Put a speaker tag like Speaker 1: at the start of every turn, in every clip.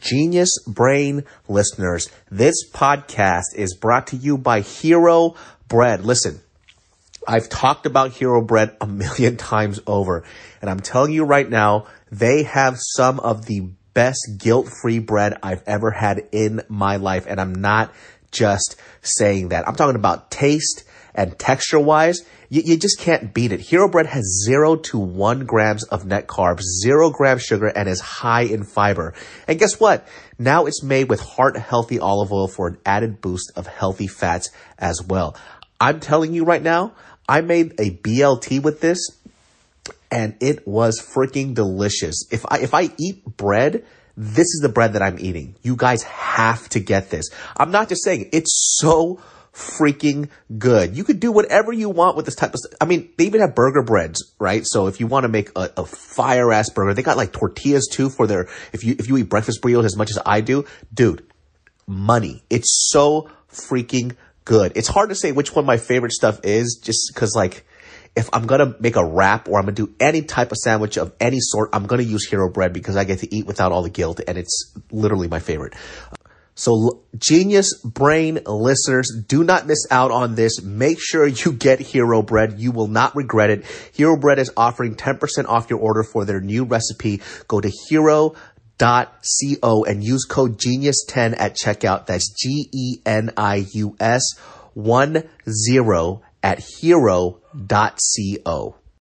Speaker 1: Genius Brain listeners. This podcast is brought to you by Hero Bread. Listen, I've talked about Hero Bread a million times over, and I'm telling you right now, they have some of the best guilt-free bread I've ever had in my life, and I'm not just saying that. I'm talking about taste and texture wise, you, you just can't beat it. Hero bread has zero to one grams of net carbs, zero grams sugar, and is high in fiber. And guess what? Now it's made with heart healthy olive oil for an added boost of healthy fats as well. I'm telling you right now, I made a BLT with this and it was freaking delicious. If I if I eat bread, this is the bread that I'm eating. You guys have to get this. I'm not just saying it. it's so freaking good. You could do whatever you want with this type of stuff. I mean, they even have burger breads, right? So if you want to make a, a fire ass burger, they got like tortillas too for their if you if you eat breakfast burritos as much as I do, dude, money. It's so freaking good. It's hard to say which one my favorite stuff is just cuz like if I'm gonna make a wrap or I'm gonna do any type of sandwich of any sort, I'm gonna use hero bread because I get to eat without all the guilt and it's literally my favorite. So l- genius brain listeners, do not miss out on this. Make sure you get Hero Bread. You will not regret it. Hero Bread is offering 10% off your order for their new recipe. Go to hero.co and use code genius10 at checkout. That's E G-E-N-I-U-S 1 0 at hero.co.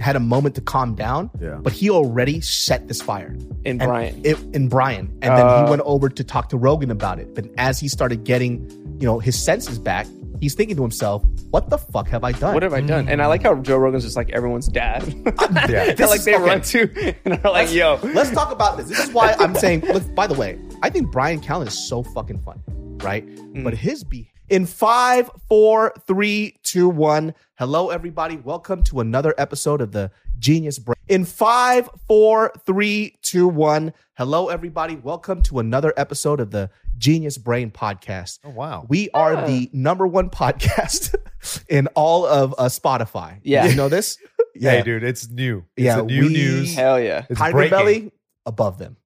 Speaker 1: had a moment to calm down,
Speaker 2: Yeah.
Speaker 1: but he already set this fire. and
Speaker 3: and, Brian.
Speaker 1: It, and Brian. And then
Speaker 3: Uh,
Speaker 1: he went over to talk to Rogan about it. But as he started getting, you know, his senses back, he's thinking to himself, what the fuck have I done?
Speaker 3: What have I done? And I like how Joe Rogan's just like everyone's dad.
Speaker 2: Yeah.
Speaker 3: They're like they run to and they're like, yo.
Speaker 1: Let's talk about this. This is why I'm saying, look, by the way, I think Brian Callen is so fucking funny, right?
Speaker 2: Mm.
Speaker 1: But his be in five, four, three, two, one. Hello, everybody. Welcome to another episode of the Genius Brain. In five, four, three, two, one. Hello, everybody. Welcome to another episode of the Genius Brain podcast.
Speaker 2: Oh wow.
Speaker 1: We are the number one podcast in all of uh, Spotify.
Speaker 3: Yeah.
Speaker 1: you know this.
Speaker 2: Yeah, dude, it's new. It's
Speaker 1: Yeah,
Speaker 2: the new
Speaker 1: we-
Speaker 2: news.
Speaker 3: Hell yeah.
Speaker 2: It's
Speaker 1: Tiger
Speaker 2: breaking.
Speaker 1: Belly above them.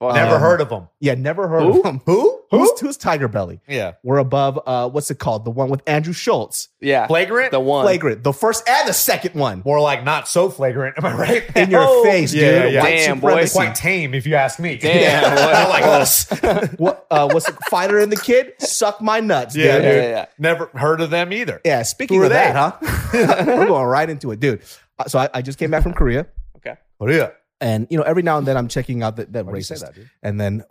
Speaker 3: Fuck.
Speaker 2: Never
Speaker 1: Um,
Speaker 2: heard of them.
Speaker 1: Yeah, never heard
Speaker 3: Who?
Speaker 1: of him. Who?
Speaker 2: Who?
Speaker 1: Who's, who's Tiger Belly?
Speaker 2: Yeah.
Speaker 1: We're above. Uh, what's it called? The one with Andrew Schultz.
Speaker 3: Yeah.
Speaker 2: Flagrant?
Speaker 3: The one.
Speaker 1: Flagrant. The first and the second one
Speaker 2: More like not so flagrant, am I right?
Speaker 1: in your
Speaker 3: Oh,
Speaker 1: face,
Speaker 2: yeah,
Speaker 1: dude.
Speaker 2: yeah.
Speaker 1: White
Speaker 3: Damn, boy.
Speaker 1: supremacy.
Speaker 2: Quite tame if you ask me.
Speaker 3: Damn,
Speaker 2: Yeah.
Speaker 3: what-
Speaker 2: Not like "Oh, us.
Speaker 1: What, uh, what's it? Fighter and the Kid? Suck my nuts,
Speaker 2: Yeah,
Speaker 1: dude.
Speaker 3: Yeah,
Speaker 2: dude.
Speaker 3: yeah, yeah.
Speaker 2: Never heard of them either.
Speaker 1: Yeah. Speaking
Speaker 2: Who are
Speaker 1: of that, huh? We're going right into it, dude. Uh, So I, I just came back from Korea,
Speaker 3: Okay.
Speaker 2: But yeah.
Speaker 1: and you know, every now and then I'm checking out that that
Speaker 2: Why'd you say
Speaker 1: racist,
Speaker 2: that, dude?
Speaker 1: and then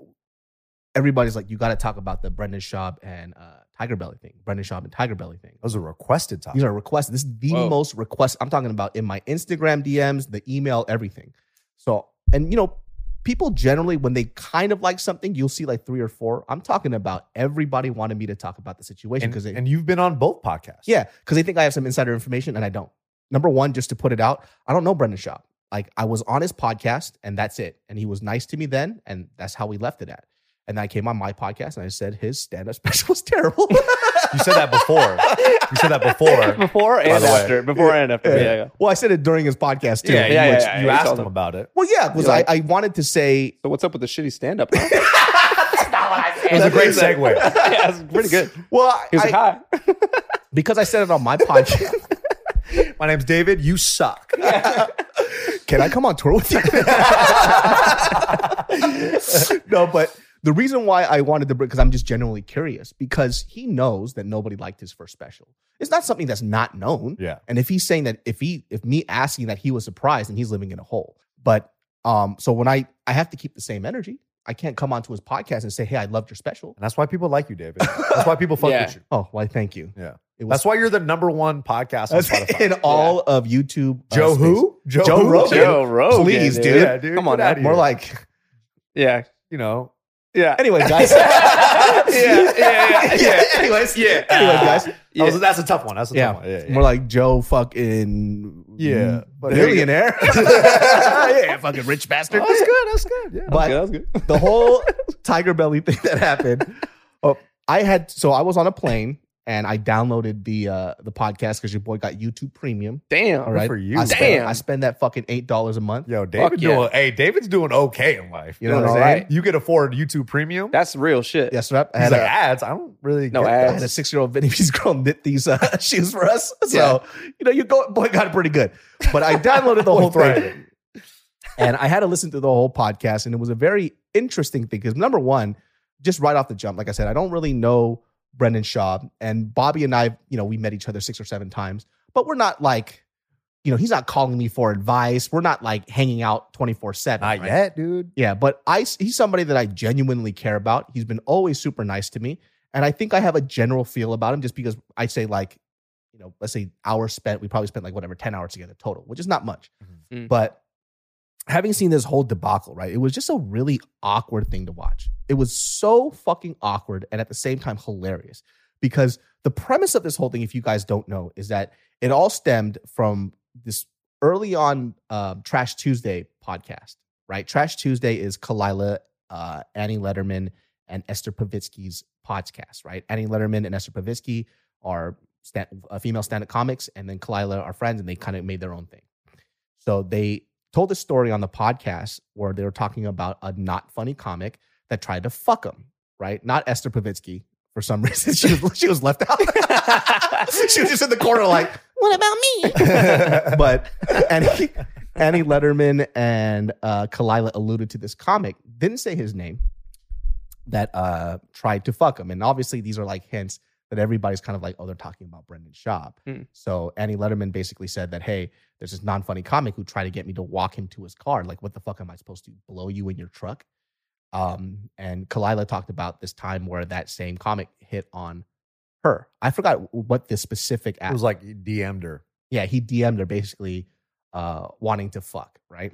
Speaker 1: everybody's like, "You got to talk about the Brendan Schaub and uh, Tiger Belly thing, Brendan Schaub and Tiger Belly thing."
Speaker 2: Those are requested
Speaker 1: These
Speaker 2: topics.
Speaker 1: are requests. This is the
Speaker 3: Whoa.
Speaker 1: most requests I'm talking about in my Instagram DMs, the email, everything. So, and you know, people generally, when they kind of like something, you'll see like three or four. I'm talking about everybody wanted me to talk about the situation
Speaker 2: and,
Speaker 1: because they,
Speaker 2: and you've been on both podcasts.
Speaker 1: yeah, because they think I have some insider information and I don't. Number one, just to put it out, I don't know Brendan Schaub. Like I was on his podcast and that's it. And he was nice to me then, and that's how we left it at. And then I came on my podcast and I said his stand-up special was terrible.
Speaker 2: You said that before. you said that before.
Speaker 3: Before and
Speaker 2: the way.
Speaker 3: after. Before and after. Yeah, yeah.
Speaker 1: Well, I said it during his podcast too.
Speaker 3: Yeah,
Speaker 2: Yeah, you,
Speaker 3: yeah,
Speaker 2: ex-
Speaker 3: yeah,
Speaker 2: you
Speaker 3: you
Speaker 2: asked
Speaker 3: told
Speaker 2: them
Speaker 3: them.
Speaker 2: about it.
Speaker 1: Well, yeah, because
Speaker 3: You're like-
Speaker 1: I, I wanted to say
Speaker 3: So what's up with the shitty stand up? Huh?
Speaker 2: It was a great segue.
Speaker 3: yeah, it's pretty good.
Speaker 1: well,
Speaker 3: He was
Speaker 1: I-
Speaker 3: like, hi.
Speaker 1: because I said it on my podcast.
Speaker 2: My name's David. You suck.
Speaker 1: Can I come on tour with you? no, but The reason why I wanted to bring, because I'm just genuinely curious, because he knows that nobody liked his first special. It's not something that's not known.
Speaker 2: Yeah.
Speaker 1: And if he's saying that, if he, if me asking that he was surprised, and he's living in a hole. But um, so when I, I have to keep the same energy. I can't come onto his podcast and say, hey, I loved your special.
Speaker 2: And that's why people like you, David. That's why people fuck
Speaker 3: Yeah.
Speaker 2: with you.
Speaker 1: Oh, why? Thank you.
Speaker 2: Yeah.
Speaker 1: It
Speaker 2: That's why you're the number one podcast on Spotify.
Speaker 1: in all of YouTube. uh,
Speaker 2: Joe
Speaker 1: space.
Speaker 2: who?
Speaker 1: Joe
Speaker 2: who?
Speaker 1: Rogan.
Speaker 3: Joe Rogan.
Speaker 1: Please,
Speaker 3: dude.
Speaker 1: dude.
Speaker 2: Yeah, dude.
Speaker 3: Come on,
Speaker 2: get outta
Speaker 3: man.
Speaker 2: here.
Speaker 1: More like,
Speaker 3: Yeah.
Speaker 2: you know.
Speaker 3: Yeah.
Speaker 1: anyway, guys.
Speaker 3: yeah. Yeah. Yeah. Yeah.
Speaker 1: Anyways,
Speaker 3: Ah. Yeah.
Speaker 1: Anyway, guys.
Speaker 2: That was- that's a tough one. That's a
Speaker 1: Yeah.
Speaker 2: tough one. Yeah,
Speaker 1: More like Joe fucking
Speaker 2: Yeah, but-
Speaker 1: billionaire. yeah, fucking rich bastard.
Speaker 2: that's good. That's good. Yeah.
Speaker 1: But
Speaker 3: That was good.
Speaker 1: the whole tiger belly thing that happened. Oh, I had so I was on a plane and I downloaded the uh the podcast because your boy got YouTube Premium.
Speaker 3: Damn.
Speaker 1: All right,
Speaker 2: for you.
Speaker 1: I spend,
Speaker 3: Damn.
Speaker 1: I spend that fucking eight dollars a month.
Speaker 2: Yo, David
Speaker 3: yeah.
Speaker 2: doing hey, David's doing okay in life. You know
Speaker 1: Doing
Speaker 2: what I'm saying?
Speaker 3: alright.
Speaker 2: You can afford YouTube premium.
Speaker 3: That's real shit.
Speaker 1: Yes, right. I
Speaker 2: He's
Speaker 1: had
Speaker 2: like
Speaker 1: a-
Speaker 2: ads. I don't really
Speaker 3: No
Speaker 2: get
Speaker 1: I
Speaker 3: ads.
Speaker 1: had a six year old Vietnamese girl knit these uh, shoes for us. So, you know, you go, boy, got it pretty good. But I downloaded the
Speaker 2: Boy
Speaker 1: whole thing.
Speaker 2: thriving.
Speaker 1: And I had to listen to the whole podcast. And it was a very interesting thing because, number one, just right off the jump, like I said, I don't really know Brendan Shaw. And Bobby and I, you know, we met each other six or seven times, but we're not like, you know, he's not calling me for advice. We're not like hanging out 24 7.
Speaker 2: Not yet, dude.
Speaker 1: Yeah, but I he's somebody that I genuinely care about. He's been always super nice to me, and I think I have a general feel about him just because I say like, you know, let's say hours spent, we probably spent like whatever ten hours together total, which is not much.
Speaker 3: Mhm. Mm.
Speaker 1: But having seen this whole debacle, right, it was just a really awkward thing to watch. It was so fucking awkward and at the same time hilarious because the premise of this whole thing, if you guys don't know, is that it all stemmed from this early on um, Trash Tuesday podcast right? Trash Tuesday is Kalila, uh, Annie Letterman, and Esther Pavitsky's podcast, right? Annie Letterman and Esther Pavitsky are sta- uh, female stand-up comics, and then Kalila are friends, and they kind of made their own thing. So they told a story on the podcast where they were talking about a not funny comic that tried to fuck them, right? Not Esther Pavitsky. For some reason, she was, she was left out. she was just in the corner, like, "What about me?" but Annie, Annie Letterman and uh, Kalila alluded to this comic, didn't say his name, that uh, tried to fuck him. And obviously, these are like hints that everybody's kind of like, oh, they're talking about Brendan Schaub.
Speaker 3: Hmm.
Speaker 1: So Annie Letterman basically said that, hey, there's this non funny comic who tried to get me to walk him to his car. Like, what the fuck am I supposed to blow you in your truck? Um, and Kalila talked about this time where that same comic hit on her. I forgot what the specific
Speaker 2: it
Speaker 1: act
Speaker 2: was like you DM'd her.
Speaker 1: yeah, he DM'd her basically uh, wanting to fuck, right?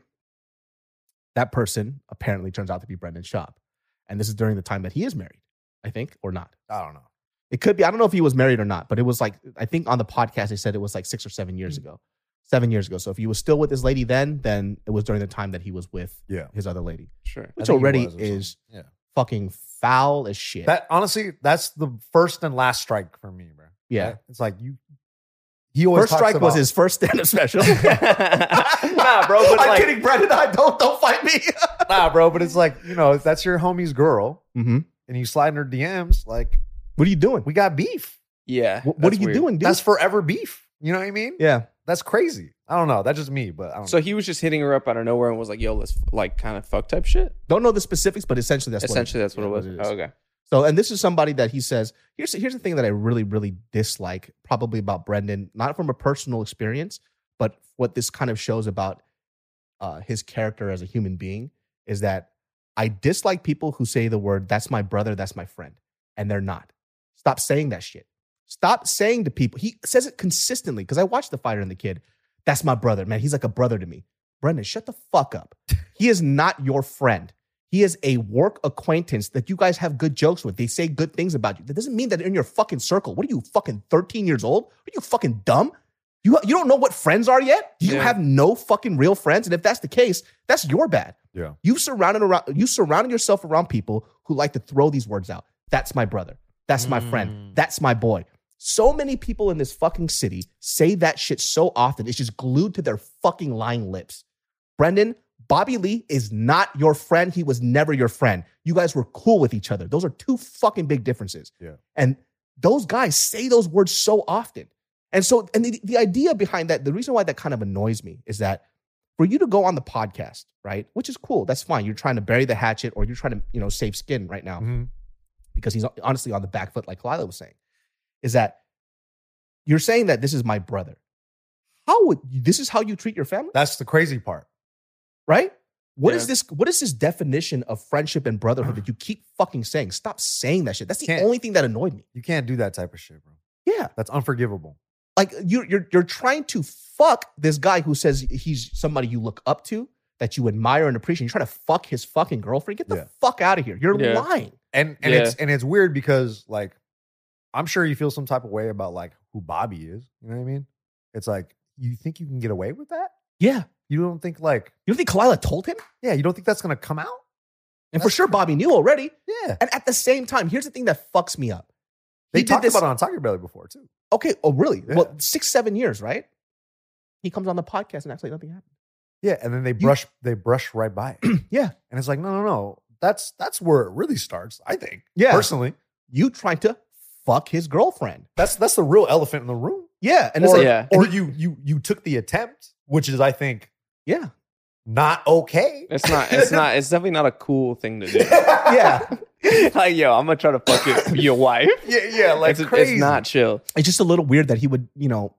Speaker 1: That person apparently turns out to be Brendan Schaub. And this is during the time that he is married, I think, or not.
Speaker 2: I don't know.
Speaker 1: It could be, I don't know if he was married or not, but it was like, I think on the podcast, they said it was like six or seven years ago. Seven years ago. So if he was still with this lady then, then it was during the time that he was with
Speaker 2: Yeah.
Speaker 1: his other lady,
Speaker 3: Sure.
Speaker 1: which
Speaker 2: think he
Speaker 1: already
Speaker 2: was or something.
Speaker 1: is
Speaker 2: Yeah.
Speaker 1: fucking foul as shit.
Speaker 2: That honestly, that's the first and last strike for me, bro.
Speaker 1: Yeah.
Speaker 2: Right? It's like you he always
Speaker 1: First
Speaker 2: talks
Speaker 1: strike was
Speaker 2: about-
Speaker 1: his first stand up special.
Speaker 3: nah, bro. But
Speaker 1: I'm
Speaker 3: like,
Speaker 1: kidding, Brendan. I don't don't fight me.
Speaker 2: nah, bro, but it's like, you know, if that's your homie's girl
Speaker 1: hmm
Speaker 2: and you slide in her DMs, like
Speaker 1: What are you doing?
Speaker 2: we got beef.
Speaker 3: yeah.
Speaker 1: Wh- What, what are
Speaker 3: that's
Speaker 1: you
Speaker 3: weird.
Speaker 1: doing, dude?
Speaker 2: That's forever beef. You know what I mean?
Speaker 1: yeah.
Speaker 2: That's crazy. I don't know. That's just me, but I
Speaker 1: Oh.
Speaker 2: don't
Speaker 3: So he was just hitting her up out of nowhere and was like, "Yo, let's like kind of fuck type shit."
Speaker 1: Don't know the specifics, but essentially that's
Speaker 3: Essentially,
Speaker 1: what
Speaker 3: that's what it was.
Speaker 1: is.
Speaker 3: Oh, okay.
Speaker 1: So, and this is somebody that he says here's here's the thing that I really really dislike probably about Brendan, not from a personal experience, but what this kind of shows about uh, his character as a human being is that I dislike people who say the word "that's my brother," "that's my friend," and they're not. Stop saying that shit. Stop saying to people. He says it consistently because I watched the fighter and the kid. That's my brother, man. He's like a brother to me. Brendan, shut the fuck up. He is not your friend. He is a work acquaintance that you guys have good jokes with. They say good things about you. That doesn't mean that they're in your fucking circle. What are you fucking 13 years old? Are you fucking dumb? You, you don't know what friends are yet? You
Speaker 3: Yeah.
Speaker 1: have no fucking real friends. And if that's the case, that's your bad.
Speaker 2: Yeah.
Speaker 1: You surrounded around you surrounded yourself around people who like to throw these words out. That's my brother. That's my friend.
Speaker 2: Mm.
Speaker 1: That's my boy. So many people in this fucking city say that shit so often. It's just glued to their fucking lying lips. Brendan, Bobby Lee is not your friend. He was never your friend. You guys were cool with each other. Those are two fucking big differences.
Speaker 2: Yeah.
Speaker 1: And those guys say those words so often. And so, and the, the idea behind that, the reason why that kind of annoys me is that for you to go on the podcast, right? Which is cool. That's fine. You're trying to bury the hatchet or you're trying to, you know, save skin right now
Speaker 2: Mhm.
Speaker 1: because he's honestly on the back foot, like Kalila was saying, is that you're saying that this is my brother. How would this is how you treat your family,
Speaker 2: That's the crazy part.
Speaker 1: right? What is
Speaker 3: Yeah.
Speaker 1: this? What is this definition of friendship and brotherhood that you keep fucking saying? Stop saying that shit. That's the
Speaker 2: Can't-
Speaker 1: only thing that annoyed me.
Speaker 2: You can't do that type of shit, bro.
Speaker 1: Yeah,
Speaker 2: That's unforgivable.
Speaker 1: like you, you're you're trying to fuck this guy who says he's somebody you look up to that you admire and appreciate. You're trying to fuck his fucking girlfriend. Get the
Speaker 2: Yeah.
Speaker 1: fuck out of here. You're
Speaker 3: Yeah.
Speaker 1: lying.
Speaker 2: And and
Speaker 3: Yeah.
Speaker 2: it's and it's weird because like I'm sure you feel some type of way about like who Bobby is. You know what I mean? It's like you think you can get away with that?
Speaker 1: Yeah,
Speaker 2: You don't think like
Speaker 1: you don't think Kalila told him?
Speaker 2: yeah, you don't think that's gonna come out?
Speaker 1: And for sure, Bobby knew already.
Speaker 2: Yeah.
Speaker 1: And at the same time, here's the thing that fucks me up.
Speaker 2: They
Speaker 1: He did
Speaker 2: talked
Speaker 1: this-
Speaker 2: about it on Tiger Belly before too.
Speaker 1: Okay. Oh, really?
Speaker 2: Yeah.
Speaker 1: Well, six, seven years, right? He comes on the podcast and acts like nothing happened.
Speaker 2: Yeah, and then they brush they brush right by it.
Speaker 1: yeah.
Speaker 2: And it's like, no, no, no. That's that's where it really starts, I think.
Speaker 1: Yeah.
Speaker 2: Personally.
Speaker 1: You trying to fuck his girlfriend.
Speaker 2: That's that's the real elephant in the room.
Speaker 1: Yeah. And it's
Speaker 2: or,
Speaker 1: like,
Speaker 3: yeah.
Speaker 2: or you you you took the attempt, which is I think
Speaker 1: yeah.
Speaker 2: not okay.
Speaker 3: It's not. It's not. It's definitely not a cool thing to do.
Speaker 2: yeah,
Speaker 3: like, yo, I'm gonna try to fuck your, your wife.
Speaker 2: yeah, yeah. Like
Speaker 3: it's,
Speaker 2: crazy.
Speaker 3: it's not chill.
Speaker 1: It's just a little weird that he would, you know,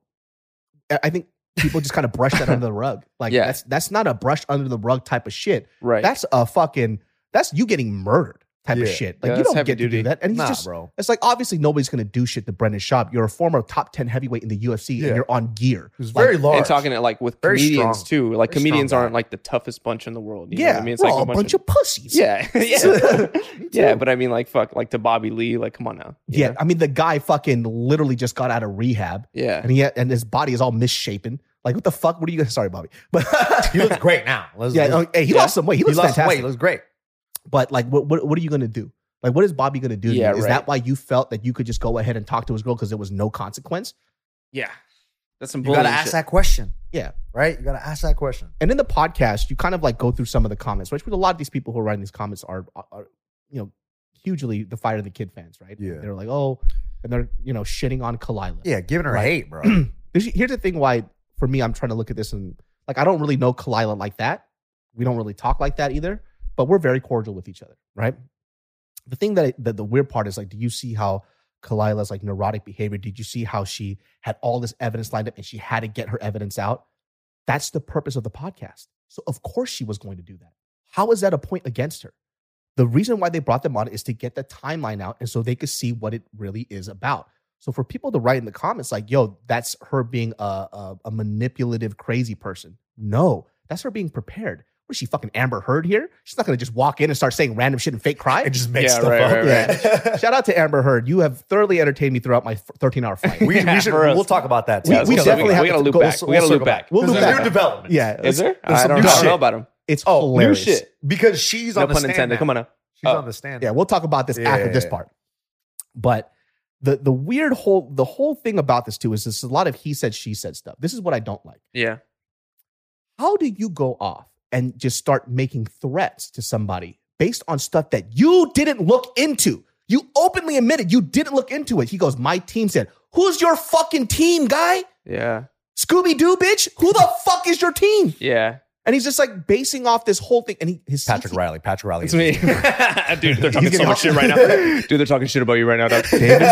Speaker 1: I I think people just kind of brush that under the rug. Like,
Speaker 3: Yeah.
Speaker 1: that's, that's not a brush under the rug type of shit.
Speaker 3: Right.
Speaker 1: That's a fucking, that's you getting murdered type of
Speaker 2: Yeah.
Speaker 1: shit.
Speaker 3: Yeah,
Speaker 1: Like, you
Speaker 3: that's
Speaker 1: don't
Speaker 3: heavy
Speaker 1: get to
Speaker 3: duty.
Speaker 1: do that. And he's
Speaker 2: nah,
Speaker 1: just,
Speaker 2: bro.
Speaker 1: it's like, obviously, nobody's going to do shit to Brendan Schaub. You're a former top 10 heavyweight in the UFC
Speaker 2: Yeah.
Speaker 1: and you're on gear.
Speaker 2: It was
Speaker 1: Like,
Speaker 2: very large.
Speaker 3: and talking it like with
Speaker 2: Very
Speaker 3: comedians
Speaker 2: strong.
Speaker 3: too. Like
Speaker 2: Very strong
Speaker 3: comedians
Speaker 2: guy.
Speaker 3: aren't like the toughest bunch in the world. You know
Speaker 1: yeah.
Speaker 3: what I mean,
Speaker 1: we're
Speaker 3: like
Speaker 1: all a bunch of pussies.
Speaker 3: yeah, yeah, yeah. But I mean, like fuck, like to Bobby Lee. Like, come on now. you
Speaker 1: Yeah,
Speaker 3: know?
Speaker 1: I mean the guy fucking literally just got out of rehab,
Speaker 3: yeah.
Speaker 1: and he and his body is all misshapen. Like what the fuck? What are you guys? Sorry, Bobby, but
Speaker 2: he looks great now. Let's-
Speaker 1: yeah,
Speaker 2: let's-
Speaker 1: oh, hey, he
Speaker 3: Yeah.
Speaker 1: lost some weight. He
Speaker 2: he
Speaker 1: looks
Speaker 2: lost weight.
Speaker 1: fantastic.
Speaker 2: He looks great.
Speaker 1: But like, what, what what are you gonna do? Like, what is Bobby gonna do? to
Speaker 3: Yeah,
Speaker 1: you? Is
Speaker 3: right.
Speaker 1: that why you felt that you could just go ahead and talk to his girl because there was no consequence?
Speaker 3: Yeah. That's some
Speaker 2: You gotta
Speaker 3: bullying
Speaker 2: ask
Speaker 3: shit.
Speaker 2: that question.
Speaker 1: Yeah.
Speaker 2: right. You gotta ask that question.
Speaker 1: And in the podcast, you kind of like go through some of the comments, which with a lot of these people who are writing these comments are, are you know, hugely the fighter the kid fans, right?
Speaker 2: Yeah.
Speaker 1: they're like, oh, and they're you know shitting on Kalila.
Speaker 2: Yeah, giving her
Speaker 1: Right.
Speaker 2: hate, bro.
Speaker 1: There's, here's the thing why for me I'm trying to look at this and like I don't really know Kalila like that. We don't really talk like that either, but we're very cordial with each other, right? The thing that, I, that the weird part is like, do you see how Kalila's like neurotic behavior? Did you see how she had all this evidence lined up and she had to get her evidence out? That's the purpose of the podcast. So of course she was going to do that. How is that a point against her? The reason why they brought them on is to get the timeline out and so they could see what it really is about. So for people to write in the comments like, "Yo, that's her being a a, a manipulative crazy person." No, that's her being prepared. What is she fucking Amber Heard here? She's not gonna just walk in and start saying random shit and fake cry.
Speaker 2: It just makes
Speaker 3: Yeah,
Speaker 2: stuff
Speaker 3: right,
Speaker 2: up.
Speaker 3: right,
Speaker 2: Yeah.
Speaker 1: Shout out to Amber Heard. You have thoroughly entertained me throughout my 13 hour flight.
Speaker 2: we, we
Speaker 3: Yeah,
Speaker 2: should.
Speaker 3: for us.
Speaker 2: We'll talk about that.
Speaker 1: We-
Speaker 2: Too.
Speaker 3: Yeah, let's
Speaker 1: we
Speaker 3: go.
Speaker 1: definitely have
Speaker 3: we gotta
Speaker 1: to
Speaker 3: loop
Speaker 1: go-
Speaker 3: back.
Speaker 2: so
Speaker 3: we gotta
Speaker 2: we'll
Speaker 3: loop
Speaker 2: circle
Speaker 3: back.
Speaker 1: We'll
Speaker 2: There's
Speaker 1: loop
Speaker 2: a
Speaker 1: back.
Speaker 2: new development.
Speaker 1: yeah,
Speaker 3: Is
Speaker 1: it's,
Speaker 3: there?
Speaker 2: There's
Speaker 3: I
Speaker 2: some
Speaker 3: don't,
Speaker 2: new
Speaker 3: I don't
Speaker 2: shit.
Speaker 3: know about him.
Speaker 1: it's
Speaker 2: Oh, new
Speaker 3: New
Speaker 1: hilarious.
Speaker 3: shit.
Speaker 2: because she's
Speaker 3: No
Speaker 2: on the
Speaker 3: pun
Speaker 2: stand.
Speaker 3: intended.
Speaker 2: now.
Speaker 3: Come on now.
Speaker 2: She's
Speaker 3: Oh.
Speaker 2: on the stand.
Speaker 1: Yeah, we'll talk about this
Speaker 2: Yeah,
Speaker 1: after
Speaker 2: yeah,
Speaker 1: this
Speaker 2: yeah.
Speaker 1: part. But the the weird whole the whole thing about this too is this is a lot of he said she said stuff. This is what I don't like.
Speaker 3: Yeah.
Speaker 1: How do you go off and just start making threats to somebody based on stuff that you didn't look into? You openly admitted you didn't look into it. He goes, "My team said, who's your fucking team, guy?
Speaker 3: Yeah.
Speaker 1: Scooby Doo, bitch. Who the fuck is your team?"
Speaker 3: Yeah.
Speaker 1: And he's just like basing off this whole thing. And he his
Speaker 2: Patrick
Speaker 1: CT
Speaker 2: Riley. Patrick Riley.
Speaker 3: It's me. Dude, they're talking so
Speaker 1: getting
Speaker 3: much shit right now. Dude, they're talking shit about you right now, dog.
Speaker 1: David,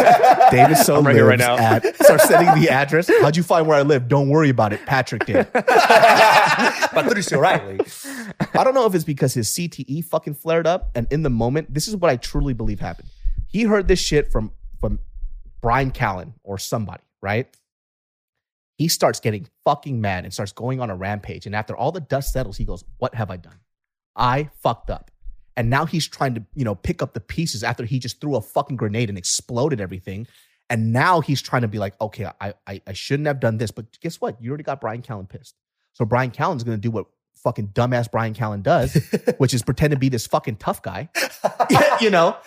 Speaker 1: David so
Speaker 3: I'm right here right
Speaker 1: lives
Speaker 3: now.
Speaker 1: At, start sending the address. How'd you find where I live? Don't worry about it. Patrick did.
Speaker 2: Patricio Riley.
Speaker 1: I don't know if it's because his CTE fucking flared up, and in the moment, this is what I truly believe happened. He heard this shit from from Brian Callen or somebody, right? He starts getting fucking mad and starts going on a rampage. And after all the dust settles, he goes, "What have I done? I fucked up." And now he's trying to, you know, pick up the pieces after he just threw a fucking grenade and exploded everything. And now he's trying to be like, okay, I, I, I shouldn't have done this. But guess what? You already got Brian Callen pissed. So Brian Callen's going to do what fucking dumbass Brian Callen does, which is pretend to be this fucking tough guy. you know?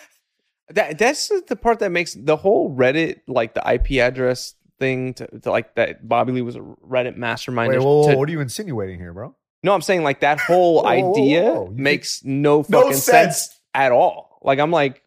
Speaker 3: That that's the part that makes the whole Reddit like the IP address thing to, to, like that Bobby Lee was a Reddit mastermind.
Speaker 2: Wait,
Speaker 3: to-
Speaker 2: whoa, whoa,
Speaker 3: to-
Speaker 2: what are you insinuating here, bro?
Speaker 3: no, I'm saying like that whole
Speaker 2: Whoa, whoa, whoa,
Speaker 3: idea
Speaker 2: whoa. You
Speaker 3: makes no fucking sense. at all. Like I'm like,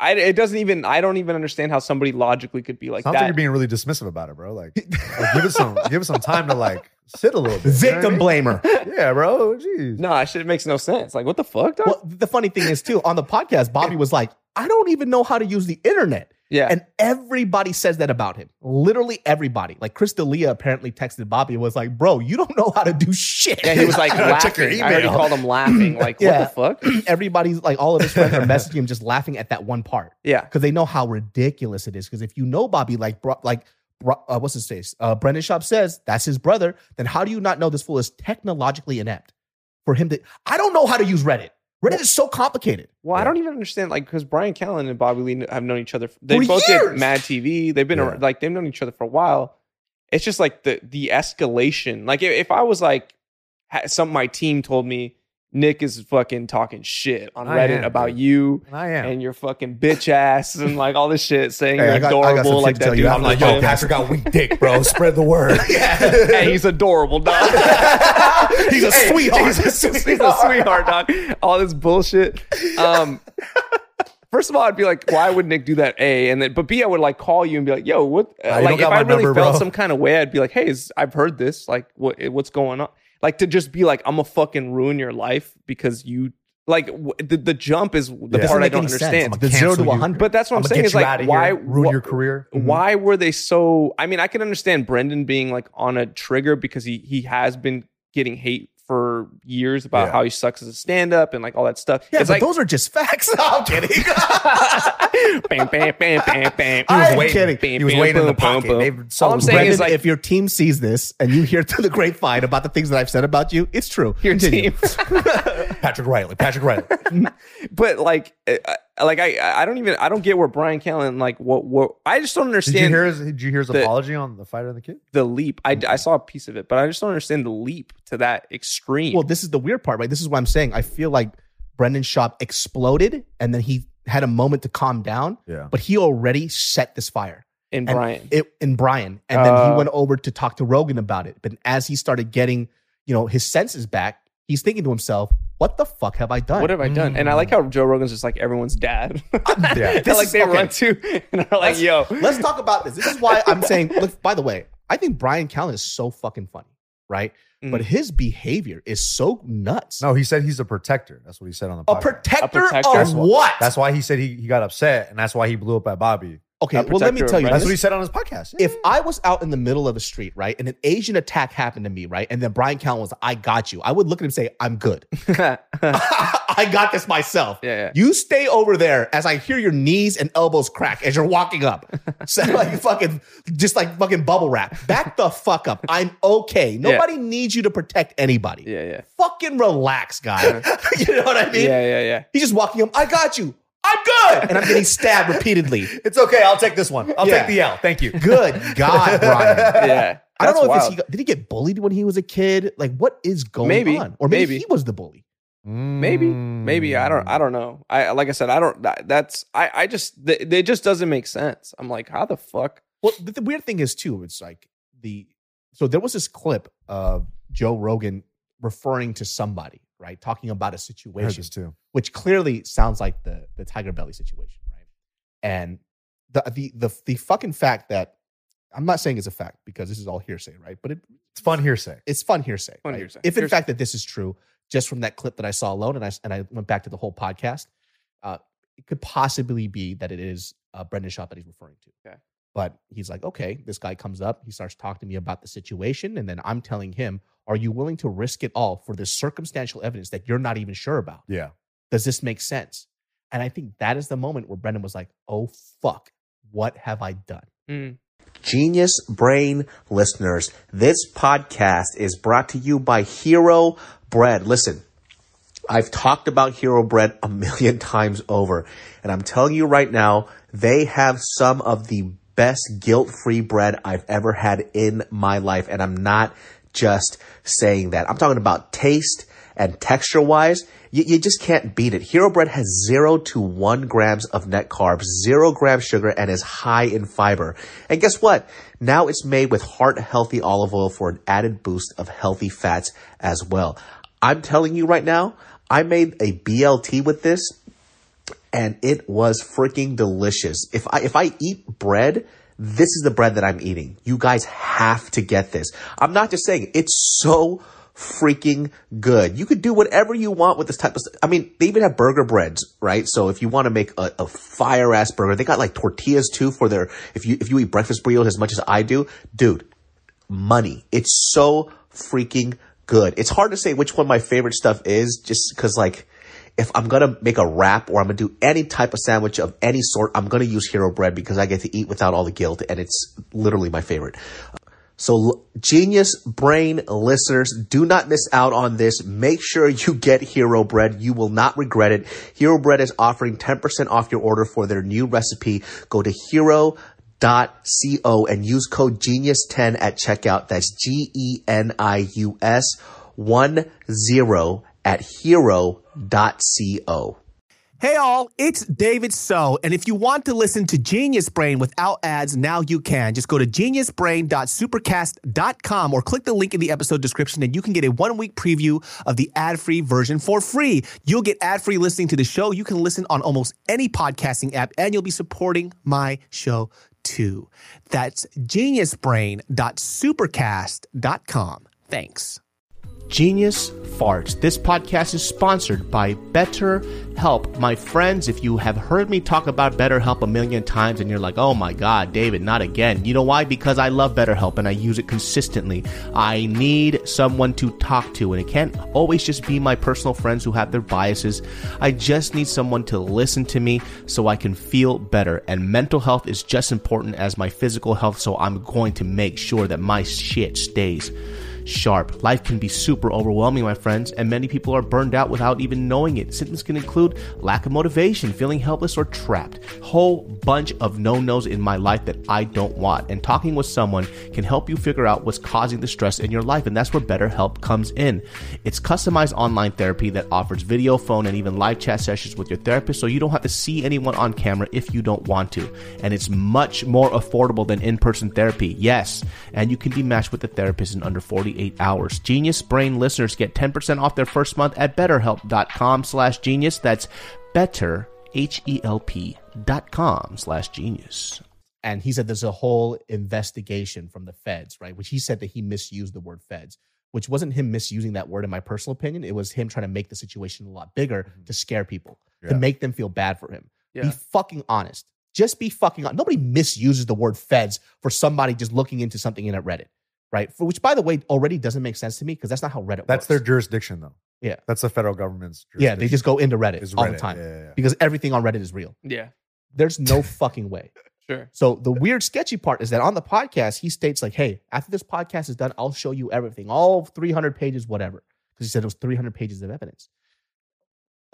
Speaker 3: I it doesn't even. I don't even understand how somebody logically could be like
Speaker 2: Sounds like
Speaker 3: that.
Speaker 2: you're being really dismissive about it, bro. Like, like, give it some, give it some time to like sit a little bit. you know what I
Speaker 1: Victim
Speaker 2: mean?
Speaker 1: blamer.
Speaker 2: Yeah, bro. Jeez.
Speaker 3: No, that shit makes no sense. Like, what the fuck, dog?
Speaker 1: Well, the funny thing is too on the podcast, Bobby was like, "I don't even know how to use the internet,"
Speaker 3: yeah.
Speaker 1: and everybody says that about him. Literally everybody. Like Chris D'Elia apparently texted Bobby and was like, "Bro, you don't know how to do shit."
Speaker 3: yeah, he was like
Speaker 2: I gotta check your
Speaker 3: laughing. I already
Speaker 2: email.
Speaker 3: called him laughing. Like,
Speaker 1: Yeah.
Speaker 3: what the fuck?
Speaker 1: everybody's like, all of his friends are messaging him, just laughing at that one part
Speaker 3: Yeah.
Speaker 1: because they know how ridiculous it is. Because if you know Bobby, like, bro, like. bro- Uh, what's his face? Uh, Brendan Shop says that's his brother. Then how do you not know this fool is technologically inept for him to? I don't know how to use Reddit. Reddit is so complicated.
Speaker 3: Well, I
Speaker 2: Yeah.
Speaker 3: don't even understand, like, because Brian Callen and Bobby Lee kn- have known each other. They
Speaker 1: For
Speaker 3: both did
Speaker 1: years!
Speaker 3: Mad TV. They've been
Speaker 2: Yeah.
Speaker 3: ar- like they've known each other for a while. It's just like the the escalation. Like if, if I was like ha- some my team told me Nick is fucking talking shit on
Speaker 2: I
Speaker 3: Reddit
Speaker 2: am,
Speaker 3: about
Speaker 2: dude.
Speaker 3: you
Speaker 2: And I am.
Speaker 3: and your fucking bitch ass and like all this shit saying
Speaker 1: Hey,
Speaker 3: you're
Speaker 1: I got- I got some
Speaker 3: adorable
Speaker 1: shit
Speaker 3: like
Speaker 1: to
Speaker 3: that
Speaker 1: tell you
Speaker 3: dude.
Speaker 1: after
Speaker 3: on
Speaker 1: the
Speaker 3: the phone.
Speaker 1: podcast.
Speaker 2: Patrick got weak dick, bro. Spread the word.
Speaker 3: hey, he's adorable, dog.
Speaker 1: He's a
Speaker 3: Hey,
Speaker 1: sweetheart.
Speaker 3: He's a, sweet- he's a sweetheart, dog. All this bullshit. Um, first of all, I'd be like, why would Nick do that? A and then, but B, I would like call you and be like, yo, what?
Speaker 2: Nah,
Speaker 3: like,
Speaker 2: you don't
Speaker 3: if
Speaker 2: got
Speaker 3: I
Speaker 2: my
Speaker 3: really
Speaker 2: number,
Speaker 3: felt
Speaker 2: bro.
Speaker 3: some kind of way, I'd be like, hey, is, I've heard this. Like, what? What's going on? Like to just be like, I'm gonna fucking ruin your life because you like w- the, the jump is the
Speaker 2: Yeah.
Speaker 3: part I don't
Speaker 1: Doesn't make any
Speaker 3: understand.
Speaker 1: sense. The zero to
Speaker 2: Cancel you.
Speaker 1: 100.
Speaker 3: But that's what I'm, saying is like, why
Speaker 2: ruin
Speaker 3: wha-
Speaker 2: your career?
Speaker 3: why were they so i mean i can understand brendan being like on a trigger because he he has been getting hate for years about
Speaker 2: Yeah.
Speaker 3: how he sucks as a stand-up and like all that stuff
Speaker 1: Yeah,
Speaker 3: it's
Speaker 1: but
Speaker 3: like
Speaker 1: those are just facts. I'm kidding.
Speaker 3: bam, bam, bam, bam, bam.
Speaker 1: He was
Speaker 3: Bam,
Speaker 1: waiting.
Speaker 3: bam,
Speaker 2: He was
Speaker 3: bam,
Speaker 2: waiting in the
Speaker 3: boom, boom,
Speaker 2: pocket.
Speaker 3: boom.
Speaker 2: They've sold
Speaker 3: I'm saying is,
Speaker 1: Brendan,
Speaker 3: like-
Speaker 1: if your team sees this and you hear through the grapevine about the things that I've said about you, it's true.
Speaker 3: your
Speaker 1: Continue.
Speaker 3: team
Speaker 2: Patrick Riley. Patrick Riley.
Speaker 3: but like I- I- like i i don't even i don't get where brian callen like what what i just don't
Speaker 2: Did you
Speaker 3: understand
Speaker 2: hear Mm-hmm. his? Did you hear his
Speaker 3: the-
Speaker 2: apology on the fighter and the kid?
Speaker 3: the leap I, I saw a piece of it but i just don't understand the leap to that extreme
Speaker 1: well, this is the weird part, right? This is what I'm saying. I feel like Brendan Schaub exploded and then he had a moment to calm down,
Speaker 2: Yeah.
Speaker 1: but he already set this fire
Speaker 3: in
Speaker 1: and
Speaker 3: brian
Speaker 1: it, in Brian. And then
Speaker 3: Uh.
Speaker 1: he went over to talk to Rogan about it. But as he started getting, you know, his senses back, he's thinking to himself, what the fuck have I done?
Speaker 3: what have I done? And I like how Joe Rogan's just like everyone's dad.
Speaker 2: Yeah.
Speaker 3: They're
Speaker 1: Mm. This
Speaker 3: like
Speaker 1: is-
Speaker 3: they
Speaker 1: okay.
Speaker 3: run to and they're like, yo.
Speaker 1: Let's talk about this. This is why I'm saying, look, by the way, I think Brian Callen is so fucking funny, right?
Speaker 3: Mm.
Speaker 1: But his behavior is so nuts.
Speaker 2: No, he said he's a protector. That's what he said on the
Speaker 1: a
Speaker 2: podcast.
Speaker 1: protector,
Speaker 3: A protector.
Speaker 1: of
Speaker 2: That's why-
Speaker 1: what?
Speaker 2: That's why he said he, he got upset, and that's why he blew up at Bobby.
Speaker 1: okay,
Speaker 3: a
Speaker 1: well, let me
Speaker 3: protector of
Speaker 1: tell you,
Speaker 3: rights.
Speaker 2: That's what he
Speaker 1: this-
Speaker 2: said on his podcast.
Speaker 1: if I was out in the middle of the street, right, and an Asian attack happened to me, right, and then Brian Callen was, I got you, I would look at him and say, I'm good.
Speaker 3: yeah,
Speaker 1: I got this myself.
Speaker 3: yeah.
Speaker 1: You stay over there as I hear your knees and elbows crack as you're walking up. Sound like fucking just like fucking bubble wrap. Back the fuck up. I'm okay. Nobody needs you to protect anybody.
Speaker 3: Yeah, yeah.
Speaker 1: Fucking relax, guy. you know what I mean?
Speaker 3: Yeah, yeah, yeah.
Speaker 1: He's just walking up. I got you. I'm good. And I'm getting stabbed repeatedly.
Speaker 2: it's okay, I'll take this one. I'll
Speaker 1: Yeah.
Speaker 2: take the L. Thank you.
Speaker 1: Good God, Brian.
Speaker 3: Yeah.
Speaker 1: I don't
Speaker 3: That's
Speaker 1: know if it's,
Speaker 3: wild.
Speaker 1: he got- did he get bullied when he was a kid? Like, what is going
Speaker 3: Maybe.
Speaker 1: on? Or maybe,
Speaker 3: Maybe.
Speaker 1: he was the bully.
Speaker 3: maybe
Speaker 2: Mm.
Speaker 1: Hmm.
Speaker 3: maybe I don't I don't know. I like I said I don't that, that's I I just th- it just doesn't make sense. I'm like how the fuck?
Speaker 1: Well, the, the weird thing is too, it's like the so there was this clip of Joe Rogan referring to somebody, right, talking about a
Speaker 2: I heard
Speaker 1: situation,
Speaker 2: this too.
Speaker 1: which clearly sounds like the the Tiger Belly situation, right? And the the the, the fucking fact that I'm not saying it's a fact because this is all hearsay, right? But it,
Speaker 2: It's fun hearsay.
Speaker 1: it's fun hearsay.
Speaker 3: Fun
Speaker 1: right?
Speaker 3: hearsay.
Speaker 1: If in
Speaker 3: Hearsay.
Speaker 1: fact that this is true, just from that clip that I saw alone, and I and I went back to the whole podcast, uh, it could possibly be that it is uh, Brendan Schaub that he's referring to.
Speaker 3: Okay.
Speaker 1: But he's like, okay, this guy comes up, he starts talking to me about the situation, and then I'm telling him, are you willing to risk it all for this circumstantial evidence that you're not even sure about?
Speaker 2: Yeah.
Speaker 1: Does this make sense? And I think that is the moment where Brendan was like, oh fuck, what have I done?
Speaker 3: Mm.
Speaker 4: Genius Brain listeners, this podcast is brought to you by Hero Bread. Listen, I've talked about Hero Bread a million times over, and I'm telling you right now, they have some of the best guilt-free bread I've ever had in my life, and I'm not just saying that. I'm talking about taste and texture wise, you, you just can't beat it. Hero Bread has zero to one grams of net carbs, zero grams sugar, and is high in fiber. And guess what? Now it's made with heart healthy olive oil for an added boost of healthy fats as well. I'm telling you right now, I made a BLT with this and it was freaking delicious. If I if I eat bread
Speaker 5: This is the bread that I'm eating. You guys have to get this. I'm not just saying it. it's so freaking good. You could do whatever you want with this type of stuff. I mean, they even have burger breads, right? So if you want to make a, a fire ass burger, they got like tortillas too for their, if you, if you eat breakfast burritos as much as I do, dude, money. It's so freaking good. It's hard to say which one my favorite stuff is just because like, if I'm gonna make a wrap or I'm gonna do any type of sandwich of any sort, I'm gonna use hero bread because I get to eat without all the guilt and it's literally my favorite. So l- genius brain listeners, do not miss out on this. Make sure you get Hero Bread. You will not regret it. Hero Bread is offering 10% off your order for their new recipe. Go to hero.co and use code genius10 at checkout. That's E G-E-N-I-U-S 1 0 at hero.co.
Speaker 6: Hey all, it's David So, and if you want to listen to Genius Brain without ads, now you can. Just go to geniusbrain.supercast.com or click the link in the episode description and you can get a 1-week preview of the ad-free version for free. You'll get ad-free listening to the show. You can listen on almost any podcasting app and you'll be supporting my show too. That's geniusbrain.supercast.com. Thanks.
Speaker 1: Genius Farts. This podcast is sponsored by BetterHelp. My friends, if you have heard me talk about BetterHelp a million times and you're like, oh my God, David, not again. You know why? Because I love BetterHelp and I use it consistently. I need someone to talk to, and it can't always just be my personal friends who have their biases. I just need someone to listen to me so I can feel better. And mental health is just important as my physical health, so I'm going to make sure that my shit stays sharp. Life can be super overwhelming, my friends, and many people are burned out without even knowing it. Symptoms can include lack of motivation, feeling helpless or trapped, whole bunch of no-nos in my life that I don't want. And talking with someone can help you figure out what's causing the stress in your life, and that's where BetterHelp comes in. It's customized online therapy that offers video, phone, and even live chat sessions with your therapist, so you don't have to see anyone on camera if you don't want to. And it's much more affordable than in-person therapy. Yes, and you can be matched with a therapist in under 48 48 hours. Genius Brain listeners get 10% off their first month at betterhelp.com slash genius. That's better, H-E-L-P dot com slash genius. And he said there's a whole investigation from the feds, right? Which he said that he misused the word feds, which wasn't him misusing that word in my personal opinion. It was him trying to make the situation a lot bigger to scare people, to
Speaker 2: Mm-hmm. Yeah.
Speaker 1: make them feel bad for him. Be
Speaker 3: Yeah.
Speaker 1: fucking honest. Just be fucking honest. Nobody misuses the word feds for somebody just looking into something in a Reddit right? For, which, by the way, already doesn't make sense to me because that's not how Reddit
Speaker 2: That's
Speaker 1: works.
Speaker 2: their jurisdiction, though.
Speaker 1: Yeah.
Speaker 2: That's the federal government's
Speaker 1: yeah. They just go into Reddit
Speaker 2: It's
Speaker 1: all the
Speaker 2: Reddit.
Speaker 1: time
Speaker 2: Yeah, yeah, yeah.
Speaker 1: because everything on Reddit is real.
Speaker 3: Yeah,
Speaker 1: There's no fucking way.
Speaker 3: sure.
Speaker 1: So the weird, sketchy part is that on the podcast, he states like, "Hey, after this podcast is done, I'll show you everything, all 300 pages, whatever," because he said it was 300 pages of evidence.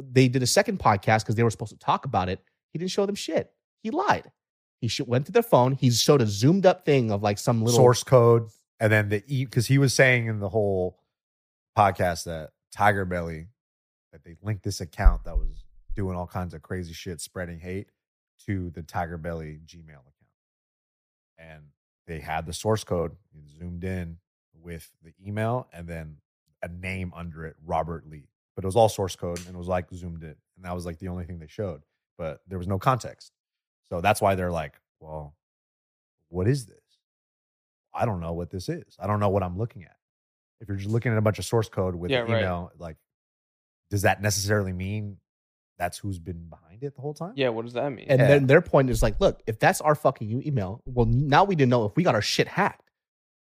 Speaker 1: They did a second podcast because they were supposed to talk about it. He didn't show them shit. He lied. He sh- went to their phone. He showed a zoomed up thing of like some little
Speaker 2: source code, and then the e because he was saying in the whole podcast that Tiger Belly that they linked this account that was doing all kinds of crazy shit, spreading hate to the Tiger Belly Gmail account, and they had the source code it zoomed in with the email and then a name under it, Robert Lee, but it was all source code and it was like zoomed in, and that was like the only thing they showed, but there was no context, so that's why they're like, well, what is this? I don't know what this is. I don't know what I'm looking at. If you're just looking at a bunch of source code with
Speaker 3: Yeah,
Speaker 2: an
Speaker 3: right.
Speaker 2: email, like, does that necessarily mean that's who's been behind it the whole time?
Speaker 3: Yeah, what does that mean?
Speaker 1: And
Speaker 2: Yeah.
Speaker 1: then their point is like, look, if that's our fucking new email, well, now we didn't know if we got our shit hacked.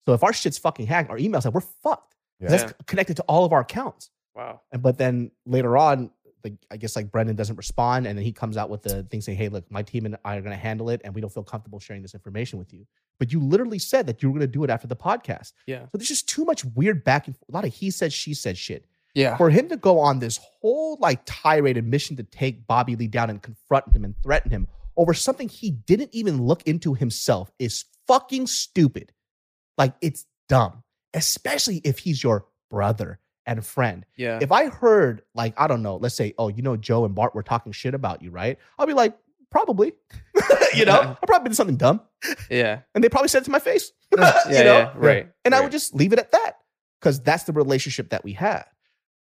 Speaker 1: So if our shit's fucking hacked, our emails like we're fucked. 'Cause
Speaker 2: Yeah.
Speaker 1: That's connected to all of our accounts.
Speaker 3: wow.
Speaker 1: And but then later on, like I guess like Brendan doesn't respond, and then he comes out with the thing saying, "Hey, look, my team and I are going to handle it, and we don't feel comfortable sharing this information with you." But you literally said that you were going to do it after the podcast.
Speaker 3: Yeah.
Speaker 1: So there's just too much weird back and forth. a lot of he said, she said shit
Speaker 3: Yeah.
Speaker 1: for him to go on this whole like tirade and mission to take Bobby Lee down and confront him and threaten him over something he didn't even look into himself is fucking stupid. Like it's dumb, especially if he's your brother and friend.
Speaker 3: Yeah.
Speaker 1: If I heard like I don't know, let's say, oh, you know, Joe and Bart were talking shit about you, right? I'll be like, probably, you know, I probably did something dumb,
Speaker 3: Yeah.
Speaker 1: and they probably said it to my face.
Speaker 3: Yeah.
Speaker 1: you know?
Speaker 3: yeah, Right.
Speaker 1: And I
Speaker 3: right.
Speaker 1: would just leave it at that because that's the relationship that we had.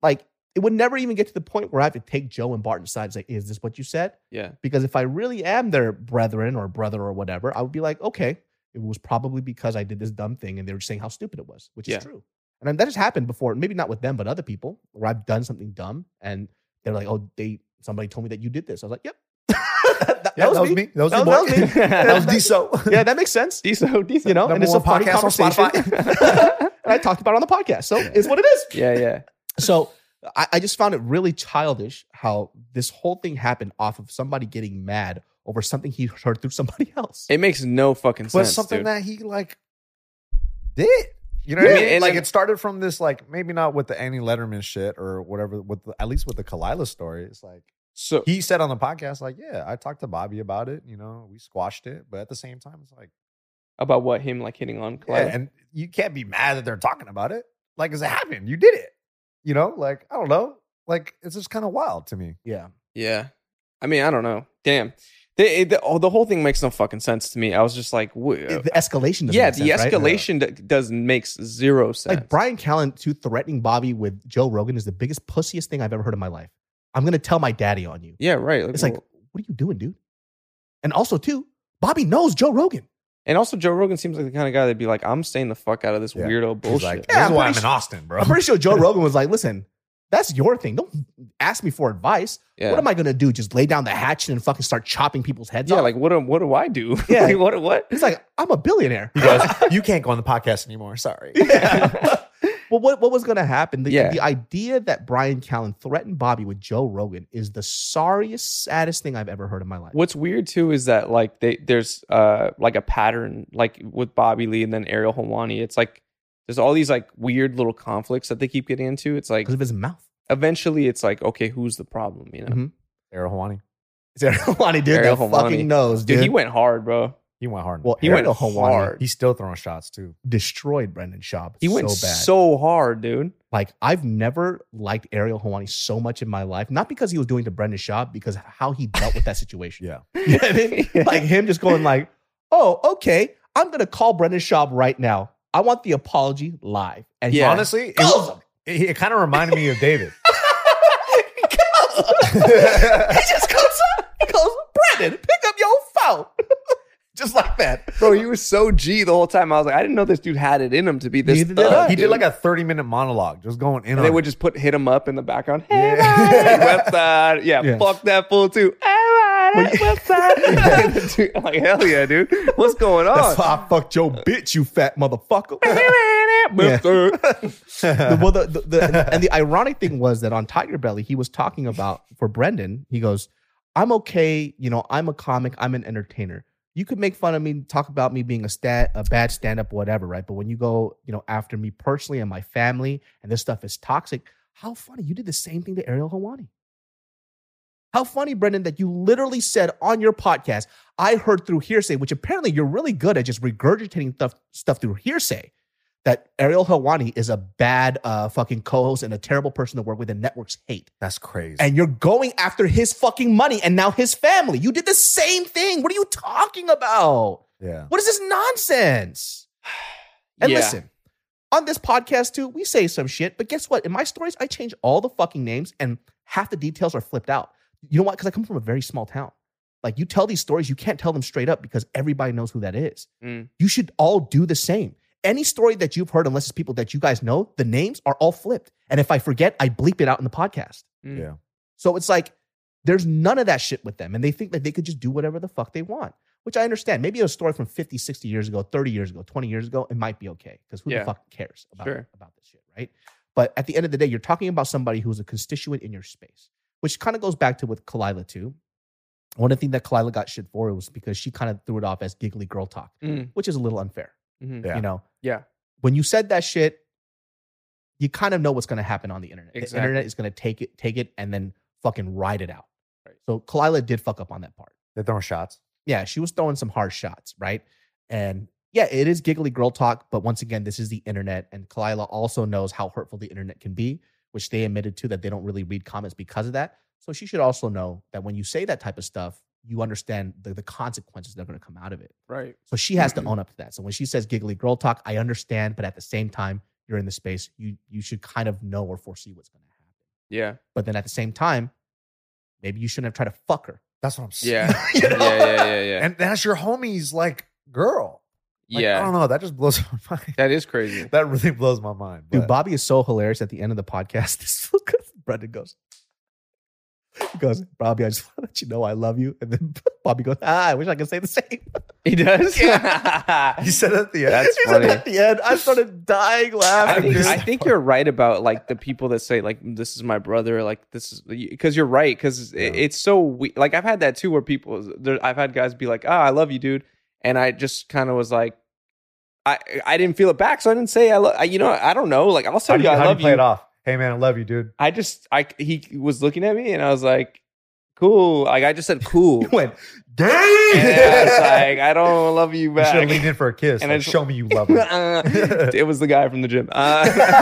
Speaker 1: Like,
Speaker 6: it would never even get to the point where I have to take Joe and Barton's side and say, is this what you said?
Speaker 3: Yeah.
Speaker 6: Because if I really am their brethren or brother or whatever, I would be like, okay, it was probably because I did this dumb thing and they were saying how stupid it was, which
Speaker 3: Yeah.
Speaker 6: is true. And that has happened before, maybe not with them, but other people where I've done something dumb and they're like, oh, they somebody told me that you did this. I was like, yep. that, that
Speaker 2: Yeah,
Speaker 6: was me.
Speaker 2: That was,
Speaker 6: That
Speaker 2: me,
Speaker 6: was-
Speaker 2: boy.
Speaker 6: that was me.
Speaker 2: That was
Speaker 6: That-
Speaker 2: D-So.
Speaker 6: Yeah, that makes sense.
Speaker 3: Diesel, diesel.
Speaker 6: You know, and
Speaker 2: Number
Speaker 6: it's a
Speaker 2: one
Speaker 6: funny
Speaker 2: podcast on
Speaker 6: conversation. and I talked about it on the podcast. So it's what it is.
Speaker 3: yeah, yeah.
Speaker 6: So I, I just found it really childish how this whole thing happened off of somebody getting mad over something he heard through somebody else.
Speaker 3: It makes no fucking
Speaker 2: but
Speaker 3: sense.
Speaker 2: something
Speaker 3: dude.
Speaker 2: that he like did. You know
Speaker 3: Yeah,
Speaker 2: what I mean?
Speaker 3: and-
Speaker 2: Like
Speaker 3: and-
Speaker 2: it started from this, like maybe not with the Annie Letterman shit or whatever. With the, at least with the Kalila story, it's like
Speaker 3: so
Speaker 2: he said on the podcast, like, yeah, I talked to Bobby about it. You know, we squashed it, but at the same time, it's like,
Speaker 3: about what him like hitting on
Speaker 2: yeah,
Speaker 3: Clyde.
Speaker 2: and you can't be mad that they're talking about it. Like, it's happened. You did it. You know, like I don't know. Like it's just kind of wild to me.
Speaker 6: Yeah.
Speaker 3: Yeah. I mean, I don't know. Damn. They, it- the, oh, the whole thing makes no fucking sense to me. I was just like, wh-
Speaker 6: It- the escalation doesn't
Speaker 3: yeah,
Speaker 6: make
Speaker 3: the
Speaker 6: sense, right?
Speaker 3: escalation d- does makes zero sense.
Speaker 6: Like Brian Callen to threatening Bobby with Joe Rogan is the biggest pussiest thing I've ever heard in my life. I'm gonna tell my daddy on you.
Speaker 3: yeah, right.
Speaker 6: It's like, what are you doing, dude? And also, too, Bobby knows Joe Rogan.
Speaker 3: and also Joe Rogan seems like the kind of guy that'd be like, I'm staying the fuck out of this
Speaker 2: Yeah.
Speaker 3: weirdo
Speaker 2: He's
Speaker 3: bullshit.
Speaker 2: like, this
Speaker 6: Yeah,
Speaker 2: is
Speaker 6: I'm
Speaker 2: why I'm
Speaker 6: pretty
Speaker 2: in Austin, bro.
Speaker 6: I'm pretty sure Joe Rogan was like, listen, that's your thing. Don't ask me for advice.
Speaker 3: yeah.
Speaker 6: What am I gonna do? Just lay down the hatchet and fucking start chopping people's heads
Speaker 3: yeah,
Speaker 6: off?
Speaker 3: like what? do- What do I do?
Speaker 6: Yeah.
Speaker 3: like, what? What?
Speaker 6: He's like, I'm a billionaire.
Speaker 2: He goes, you can't go on the podcast anymore. Sorry.
Speaker 6: well, what, what was going to happen? The,
Speaker 3: Yeah.
Speaker 6: the idea that Brian Callen threatened Bobby with Joe Rogan is the sorriest, saddest thing I've ever heard in my life.
Speaker 3: What's weird too is that like they there's uh like a pattern like with Bobby Lee and then Ariel Helwani. It's like there's all these like weird little conflicts that they keep getting into. It's like
Speaker 6: Because of his mouth.
Speaker 3: eventually it's like okay, who's the problem? You know,
Speaker 2: Mm-hmm.
Speaker 6: Mhm.
Speaker 2: Ariel Helwani.
Speaker 6: It's Ariel Helwani, dude.
Speaker 3: Ariel
Speaker 6: Ariel
Speaker 3: Helwani.
Speaker 6: fucking nose,
Speaker 3: dude,
Speaker 6: dude.
Speaker 3: he went hard, bro.
Speaker 2: He went hard.
Speaker 6: well,
Speaker 3: he
Speaker 6: Ariel
Speaker 3: went
Speaker 6: Helwani
Speaker 3: hard.
Speaker 2: He's still throwing shots too.
Speaker 6: destroyed Brendan Schaub.
Speaker 3: He went
Speaker 6: so bad.
Speaker 3: so hard, dude.
Speaker 6: like I've never liked Ariel Helwani so much in my life. Not because he was doing to Brendan Schaub, because how he dealt with that situation.
Speaker 2: Yeah.
Speaker 6: You know what I mean? Like him just going like, "Oh, okay, I'm gonna call Brendan Schaub right now. I want the apology live." And he
Speaker 3: Yeah.
Speaker 2: Honestly, it,
Speaker 6: Goes
Speaker 2: was- it, it kind of reminded me of David.
Speaker 6: he just goes up. He goes, Brandon, pick up your phone. just like that.
Speaker 3: Bro, he was so G the whole time. I was like, I didn't know this dude had it in him to be this.
Speaker 6: Neither did
Speaker 3: thug,
Speaker 6: I.
Speaker 2: he did
Speaker 3: dude.
Speaker 2: like a 30 minute monologue just going in
Speaker 3: And
Speaker 2: on
Speaker 3: they
Speaker 2: it.
Speaker 3: would just put hit him up in the background. Hey,
Speaker 2: Yeah.
Speaker 3: yeah. Westside. Yeah,
Speaker 6: Yeah.
Speaker 3: fuck that fool too. Hey,
Speaker 6: Well, you-
Speaker 3: Westside. Dude, I'm like, hell yeah, dude. What's going
Speaker 6: That's
Speaker 3: on?
Speaker 6: why I fucked your bitch, you fat motherfucker. The- well, the, the, the, and the ironic thing was that on Tiger Belly, he was talking about for Brendan. He goes, "I'm okay, you know, I'm a comic, I'm an entertainer. You could make fun of me, talk about me being a stat, a bad stand up, whatever, right? But when you go, you know, after me personally and my family, and this stuff is toxic. How funny! You did the same thing to Ariel Hawani. How funny, Brendan, that you literally said on your podcast, I heard through hearsay, which apparently you're really good at just regurgitating stuff, stuff through hearsay, that Ariel Hawani is a bad uh, fucking co host and a terrible person to work with and networks hate.
Speaker 2: That's crazy.
Speaker 6: And you're going after his fucking money and now his family. You did the same thing. What are you talking about?
Speaker 2: yeah.
Speaker 6: What is this nonsense? And
Speaker 3: Yeah.
Speaker 6: listen, on this podcast too, we say some shit, but guess what? In my stories, I change all the fucking names and half the details are flipped out. You know what? Because I come from a very small town. Like you tell these stories, you can't tell them straight up because everybody knows who that is.
Speaker 3: Mm.
Speaker 6: You should all do the same. Any story that you've heard, unless it's people that you guys know, the names are all flipped. And if I forget, I bleep it out in the podcast.
Speaker 3: Mm.
Speaker 2: Yeah.
Speaker 6: So it's like there's none of that shit with them. And they think that they could just do whatever the fuck they want, which I understand. Maybe a story from 50, 60 years ago, 30 years ago, 20 years ago, it might be okay because who
Speaker 3: Yeah.
Speaker 6: the fuck cares about,
Speaker 3: Sure.
Speaker 6: about this shit, right? But at the end of the day, you're talking about somebody who's a constituent in your space, which kind of goes back to with Kalila too. One of the things that Kalila got shit for was because she kind of threw it off as giggly girl talk,
Speaker 3: Mm.
Speaker 6: which is a little unfair.
Speaker 3: Mhm.
Speaker 2: Yeah.
Speaker 6: You know,
Speaker 3: Yeah.
Speaker 6: When you said that shit, you kind of know what's going to happen on the internet. The
Speaker 3: Exactly.
Speaker 6: internet is going to take it, take it, and then fucking ride it out.
Speaker 3: Right.
Speaker 6: So Kalila did fuck up on that part.
Speaker 2: They're throwing shots.
Speaker 6: Yeah, she was throwing some hard shots, right? And yeah, it is giggly girl talk, but once again, this is the internet, and Kalila also knows how hurtful the internet can be, which they admitted to that they don't really read comments because of that. So she should also know that when you say that type of stuff, you understand the, the consequences that are going to come out of it.
Speaker 3: Right.
Speaker 6: So she has to
Speaker 3: Mm-hmm.
Speaker 6: own up to that. So when she says giggly girl talk, I understand, but at the same time, you're in the space. You you should kind of know or foresee what's going to happen.
Speaker 3: Yeah.
Speaker 6: But then at the same time, maybe you shouldn't have tried to fuck her.
Speaker 2: That's what I'm saying.
Speaker 3: Yeah.
Speaker 2: You know?
Speaker 3: Yeah. Yeah. Yeah. Yeah.
Speaker 2: And that's your homie's like girl. Like, um, I
Speaker 3: yeah.
Speaker 2: don't know. That just blows my mind.
Speaker 3: That is crazy.
Speaker 2: That really blows my mind.
Speaker 6: Dude,
Speaker 2: but-
Speaker 6: Bobby is so hilarious at the end of the podcast. This Brendan goes, he goes, Bobby, I just want to let you know I love you. And then Bobby goes, ah, I wish I could say the same.
Speaker 3: He does.
Speaker 2: you said at the end.
Speaker 3: That's
Speaker 6: And
Speaker 3: funny.
Speaker 6: at the end, I started dying
Speaker 3: I
Speaker 6: laughing.
Speaker 3: think,
Speaker 6: dude.
Speaker 3: I think you're right about like the people that say like this is my brother like this is because you're right because
Speaker 2: Yeah.
Speaker 3: it's so we- like I've had that too where people there, I've had guys be like oh I love you dude and I just kind of was like I I didn't feel it back so I didn't say I love you know I don't know like I'll
Speaker 2: how
Speaker 3: tell
Speaker 2: do
Speaker 3: you
Speaker 2: you,
Speaker 3: I
Speaker 2: how do you
Speaker 3: love
Speaker 2: play
Speaker 3: you
Speaker 2: it off? Hey man, I love you, dude.
Speaker 3: I just I he was looking at me and I was like cool like I just said cool
Speaker 6: He went,
Speaker 2: Damn.
Speaker 3: and I was like I don't love you
Speaker 2: you should have leaned
Speaker 3: back
Speaker 2: in for a kiss.
Speaker 3: And
Speaker 2: And
Speaker 3: I
Speaker 2: like,
Speaker 3: just-
Speaker 2: show me you love me.
Speaker 3: it was the guy from the gym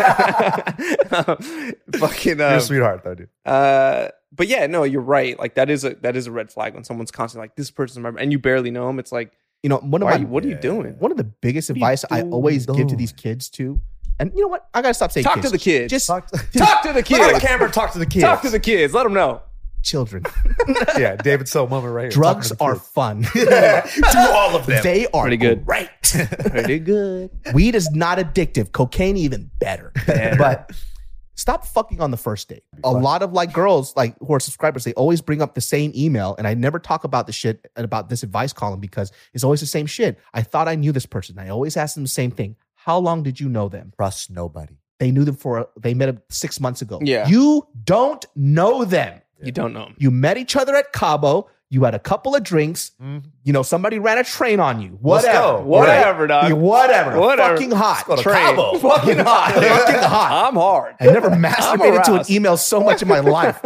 Speaker 3: uh, fucking
Speaker 2: You're
Speaker 3: um,
Speaker 2: a sweetheart though, dude.
Speaker 3: Uh, but yeah, no, you're right. Like that is a that is a red flag when someone's constantly like this person's my and you barely know him. It's like
Speaker 6: you know, one of
Speaker 3: why
Speaker 6: my
Speaker 3: are you- what are you
Speaker 2: Yeah.
Speaker 3: doing?
Speaker 6: one of the biggest
Speaker 2: What are you
Speaker 6: advice I
Speaker 2: doing,
Speaker 6: always give to
Speaker 2: dog?
Speaker 6: these kids too. And you know what? I gotta stop saying
Speaker 3: Talk
Speaker 6: kids.
Speaker 3: to the kids.
Speaker 6: Just
Speaker 2: Talk to,
Speaker 3: talk to the
Speaker 2: Look at
Speaker 3: kids.
Speaker 2: the camera. Talk to the kids.
Speaker 3: Talk to the kids. Let them know.
Speaker 6: children.
Speaker 2: yeah, David Soul moment right here.
Speaker 6: Drugs
Speaker 2: Talking
Speaker 6: are
Speaker 2: to
Speaker 6: fun.
Speaker 2: the kids. to all of them.
Speaker 6: they are
Speaker 3: Pretty good.
Speaker 6: Right.
Speaker 3: Pretty good.
Speaker 6: Weed is not addictive. Cocaine even better. But stop fucking on the first date. A
Speaker 2: fun.
Speaker 6: lot of like girls, like who are subscribers, they always bring up the same email, and I never talk about the shit about this advice column because it's always the same shit. I thought I knew this person. I always ask them the same thing. How long did you know them?
Speaker 2: Trust nobody.
Speaker 6: They knew them for they met up six months ago.
Speaker 3: Yeah.
Speaker 6: you don't know them.
Speaker 3: You don't know him.
Speaker 6: You met each other at Cabo. You had a couple of drinks.
Speaker 2: Mhm.
Speaker 6: You know, somebody ran a train on you.
Speaker 2: Let's
Speaker 6: Whatever.
Speaker 2: go.
Speaker 3: Whatever,
Speaker 6: Yeah,
Speaker 3: dog.
Speaker 6: Whatever.
Speaker 3: Whatever.
Speaker 6: Fucking hot.
Speaker 2: Let's go to
Speaker 3: Train.
Speaker 2: Cabo.
Speaker 6: Fucking hot. Fucking hot.
Speaker 3: I'm hard.
Speaker 6: I never
Speaker 3: I'm
Speaker 6: masturbated to an
Speaker 3: aroused.
Speaker 6: email so much in my life.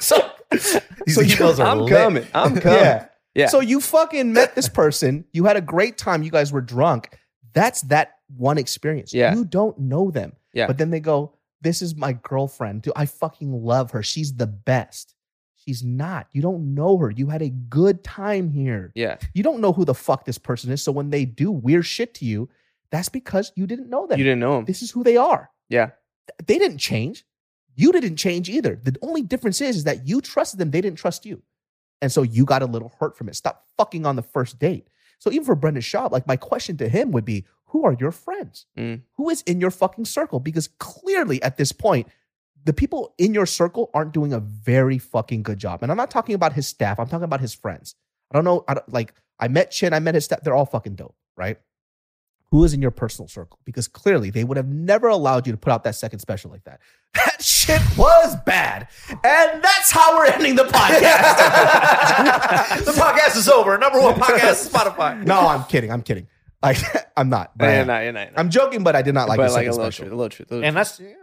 Speaker 6: so,
Speaker 2: These
Speaker 6: So you-
Speaker 2: emails are
Speaker 3: I'm
Speaker 2: lit.
Speaker 3: coming. I'm coming.
Speaker 6: yeah.
Speaker 3: Yeah.
Speaker 6: So you fucking met this person. You had a great time. You guys were drunk. That's that one experience.
Speaker 3: Yeah.
Speaker 6: You don't know them.
Speaker 3: Yeah.
Speaker 6: But then they go, This is my girlfriend. Dude, I fucking love her. She's the best. She's not. You don't know her. You had a good time here.
Speaker 3: Yeah.
Speaker 6: You don't know who the fuck this person is. So when they do weird shit to you, that's because you didn't know them.
Speaker 3: You didn't know him.
Speaker 6: This is who they are.
Speaker 3: Yeah.
Speaker 6: Th- They didn't change. You didn't change either. The only difference is, is that you trusted them, they didn't trust you. And so you got a little hurt from it. Stop fucking on the first date. So even for Brendan Schaub, like my question to him would be, who are your friends?
Speaker 3: Mm.
Speaker 6: Who is in your fucking circle? Because clearly at this point, the people in your circle aren't doing a very fucking good job. And I'm not talking about his staff. I'm talking about his friends. I don't know. I don't, like I met Chin, I met his staff. They're all fucking dope, right? Who is in your personal circle? Because clearly they would have never allowed you to put out that second special like that. That shit was bad. And that's how we're ending the podcast.
Speaker 2: the podcast is over. Number one podcast, Spotify.
Speaker 6: no, I'm kidding. I'm kidding. Like I'm not. But I
Speaker 3: Yeah,
Speaker 6: am.
Speaker 3: nah, yeah, nah, yeah, nah.
Speaker 6: I'm joking, but I did not like
Speaker 3: uh, but
Speaker 6: the
Speaker 3: like a
Speaker 6: second
Speaker 3: little
Speaker 6: special.
Speaker 3: truth, a little truth. a little
Speaker 2: And
Speaker 3: truth.
Speaker 2: that's yeah.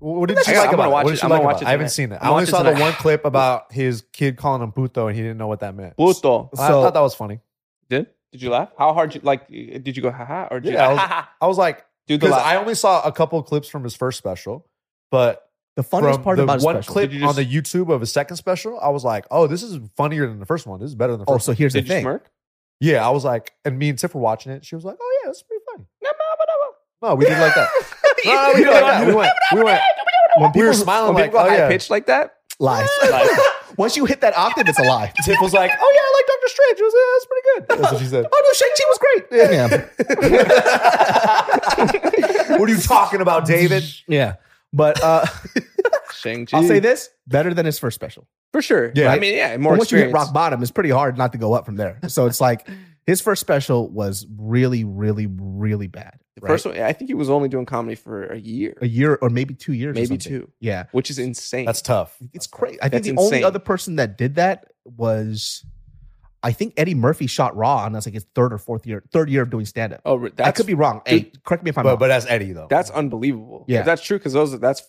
Speaker 2: What did you
Speaker 3: I gotta-
Speaker 2: like
Speaker 3: I'm
Speaker 2: about
Speaker 3: gonna
Speaker 2: it?
Speaker 3: watch
Speaker 2: What did
Speaker 3: it.
Speaker 2: you
Speaker 3: I'm
Speaker 2: like
Speaker 3: gonna watch it
Speaker 2: about it? I haven't
Speaker 3: tonight.
Speaker 2: seen it.
Speaker 3: I'm
Speaker 2: I only
Speaker 3: watching
Speaker 2: saw
Speaker 3: tonight.
Speaker 2: the one clip about his kid calling him puto and he didn't know what that meant.
Speaker 3: Puto.
Speaker 2: I
Speaker 6: So-
Speaker 2: thought that was funny.
Speaker 3: Did did you laugh? How hard you like? eh, Did you go haha or did
Speaker 2: Yeah, I
Speaker 3: you
Speaker 2: was- I was like,
Speaker 3: do the
Speaker 2: because
Speaker 3: laugh?
Speaker 2: I only saw a couple of clips from his first special, but
Speaker 6: the funniest
Speaker 2: from
Speaker 6: part
Speaker 2: the
Speaker 6: about his
Speaker 2: one
Speaker 6: special.
Speaker 2: clip
Speaker 3: Did you just-
Speaker 2: on the YouTube of his second special, I was like, oh, this is funnier than the first one. This is better than the
Speaker 6: Oh,
Speaker 2: first.
Speaker 6: so here's
Speaker 3: Did
Speaker 6: the
Speaker 3: you
Speaker 6: thing.
Speaker 3: smirk?
Speaker 2: yeah, I was like, and me and Tiff were watching it. She was like, oh yeah, that's pretty funny. No, we did like that. No, no, we did like that. We went, we went.
Speaker 6: When
Speaker 2: We were
Speaker 6: people
Speaker 2: smiling
Speaker 3: When
Speaker 2: like,
Speaker 3: people go
Speaker 2: oh
Speaker 3: high
Speaker 2: yeah.
Speaker 3: pitched like that,
Speaker 6: lies.
Speaker 3: Lies.
Speaker 6: Once you hit that octave, it's a lie.
Speaker 2: Tiff was like, oh yeah, I like Doctor Strange. It was, uh, that's pretty good. That's what she said.
Speaker 6: Oh no, Shang Chi was great. Yeah.
Speaker 2: what are you talking about, David?
Speaker 6: yeah. But uh,
Speaker 3: Shang Chi.
Speaker 6: I'll say this: better than his first special.
Speaker 3: for sure.
Speaker 2: Yeah.
Speaker 3: I mean, yeah, more
Speaker 6: But once you hit
Speaker 3: experience.
Speaker 6: rock bottom, it's pretty hard not to go up from there. So it's like his first special was really, really, really bad.
Speaker 3: The
Speaker 6: right?
Speaker 3: First one, I think he was only doing comedy for a year,
Speaker 6: a year or maybe two years, or
Speaker 3: maybe
Speaker 6: something.
Speaker 3: two,
Speaker 6: Yeah,
Speaker 3: which is insane.
Speaker 2: That's tough.
Speaker 6: it's crazy. I think
Speaker 3: That's
Speaker 6: the only
Speaker 3: insane.
Speaker 6: other person that did that was, I think Eddie Murphy shot Raw, and that's like his third or fourth year, third year of doing stand up.
Speaker 3: oh, re- that's,
Speaker 6: I could be wrong. Hey, correct me if I'm
Speaker 2: But
Speaker 6: wrong.
Speaker 2: but that's Eddie though.
Speaker 3: That's unbelievable.
Speaker 6: Yeah.
Speaker 3: if that's true because those that's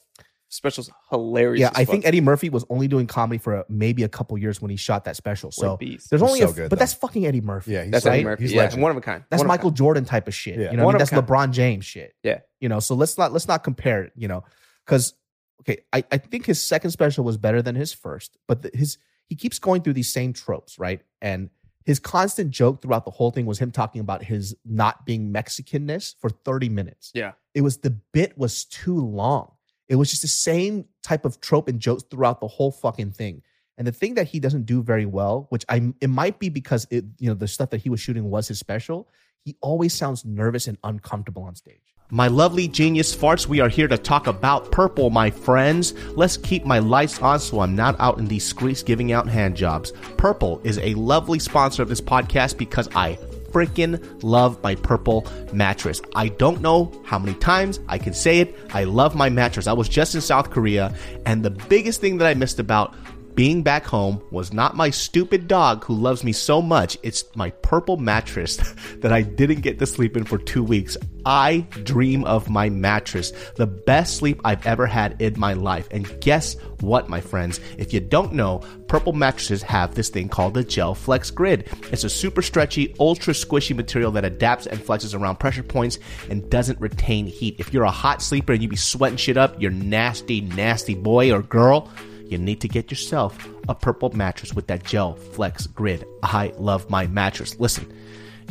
Speaker 3: specials hilarious.
Speaker 6: yeah,
Speaker 3: as
Speaker 6: I
Speaker 3: fuck.
Speaker 6: think Eddie Murphy was only doing comedy for uh maybe a couple years when he shot that special.
Speaker 3: We're
Speaker 6: So
Speaker 3: beasts.
Speaker 6: there's
Speaker 2: He's
Speaker 6: only,
Speaker 2: so
Speaker 6: a,
Speaker 2: good,
Speaker 6: but
Speaker 2: though.
Speaker 6: that's fucking Eddie Murphy.
Speaker 2: yeah, he's
Speaker 3: that's
Speaker 6: right?
Speaker 3: Eddie Murphy.
Speaker 2: He's
Speaker 3: yeah,
Speaker 2: legend.
Speaker 3: one of a kind.
Speaker 6: That's
Speaker 3: One of a
Speaker 6: Michael
Speaker 3: kind.
Speaker 6: Jordan type of shit.
Speaker 2: Yeah.
Speaker 6: You know,
Speaker 3: One
Speaker 6: what I mean,
Speaker 3: of
Speaker 6: that's
Speaker 3: a
Speaker 6: LeBron James shit.
Speaker 3: Yeah.
Speaker 6: You know, so let's not let's not compare it. You know, because okay, I I think his second special was better than his first, but the, his he keeps going through these same tropes, right? And his constant joke throughout the whole thing was him talking about his not being Mexicanness for thirty minutes.
Speaker 3: Yeah.
Speaker 6: it was the bit was too long. It was just the same type of trope and jokes throughout the whole fucking thing. And the thing that he doesn't do very well, which I it might be because it you know the stuff that he was shooting was his special, he always sounds nervous and uncomfortable on stage.
Speaker 1: My lovely genius farts, we are here to talk about purple, my friends. Let's keep my lights on so I'm not out in these streets giving out hand jobs. Purple is a lovely sponsor of this podcast because I freaking love my purple mattress. I don't know how many times I can say it. I love my mattress. I was just in South Korea, and the biggest thing that I missed about being back home was not my stupid dog who loves me so much. It's my purple mattress that I didn't get to sleep in for two weeks. I dream of my mattress, the best sleep I've ever had in my life. And guess what, my friends? If you don't know, purple mattresses have this thing called the Gel Flex Grid. It's a super stretchy, ultra squishy material that adapts and flexes around pressure points and doesn't retain heat. If you're a hot sleeper and you be sweating shit up, you're nasty, nasty boy or girl you need to get yourself a purple mattress with that gel flex grid. I love my mattress. Listen,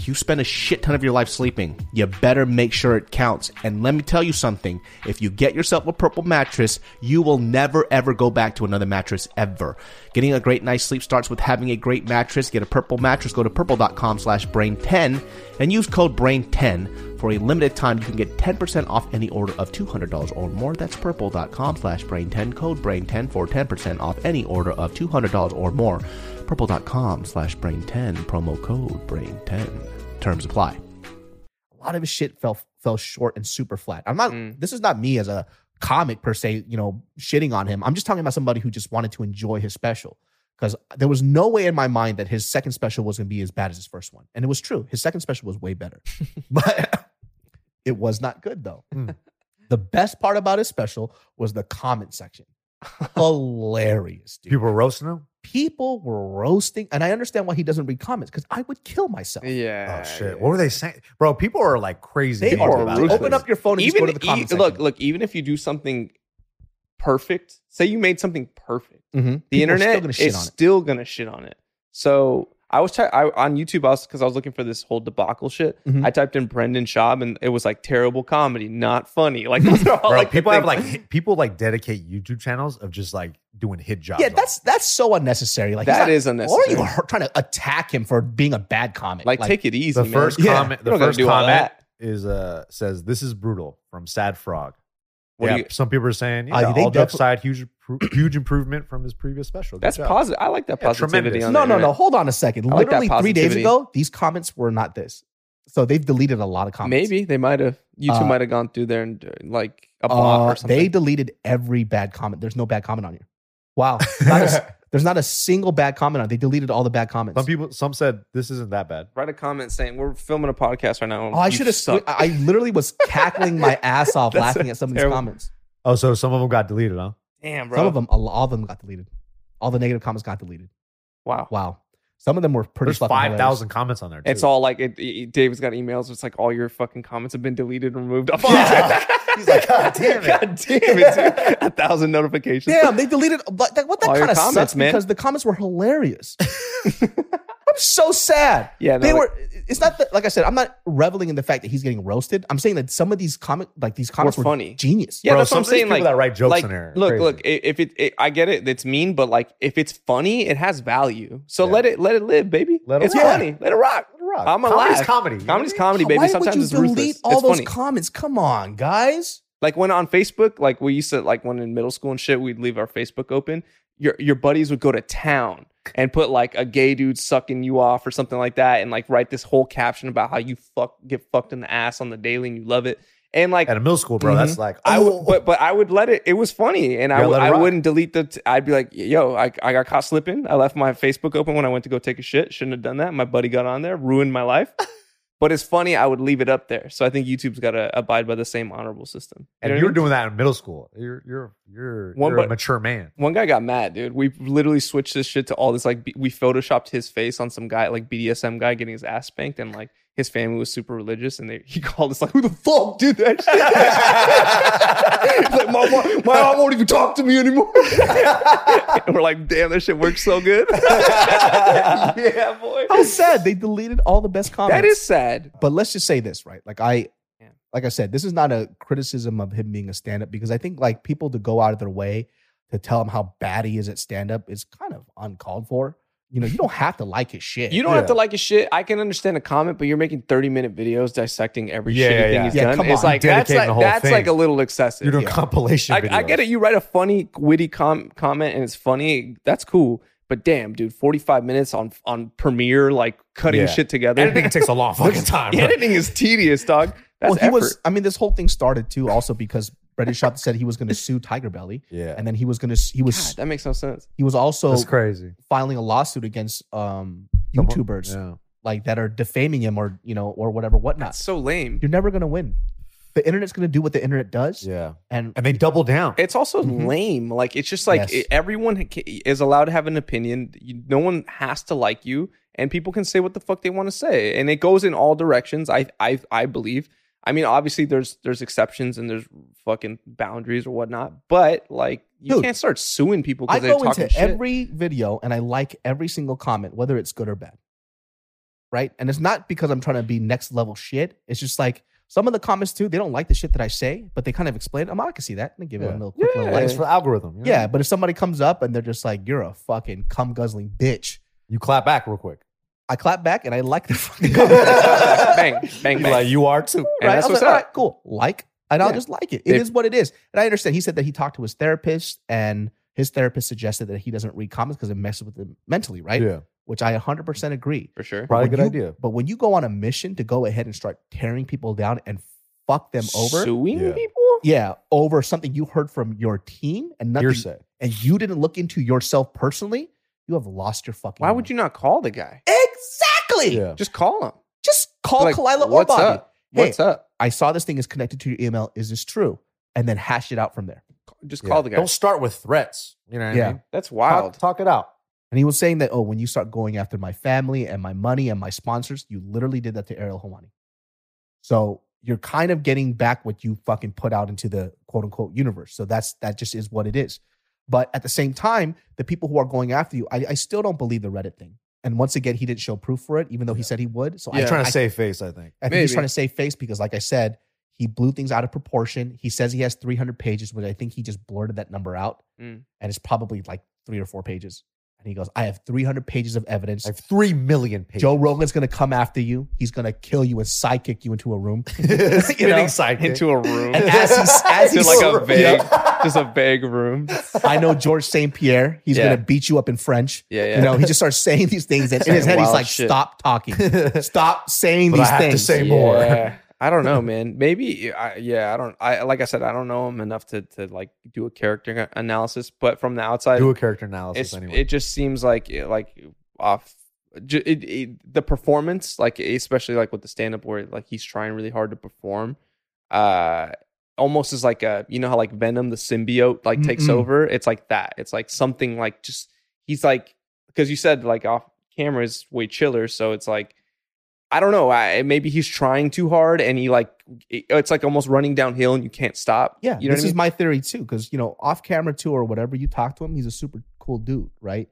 Speaker 1: you spend a shit ton of your life sleeping. You better make sure it counts. And let me tell you something if you get yourself a purple mattress, you will never ever go back to another mattress ever. Getting a great night's sleep starts with having a great mattress. Get a purple mattress. Go to purple.com slash brain10 and use code brain10 for a limited time, you can get 10% off any order of $200 or more. That's purple.com slash brain10, code brain10 for 10% off any order of $200 or more. Purple.com slash brain10, promo code brain10. Terms apply.
Speaker 6: a lot of his shit fell fell short and super flat. I'm not.
Speaker 3: Mm.
Speaker 6: This is not me as a comic per se. You know, shitting on him. I'm just talking about somebody who just wanted to enjoy his special because there was no way in my mind that his second special was going to be as bad as his first one, and it was true. His second special was way better, but it was not good though.
Speaker 2: Mm.
Speaker 6: The best part about his special was the comment section. Hilarious, dude.
Speaker 2: People
Speaker 6: People,
Speaker 2: were roasting him.
Speaker 6: were roasting, and I understand why he doesn't read comments because I would kill myself.
Speaker 3: Yeah.
Speaker 2: Oh shit!
Speaker 3: yeah.
Speaker 2: What were they saying, bro? People are like crazy.
Speaker 6: They
Speaker 2: mean
Speaker 6: are
Speaker 2: about
Speaker 3: ruthless.
Speaker 6: open up your phone and just
Speaker 3: even
Speaker 6: go to the
Speaker 3: e-
Speaker 6: comments.
Speaker 3: look, look. Even if you do something perfect, say you made something perfect, the internet
Speaker 6: going to
Speaker 3: is Mm-hmm. still gonna shit on it. So I was ty- I, on YouTube, I was because I was looking for this whole debacle shit.
Speaker 6: Mhm.
Speaker 3: I typed in Brendan Schaub, and it was like terrible comedy, not funny. Like those are all
Speaker 2: Bro,
Speaker 3: Oh, like the
Speaker 2: people have like
Speaker 3: things-
Speaker 2: hit- people like dedicate YouTube channels of just like doing hit jobs.
Speaker 6: Yeah,
Speaker 2: on
Speaker 6: that's that's so unnecessary. Like
Speaker 3: that
Speaker 6: that is,
Speaker 3: is unnecessary.
Speaker 6: or you are trying to attack him for being a bad comic.
Speaker 3: like, take it easy.
Speaker 2: the
Speaker 3: man.
Speaker 2: first
Speaker 6: Yeah.
Speaker 2: comment.
Speaker 3: You're
Speaker 2: The
Speaker 3: not gonna
Speaker 2: first
Speaker 3: do all
Speaker 2: comment
Speaker 3: that.
Speaker 2: is uh says this is brutal from Sad Frog.
Speaker 3: What do
Speaker 2: yeah,
Speaker 3: you- Ah,
Speaker 2: some people are saying yeah,
Speaker 6: I think
Speaker 2: all
Speaker 6: defi-
Speaker 2: jokes aside, huge appro- huge improvement from his previous special. Good
Speaker 3: That's
Speaker 2: job.
Speaker 3: positive. I like that
Speaker 2: Yeah,
Speaker 3: positivity.
Speaker 2: tremendous.
Speaker 3: on
Speaker 6: no,
Speaker 3: the
Speaker 6: no, no.
Speaker 3: internet.
Speaker 6: Hold on a second.
Speaker 3: I like that
Speaker 6: Literally three days
Speaker 3: positivity.
Speaker 6: ago, these comments were not this. So they've deleted a lot of comments.
Speaker 3: Maybe they might have. YouTube
Speaker 6: Uh,
Speaker 3: might have gone through there and uh, like a bot
Speaker 6: Uh,
Speaker 3: or something.
Speaker 6: they deleted every bad comment. There's no bad comment on here. Wow. Not a- there's not a single bad comment on. it. They deleted all the bad comments.
Speaker 2: Some people some said this isn't that bad.
Speaker 3: write a comment saying we're filming a podcast right now.
Speaker 6: oh, I
Speaker 3: You
Speaker 6: should have.
Speaker 3: suck."
Speaker 6: I I literally was cackling my ass off
Speaker 3: That's
Speaker 6: laughing at some of these
Speaker 3: terrible.
Speaker 6: comments.
Speaker 2: Oh, so some of them got deleted, huh?
Speaker 3: Damn, bro.
Speaker 6: Some of them, all all of them got deleted. All the negative comments got deleted.
Speaker 3: Wow.
Speaker 6: Wow. Some of them were pretty
Speaker 2: There's
Speaker 6: fucking hilarious.
Speaker 2: five thousand comments on there. Too.
Speaker 3: It's all like it, it- David's got emails. It's like all your fucking comments have been deleted and removed. off.
Speaker 2: Yeah. He's like, "God damn it."
Speaker 3: God damn it, dude. A thousand notifications.
Speaker 6: Damn, they deleted. But that, what that
Speaker 3: All your
Speaker 6: kind of
Speaker 3: comments,
Speaker 6: sucks
Speaker 3: man.
Speaker 6: because the comments were hilarious. I'm so sad.
Speaker 3: Yeah, no,
Speaker 6: they
Speaker 3: like-
Speaker 6: were. It's not that. Like I said, I'm not reveling in the fact that he's getting roasted. I'm saying that some of these comment, like these comments, were,
Speaker 3: funny.
Speaker 6: genius.
Speaker 3: Yeah,
Speaker 2: Bro,
Speaker 3: that's what
Speaker 2: some
Speaker 3: I'm
Speaker 2: of these
Speaker 3: saying.
Speaker 2: people
Speaker 3: Like,
Speaker 2: that write jokes
Speaker 3: like,
Speaker 2: in there are
Speaker 3: Look,
Speaker 2: crazy.
Speaker 3: look. i- If it, it, I get it. It's mean, but like, if it's funny, it has value. So
Speaker 2: Yeah.
Speaker 3: let it, let it live, baby.
Speaker 2: Let it
Speaker 3: it's
Speaker 2: rock.
Speaker 3: funny. Let it rock.
Speaker 2: Rock.
Speaker 3: I'm
Speaker 2: Comedy's
Speaker 3: alive.
Speaker 2: comedy. you know what I
Speaker 3: Comedy's
Speaker 2: mean?
Speaker 3: comedy, baby.
Speaker 6: Why
Speaker 3: Sometimes
Speaker 6: would
Speaker 3: it's
Speaker 6: you delete
Speaker 3: ruthless.
Speaker 6: all
Speaker 3: it's
Speaker 6: those
Speaker 3: funny.
Speaker 6: comments? Come on, guys.
Speaker 3: like when on Facebook, like we used to like when in middle school and shit, we'd leave our Facebook open. Your your buddies would go to town and put like a gay dude sucking you off or something like that, and like write this whole caption about how you fuck get fucked in the ass on the daily and you love it. And like
Speaker 2: At a middle school, bro, that's like
Speaker 3: Mm-hmm. I
Speaker 2: oh.
Speaker 3: would, but but I would let it. It was funny, and I
Speaker 2: Yeah,
Speaker 3: would,
Speaker 2: let it
Speaker 3: I
Speaker 2: rock.
Speaker 3: wouldn't delete the. T- I'd be like, yo, I, I got caught slipping. I left my Facebook open when I went to go take a shit. Shouldn't have done that. My buddy got on there, ruined my life. but it's funny. I would leave it up there. So I think YouTube's got to abide by the same honorable system. You know
Speaker 2: and
Speaker 3: what I
Speaker 2: you were
Speaker 3: mean?
Speaker 2: doing that in middle school. You're you're you're,
Speaker 3: One
Speaker 2: you're a
Speaker 3: bu-
Speaker 2: mature man.
Speaker 3: One guy got mad, dude. We literally switched this shit to all this like B- we photoshopped his face on some guy like BDSM guy getting his ass spanked and like his family was super religious and they, he called us like who the fuck did that shit? He's like my mom, my mom won't even talk to me anymore. and we're like, damn, that shit works so good. yeah, boy.
Speaker 6: How sad. They deleted all the best comments.
Speaker 3: That is sad.
Speaker 6: But let's just say this, right? Like I,
Speaker 3: Yeah.
Speaker 6: like I said, this is not a criticism of him being a stand up because I think like people to go out of their way to tell him how bad he is at stand up is kind of uncalled for. You know, you don't have to like his shit.
Speaker 3: You don't have to
Speaker 2: Yeah.
Speaker 3: like his shit. I can understand a comment, but you're making 30 minute videos dissecting every
Speaker 2: Yeah,
Speaker 3: shitty
Speaker 2: yeah,
Speaker 3: thing
Speaker 2: yeah.
Speaker 3: he's
Speaker 6: Yeah,
Speaker 3: done.
Speaker 6: come
Speaker 3: It's
Speaker 6: on.
Speaker 3: like that's
Speaker 2: Dedicating
Speaker 3: like
Speaker 2: the whole
Speaker 3: that's
Speaker 2: thing.
Speaker 3: like a little
Speaker 2: You're
Speaker 3: excessive.
Speaker 2: doing
Speaker 6: Yeah.
Speaker 2: compilation
Speaker 3: I, I get it. You write a funny, witty com- comment, and it's funny. That's cool. But damn, dude, 45 minutes on on Premiere, like cutting
Speaker 2: Yeah.
Speaker 3: shit together.
Speaker 2: Editing takes a long fucking time. bro.
Speaker 3: Editing is tedious, dog. That's
Speaker 6: well, he
Speaker 3: effort.
Speaker 6: was. I mean, this whole thing started too also because Brendan Schaub said he was going to sue Tiger Belly,
Speaker 2: Yeah.
Speaker 6: and then he was going to. He was.
Speaker 3: God, that makes no sense.
Speaker 6: He was also
Speaker 2: That's crazy.
Speaker 6: filing a lawsuit against um
Speaker 2: Someone-
Speaker 6: YouTubers
Speaker 2: Yeah.
Speaker 6: like that are defaming him or you know or whatever whatnot.
Speaker 3: That's so lame.
Speaker 6: You're never going to win. The internet's going to do what the internet does,
Speaker 2: Yeah.
Speaker 6: and
Speaker 2: And they double down.
Speaker 3: It's also
Speaker 6: Mhm.
Speaker 3: lame. Like it's just like
Speaker 6: Yes.
Speaker 3: it- everyone ca- is allowed to have an opinion. You, no one has to like you, and people can say what the fuck they want to say, and it goes in all directions. I I I believe. I mean, obviously there's there's exceptions and there's fucking boundaries or whatnot, but like you
Speaker 6: Dude,
Speaker 3: can't start suing people
Speaker 6: I
Speaker 3: because they're
Speaker 6: go
Speaker 3: talking
Speaker 6: into
Speaker 3: shit.
Speaker 6: every video and I like every single comment, whether it's good or bad. Right? And it's not because I'm trying to be next level shit. It's just like some of the comments too, they don't like the shit that I say, but they kind of explain it. I'm like, I can see that. And they give it a
Speaker 2: Yeah.
Speaker 6: little quick little
Speaker 3: Yeah.
Speaker 2: Like
Speaker 6: like.
Speaker 2: it's for the algorithm. you know?
Speaker 6: Yeah, but if somebody comes up and they're just like, You're a fucking cum guzzling bitch,
Speaker 2: You clap back real quick.
Speaker 6: I clap back and I like the fucking comment.
Speaker 3: bang, bang,
Speaker 2: You're
Speaker 3: bang.
Speaker 2: Like you are too.
Speaker 3: And
Speaker 6: right?
Speaker 3: that's
Speaker 6: I was
Speaker 3: what's
Speaker 6: like, all
Speaker 3: up.
Speaker 6: right, cool. Like, and I'll
Speaker 3: Yeah.
Speaker 6: just like it. It is
Speaker 3: They-
Speaker 6: what it is. And I understand. He said that he talked to his therapist, and his therapist suggested that he doesn't read comments because it messes with him mentally, right?
Speaker 2: Yeah.
Speaker 6: Which I 100% agree.
Speaker 3: for sure.
Speaker 2: Probably a
Speaker 6: When
Speaker 2: good
Speaker 6: you-
Speaker 2: idea.
Speaker 6: But when you go on a mission to go ahead and start tearing people down and fuck them over,
Speaker 3: suing
Speaker 2: Yeah.
Speaker 3: people.
Speaker 6: yeah, over something you heard from your team and nothing,
Speaker 2: Hearsay.
Speaker 6: and you didn't look into yourself personally, you have lost your fucking.
Speaker 3: Why would you not call the guy?
Speaker 6: Exactly.
Speaker 2: Yeah.
Speaker 3: Just call him.
Speaker 6: Just call
Speaker 3: Like,
Speaker 6: Kalila or
Speaker 3: what's
Speaker 6: Bobby.
Speaker 3: up?
Speaker 6: Hey,
Speaker 3: What's up?
Speaker 6: I saw this thing is connected to your email. Is this true? And then hash it out from there.
Speaker 3: Just
Speaker 2: Yeah.
Speaker 3: call the guy.
Speaker 2: Don't start with threats. You know what
Speaker 6: Yeah.
Speaker 2: I mean?
Speaker 3: That's
Speaker 2: Talk,
Speaker 3: wild.
Speaker 2: talk it out.
Speaker 6: And he was saying that, oh, when you start going after my family and my money and my sponsors, you literally did that to Ariel Hawani. So you're kind of getting back what you fucking put out into the quote unquote universe. So that's that just is what it is. But at the same time, the people who are going after you, I, I still don't believe the Reddit thing. And once again, he didn't show proof for it, even though he
Speaker 2: Yeah.
Speaker 6: said he would. So
Speaker 2: You're
Speaker 6: I,
Speaker 3: Yeah.
Speaker 2: trying to
Speaker 6: I-
Speaker 2: save face, I think.
Speaker 6: I think he's
Speaker 3: Maybe.
Speaker 6: trying to save face because, like I said, he blew things out of proportion. He says he has 300 pages, which I think he just blurted that number out.
Speaker 3: Mm.
Speaker 6: And it's probably like three or four pages. And he goes, I have 300 pages of evidence.
Speaker 2: I have three million pages.
Speaker 6: Joe Rogan's going to come after you. He's going to kill you and sidekick you into a room.
Speaker 2: spinning
Speaker 3: know,
Speaker 2: sidekick.
Speaker 3: into a room.
Speaker 6: And as he's- as
Speaker 3: he's- Like a vague-
Speaker 2: Yeah.
Speaker 3: just a vague room.
Speaker 6: I know George St. Pierre. He's
Speaker 3: Yeah.
Speaker 6: going to beat you up in French.
Speaker 3: Yeah, yeah.
Speaker 6: You know, he just starts saying these things. And in his head, he's
Speaker 3: Wild
Speaker 6: like,
Speaker 3: shit.
Speaker 6: stop talking. Stop saying
Speaker 2: But I
Speaker 6: these
Speaker 2: have to
Speaker 6: things.
Speaker 2: say- more.
Speaker 3: Yeah. I don't know, man. Maybe I, yeah, I don't I like I said I don't know him enough to to like do a character analysis, but from the outside
Speaker 2: Do a character
Speaker 3: it's,
Speaker 2: analysis anyway.
Speaker 3: it just seems like eh, like off ju- it, it, the performance like especially like with the stand up where like he's trying really hard to perform uh almost is like a you know how like venom the symbiote like takes
Speaker 6: Mm-mm.
Speaker 3: over it's like that it's like something like just he's like because you said like off camera is way chiller so it's like i don't know i maybe he's trying too hard and he like it- it's like almost running downhill and you can't stop
Speaker 6: Yeah,
Speaker 3: you know
Speaker 6: this
Speaker 3: what I
Speaker 6: is
Speaker 3: mean?
Speaker 6: my theory too, because you know, off camera too or whatever, you talk to him, he's a super cool dude, right?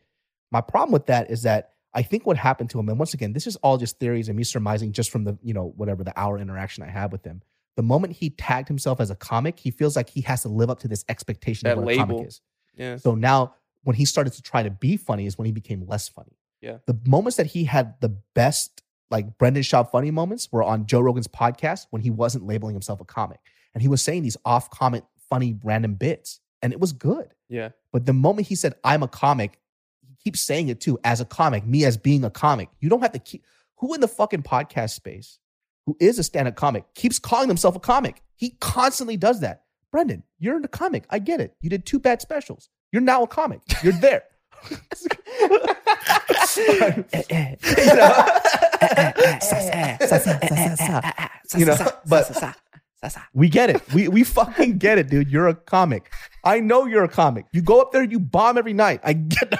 Speaker 6: My problem with that is that I think what happened to him, and once again, this is all just theories and me surmising just from the you know whatever the hour interaction I had with him. The moment he tagged himself as a comic, he feels like he has to live up to this expectation
Speaker 3: That
Speaker 6: of what a
Speaker 3: label.
Speaker 6: comic is.
Speaker 3: yeah
Speaker 6: So now, when he started to try to be funny, is when he became less funny.
Speaker 3: Yeah.
Speaker 6: The moments that he had the best, like Brendan Schaub funny moments, were on Joe Rogan's podcast when he wasn't labeling himself a comic, and he was saying these off comment, funny, random bits, and it was good.
Speaker 3: yeah
Speaker 6: But the moment he said, "I'm a comic," he keeps saying it too, as a comic, me as being a comic. You don't have to keep. Who in the fucking podcast space, who is a stand-up comic, keeps calling himself a comic? He constantly does that. Brendan, you're a comic. I get it. You did two bad specials. You're now a comic. You're there. You know? You know, but we get it. We we fucking get it, dude. You're a comic. I know you're a comic. You go up there, you bomb every night. I get no,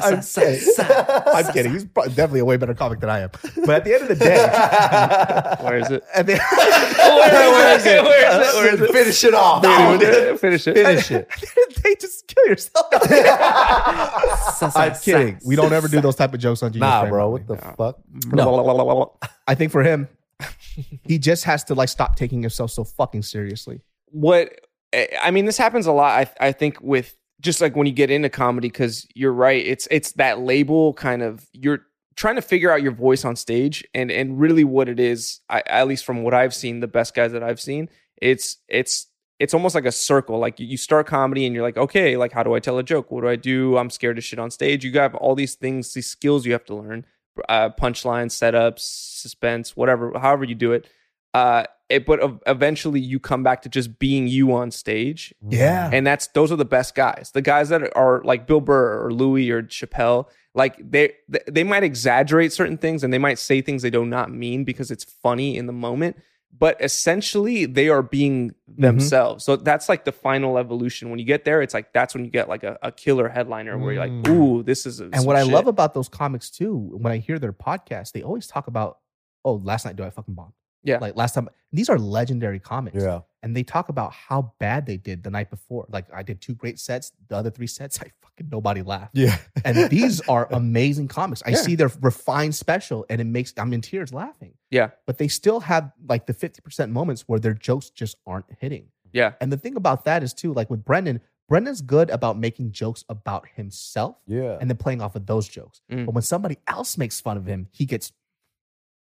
Speaker 6: I'm, kidding. I'm kidding. He's pro- definitely a way better comic than I am. But at the end of the day,
Speaker 3: where is it
Speaker 6: at the,
Speaker 3: where is it? Where is it? Where is it?
Speaker 2: Finish it off, dude.
Speaker 3: Finish it.
Speaker 2: Finish it.
Speaker 6: they just kill yourself. I'm kidding. We don't ever do those type of jokes on Genius
Speaker 2: Nah,
Speaker 6: Frame
Speaker 2: bro.
Speaker 6: Only.
Speaker 2: What the
Speaker 3: No.
Speaker 2: fuck?
Speaker 6: No. I think for him, He just has to like stop taking himself so fucking seriously.
Speaker 3: what I I mean, this happens a lot. I I think with just like when you get into comedy, because you're right, it's it's that label kind of you're trying to figure out your voice on stage, and and really what it is, I, at least from what I've seen, the best guys that I've seen, it's it's it's almost like a circle. Like you- you start comedy, and you're like, okay, like how do I tell a joke? What do I do? I'm scared of shit on stage. You have all these things, these skills you have to learn, uh, punchlines, setups, suspense, whatever, however you do it. Uh, it, but ev- eventually you come back to just being you on stage
Speaker 6: Yeah.
Speaker 3: and that's those are the best guys the guys that are like bill burr or louis or chappelle like they th- they might exaggerate certain things and they might say things they do not mean because it's funny in the moment but essentially they are being
Speaker 6: Mm-hmm.
Speaker 3: themselves so that's like the final evolution when you get there it's like that's when you get like a, a killer headliner where you're like
Speaker 2: Mm.
Speaker 3: ooh this is a,
Speaker 6: And what I love about those comics too, when I hear their podcast, they always talk about, oh, last night do I fucking bomb?
Speaker 3: Yeah.
Speaker 6: Like last time, these are legendary comics.
Speaker 2: Yeah.
Speaker 6: And they talk about how bad they did the night before. Like I did two great sets, the other three sets, I fucking nobody laughed.
Speaker 2: Yeah.
Speaker 6: And these are amazing comics. I see their refined special and it makes I'm in tears laughing.
Speaker 3: Yeah.
Speaker 6: But they still have like the 50% moments where their jokes just aren't hitting.
Speaker 3: Yeah.
Speaker 6: And the thing about that is too, like with Brendan, Brendan's good about making jokes about himself
Speaker 2: Yeah.
Speaker 6: and then playing off of those jokes.
Speaker 3: Mm.
Speaker 6: But when somebody else makes fun of him, he gets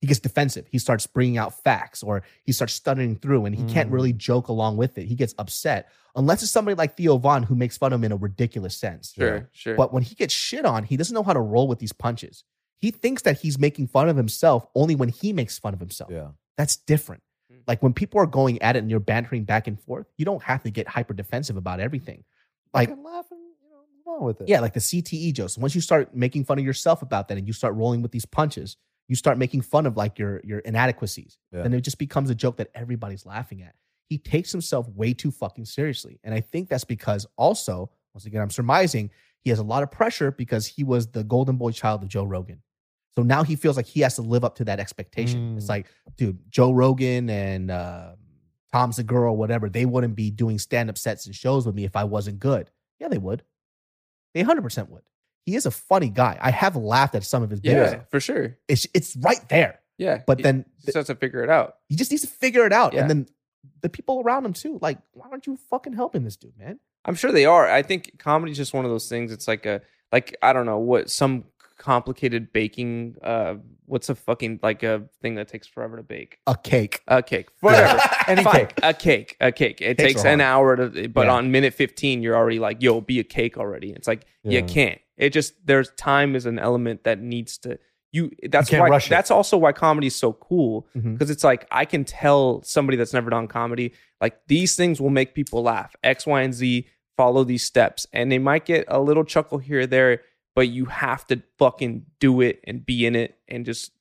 Speaker 6: he gets defensive. He starts bringing out facts or he starts stuttering through and he can't
Speaker 2: Mm.
Speaker 6: really joke along with it. He gets upset unless it's somebody like Theo Vaughn who makes fun of him in a ridiculous sense.
Speaker 3: sure sure
Speaker 6: But when he gets shit on, he doesn't know how to roll with these punches. He thinks that he's making fun of himself only when he makes fun of himself.
Speaker 2: Yeah.
Speaker 6: That's different.
Speaker 3: Mm.
Speaker 6: Like when people are going at it and you're bantering back and forth, you don't have to get hyper defensive about everything. Like
Speaker 2: Fucking laugh and, you know, move on with it.
Speaker 6: yeah, like the CTE jokes. Once you start making fun of yourself about that and you start rolling with these punches, you start making fun of like your your inadequacies.
Speaker 2: Yeah.
Speaker 6: Then it just becomes a joke that everybody's laughing at. He takes himself way too fucking seriously. And I think that's because also, once again, I'm surmising he has a lot of pressure because he was the golden boy child of Joe Rogan. So now he feels like he has to live up to that expectation.
Speaker 2: Mm.
Speaker 6: It's like, dude, Joe Rogan and uh, Tom Segura or whatever, they wouldn't be doing stand up sets and shows with me if I wasn't good. Yeah, they would. They 100% would. He is a funny guy. I have laughed at some of his
Speaker 3: yeah,
Speaker 6: videos.
Speaker 3: for sure
Speaker 6: It's, it's right there.
Speaker 3: yeah
Speaker 6: But
Speaker 3: He-
Speaker 6: then
Speaker 3: he just has to figure it out
Speaker 6: he just needs to figure it out.
Speaker 3: Yeah.
Speaker 6: And then the people around him too. Like, why aren't you fucking helping this dude, man?
Speaker 3: I'm sure they are. I think comedy's just one of those things. It's like a like I don't know what some complicated baking. Uh, what's a fucking like a thing that takes forever to bake?
Speaker 6: A cake.
Speaker 3: A cake, whatever.
Speaker 2: Any
Speaker 3: Fine.
Speaker 2: cake.
Speaker 3: A cake, a cake. It
Speaker 6: Cakes
Speaker 3: takes
Speaker 6: are
Speaker 3: an hour to, but
Speaker 6: Yeah.
Speaker 3: on minute 15, you're already like, yo, be a cake already. It's like,
Speaker 2: Yeah.
Speaker 3: you can't. It just, there's time is an element that needs to, you, that's
Speaker 2: can't
Speaker 3: why,
Speaker 2: rush it. Mm-hmm.
Speaker 3: that's also why comedy is so cool.
Speaker 6: Mhm.
Speaker 3: Cause it's like, I can tell somebody that's never done comedy, like these things will make people laugh. X, Y, and Z follow these steps. And they might get a little chuckle here or there, but you have to fucking do it and be in it and just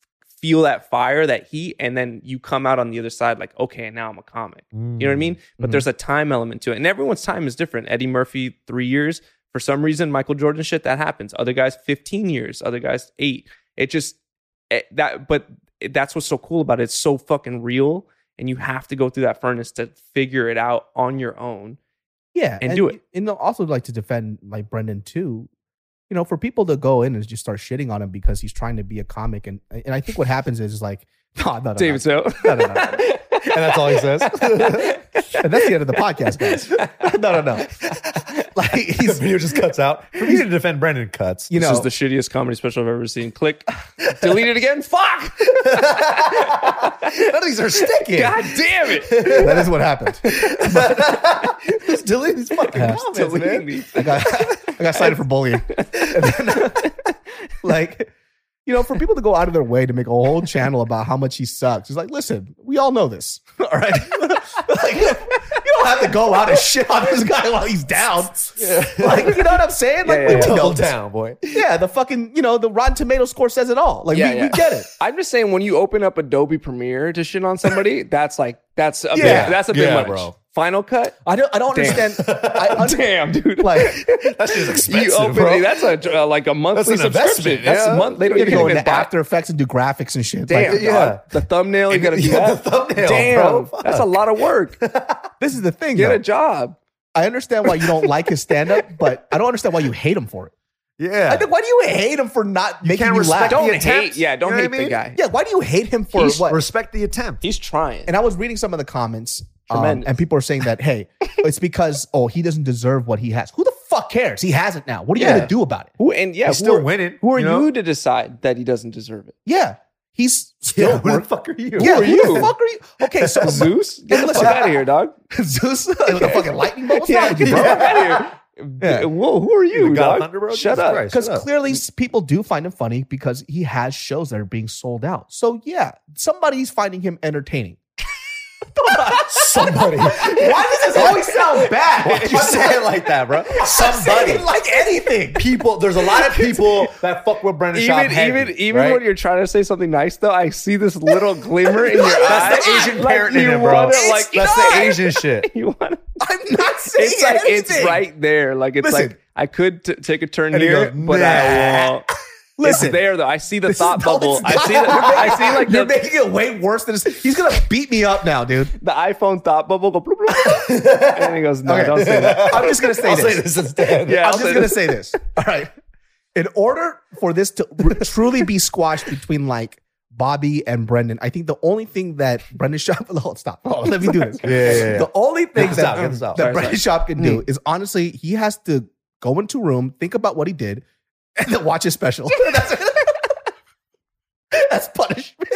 Speaker 3: feel that fire, that heat. And then you come out on the other side like, okay, now I'm a comic.
Speaker 2: Mm.
Speaker 3: You know what I mean? But
Speaker 6: Mhm.
Speaker 3: there's a time element to it. And everyone's time is different. Eddie Murphy, three years. For some reason, Michael Jordan shit, that happens. Other guys, 15 years. Other guys, eight. It just, it, that, but it- that's what's so cool about it. It's so fucking real. And you have to go through that furnace to figure it out on your own.
Speaker 6: Yeah,
Speaker 3: and do it.
Speaker 6: And also like to defend like Brendan too. You know, for people to go in and just start shitting on him because he's trying to be a comic, and and I think what happens is, is like, no, no, no, no.
Speaker 3: David, so.
Speaker 6: No, no, no. And
Speaker 2: that's all he says.
Speaker 6: and that's the end of the podcast, guys. no, no, no. Like
Speaker 2: The
Speaker 6: he's,
Speaker 2: video just cuts out. For me to defend Brendan cuts.
Speaker 6: you
Speaker 3: This
Speaker 6: know,
Speaker 3: is the shittiest comedy special I've ever seen. Click. Delete it again. Fuck.
Speaker 2: None of these are sticking.
Speaker 3: God damn it.
Speaker 6: that is what happened.
Speaker 2: Just delete these fucking
Speaker 6: Yeah.
Speaker 2: comments,
Speaker 3: Deleting
Speaker 2: man.
Speaker 3: these.
Speaker 6: I got, I got cited for bullying. And then, like, you know, for people to go out of their way to make a whole channel about how much he sucks, it's like, listen, we all know this. All right. like, you don't have to go out and shit on this guy while he's down. Like, you know what I'm saying? Like,
Speaker 3: Yeah,
Speaker 6: we
Speaker 3: yeah,
Speaker 6: know
Speaker 2: Double
Speaker 6: this.
Speaker 2: down, boy.
Speaker 6: Yeah, the fucking, you know, the Rotten Tomato score says it all. Like,
Speaker 3: Yeah,
Speaker 6: we,
Speaker 3: yeah.
Speaker 6: we get it.
Speaker 3: I'm just saying when you open up Adobe Premiere to shit on somebody, that's like that's a
Speaker 2: Yeah.
Speaker 3: big, that's a big
Speaker 2: Yeah,
Speaker 3: much.
Speaker 2: bro.
Speaker 3: Final cut.
Speaker 6: I don't, I don't
Speaker 3: Damn.
Speaker 6: understand. I under-
Speaker 3: Damn, dude.
Speaker 6: like,
Speaker 2: That's just expensive,
Speaker 3: you open
Speaker 2: bro.
Speaker 3: that's a uh, like a monthly
Speaker 2: an
Speaker 3: subscription.
Speaker 2: investment,
Speaker 3: That's
Speaker 2: yeah.
Speaker 3: a month. They don't
Speaker 6: you
Speaker 3: even
Speaker 6: gotta go
Speaker 3: go
Speaker 6: into
Speaker 3: buy.
Speaker 6: After Effects and do graphics and shit.
Speaker 3: Damn,
Speaker 6: Like,
Speaker 2: yeah.
Speaker 3: dog. the thumbnail you gotta do
Speaker 2: Yeah,
Speaker 3: that.
Speaker 2: the thumbnail,
Speaker 3: Damn,
Speaker 2: bro.
Speaker 3: that's a lot of work.
Speaker 6: this is the thing.
Speaker 3: Get
Speaker 6: though.
Speaker 3: a job.
Speaker 6: I understand why you don't like his stand up, but I don't understand why you hate him for it.
Speaker 2: Yeah.
Speaker 6: I think why do you hate him for not making
Speaker 2: can't
Speaker 6: you
Speaker 2: respect
Speaker 6: laugh?
Speaker 2: the
Speaker 3: Don't
Speaker 2: attempt,
Speaker 3: hate. Yeah, don't
Speaker 2: you know
Speaker 3: hate
Speaker 2: what I
Speaker 3: the
Speaker 2: mean?
Speaker 3: guy.
Speaker 6: yeah, why do you hate him for
Speaker 3: He's
Speaker 6: what?
Speaker 2: Respect the attempt.
Speaker 3: He's trying.
Speaker 6: and I was reading some of the comments, um,
Speaker 3: Tremendous.
Speaker 6: and people are saying that hey, it's because oh he doesn't deserve what he has. Who the fuck cares? He has it now. What are you
Speaker 3: Yeah.
Speaker 6: gonna do about it?
Speaker 3: who and yeah,
Speaker 2: He's
Speaker 3: who
Speaker 2: still
Speaker 3: are,
Speaker 2: winning.
Speaker 3: who are
Speaker 2: know?
Speaker 3: you to decide that he doesn't deserve it?
Speaker 6: Yeah, he's still
Speaker 2: Yeah, who the
Speaker 6: work-
Speaker 2: fuck are you?
Speaker 6: yeah,
Speaker 3: are
Speaker 6: who the
Speaker 3: you?
Speaker 6: fuck are you? Okay, so
Speaker 3: Zeus, get the
Speaker 6: listen.
Speaker 3: fuck out of here, dog.
Speaker 6: Zeus with a fucking lightning bolt. What's wrong with you,
Speaker 3: get
Speaker 6: bro?
Speaker 3: the fuck outta here.
Speaker 2: Yeah.
Speaker 3: Whoa, who are
Speaker 2: You
Speaker 3: you,
Speaker 2: the God
Speaker 3: dog?
Speaker 2: of Thunder, bro?
Speaker 3: Shut
Speaker 2: Jesus
Speaker 3: up.
Speaker 2: Christ,
Speaker 6: because
Speaker 2: shut up.
Speaker 6: clearly s- people do find him funny because he has shows that are being sold out. So yeah, somebody's finding him entertaining.
Speaker 2: somebody. Why
Speaker 6: does this always sound
Speaker 2: do you say it like that, bro?
Speaker 6: Somebody
Speaker 2: Somebody.
Speaker 6: like anything.
Speaker 2: People, there's a lot of people that fuck with Brendan Schaub
Speaker 3: Even
Speaker 2: heavy,
Speaker 3: even even
Speaker 2: right?
Speaker 3: when you're trying to say something nice, though, I see this little glimmer in your eye.
Speaker 2: that's the Asian
Speaker 3: Like,
Speaker 2: parent
Speaker 3: you
Speaker 2: in it, bro.
Speaker 3: Wanna, like,
Speaker 6: It's-
Speaker 2: that's
Speaker 6: not.
Speaker 2: the Asian shit.
Speaker 3: you wanna,
Speaker 6: I'm not saying
Speaker 3: it's like
Speaker 6: anything.
Speaker 3: it's right there. Like it's
Speaker 6: Listen.
Speaker 3: like I could t- take a turn
Speaker 2: And he
Speaker 3: here,
Speaker 2: goes,
Speaker 3: but I
Speaker 2: "Nah."
Speaker 3: won't.
Speaker 6: Listen.
Speaker 3: it's there though. I see the
Speaker 6: This is-
Speaker 3: thought
Speaker 6: no,
Speaker 3: bubble.
Speaker 6: it's
Speaker 3: I see the,
Speaker 6: not.
Speaker 3: I see like
Speaker 6: You're
Speaker 3: the,
Speaker 6: making it way worse than this. He's gonna beat me up now, dude.
Speaker 3: the iPhone thought bubble go bloop, bloop. and then he goes, "No,
Speaker 6: Okay.
Speaker 3: don't say that."
Speaker 6: I'm just gonna say
Speaker 2: I'll
Speaker 6: this.
Speaker 2: say this instead.
Speaker 3: Yeah,
Speaker 6: I'm
Speaker 3: I'll
Speaker 6: just
Speaker 3: say
Speaker 6: gonna
Speaker 3: this.
Speaker 6: say this. All right. In order for this to r- truly be squashed between like Bobby and Brendan, I think the only thing that Brendan Shop. Hold, stop.
Speaker 3: Oh,
Speaker 6: Hold, let me do this.
Speaker 2: Yeah, yeah, yeah.
Speaker 6: The only thing
Speaker 2: Get this
Speaker 6: that,
Speaker 2: out, get this out.
Speaker 6: that
Speaker 2: Sorry,
Speaker 6: Brendan Shop can
Speaker 3: Mm.
Speaker 6: do is honestly, he has to go into a room, think about what he did, and then watch his special. That's, that's punishment.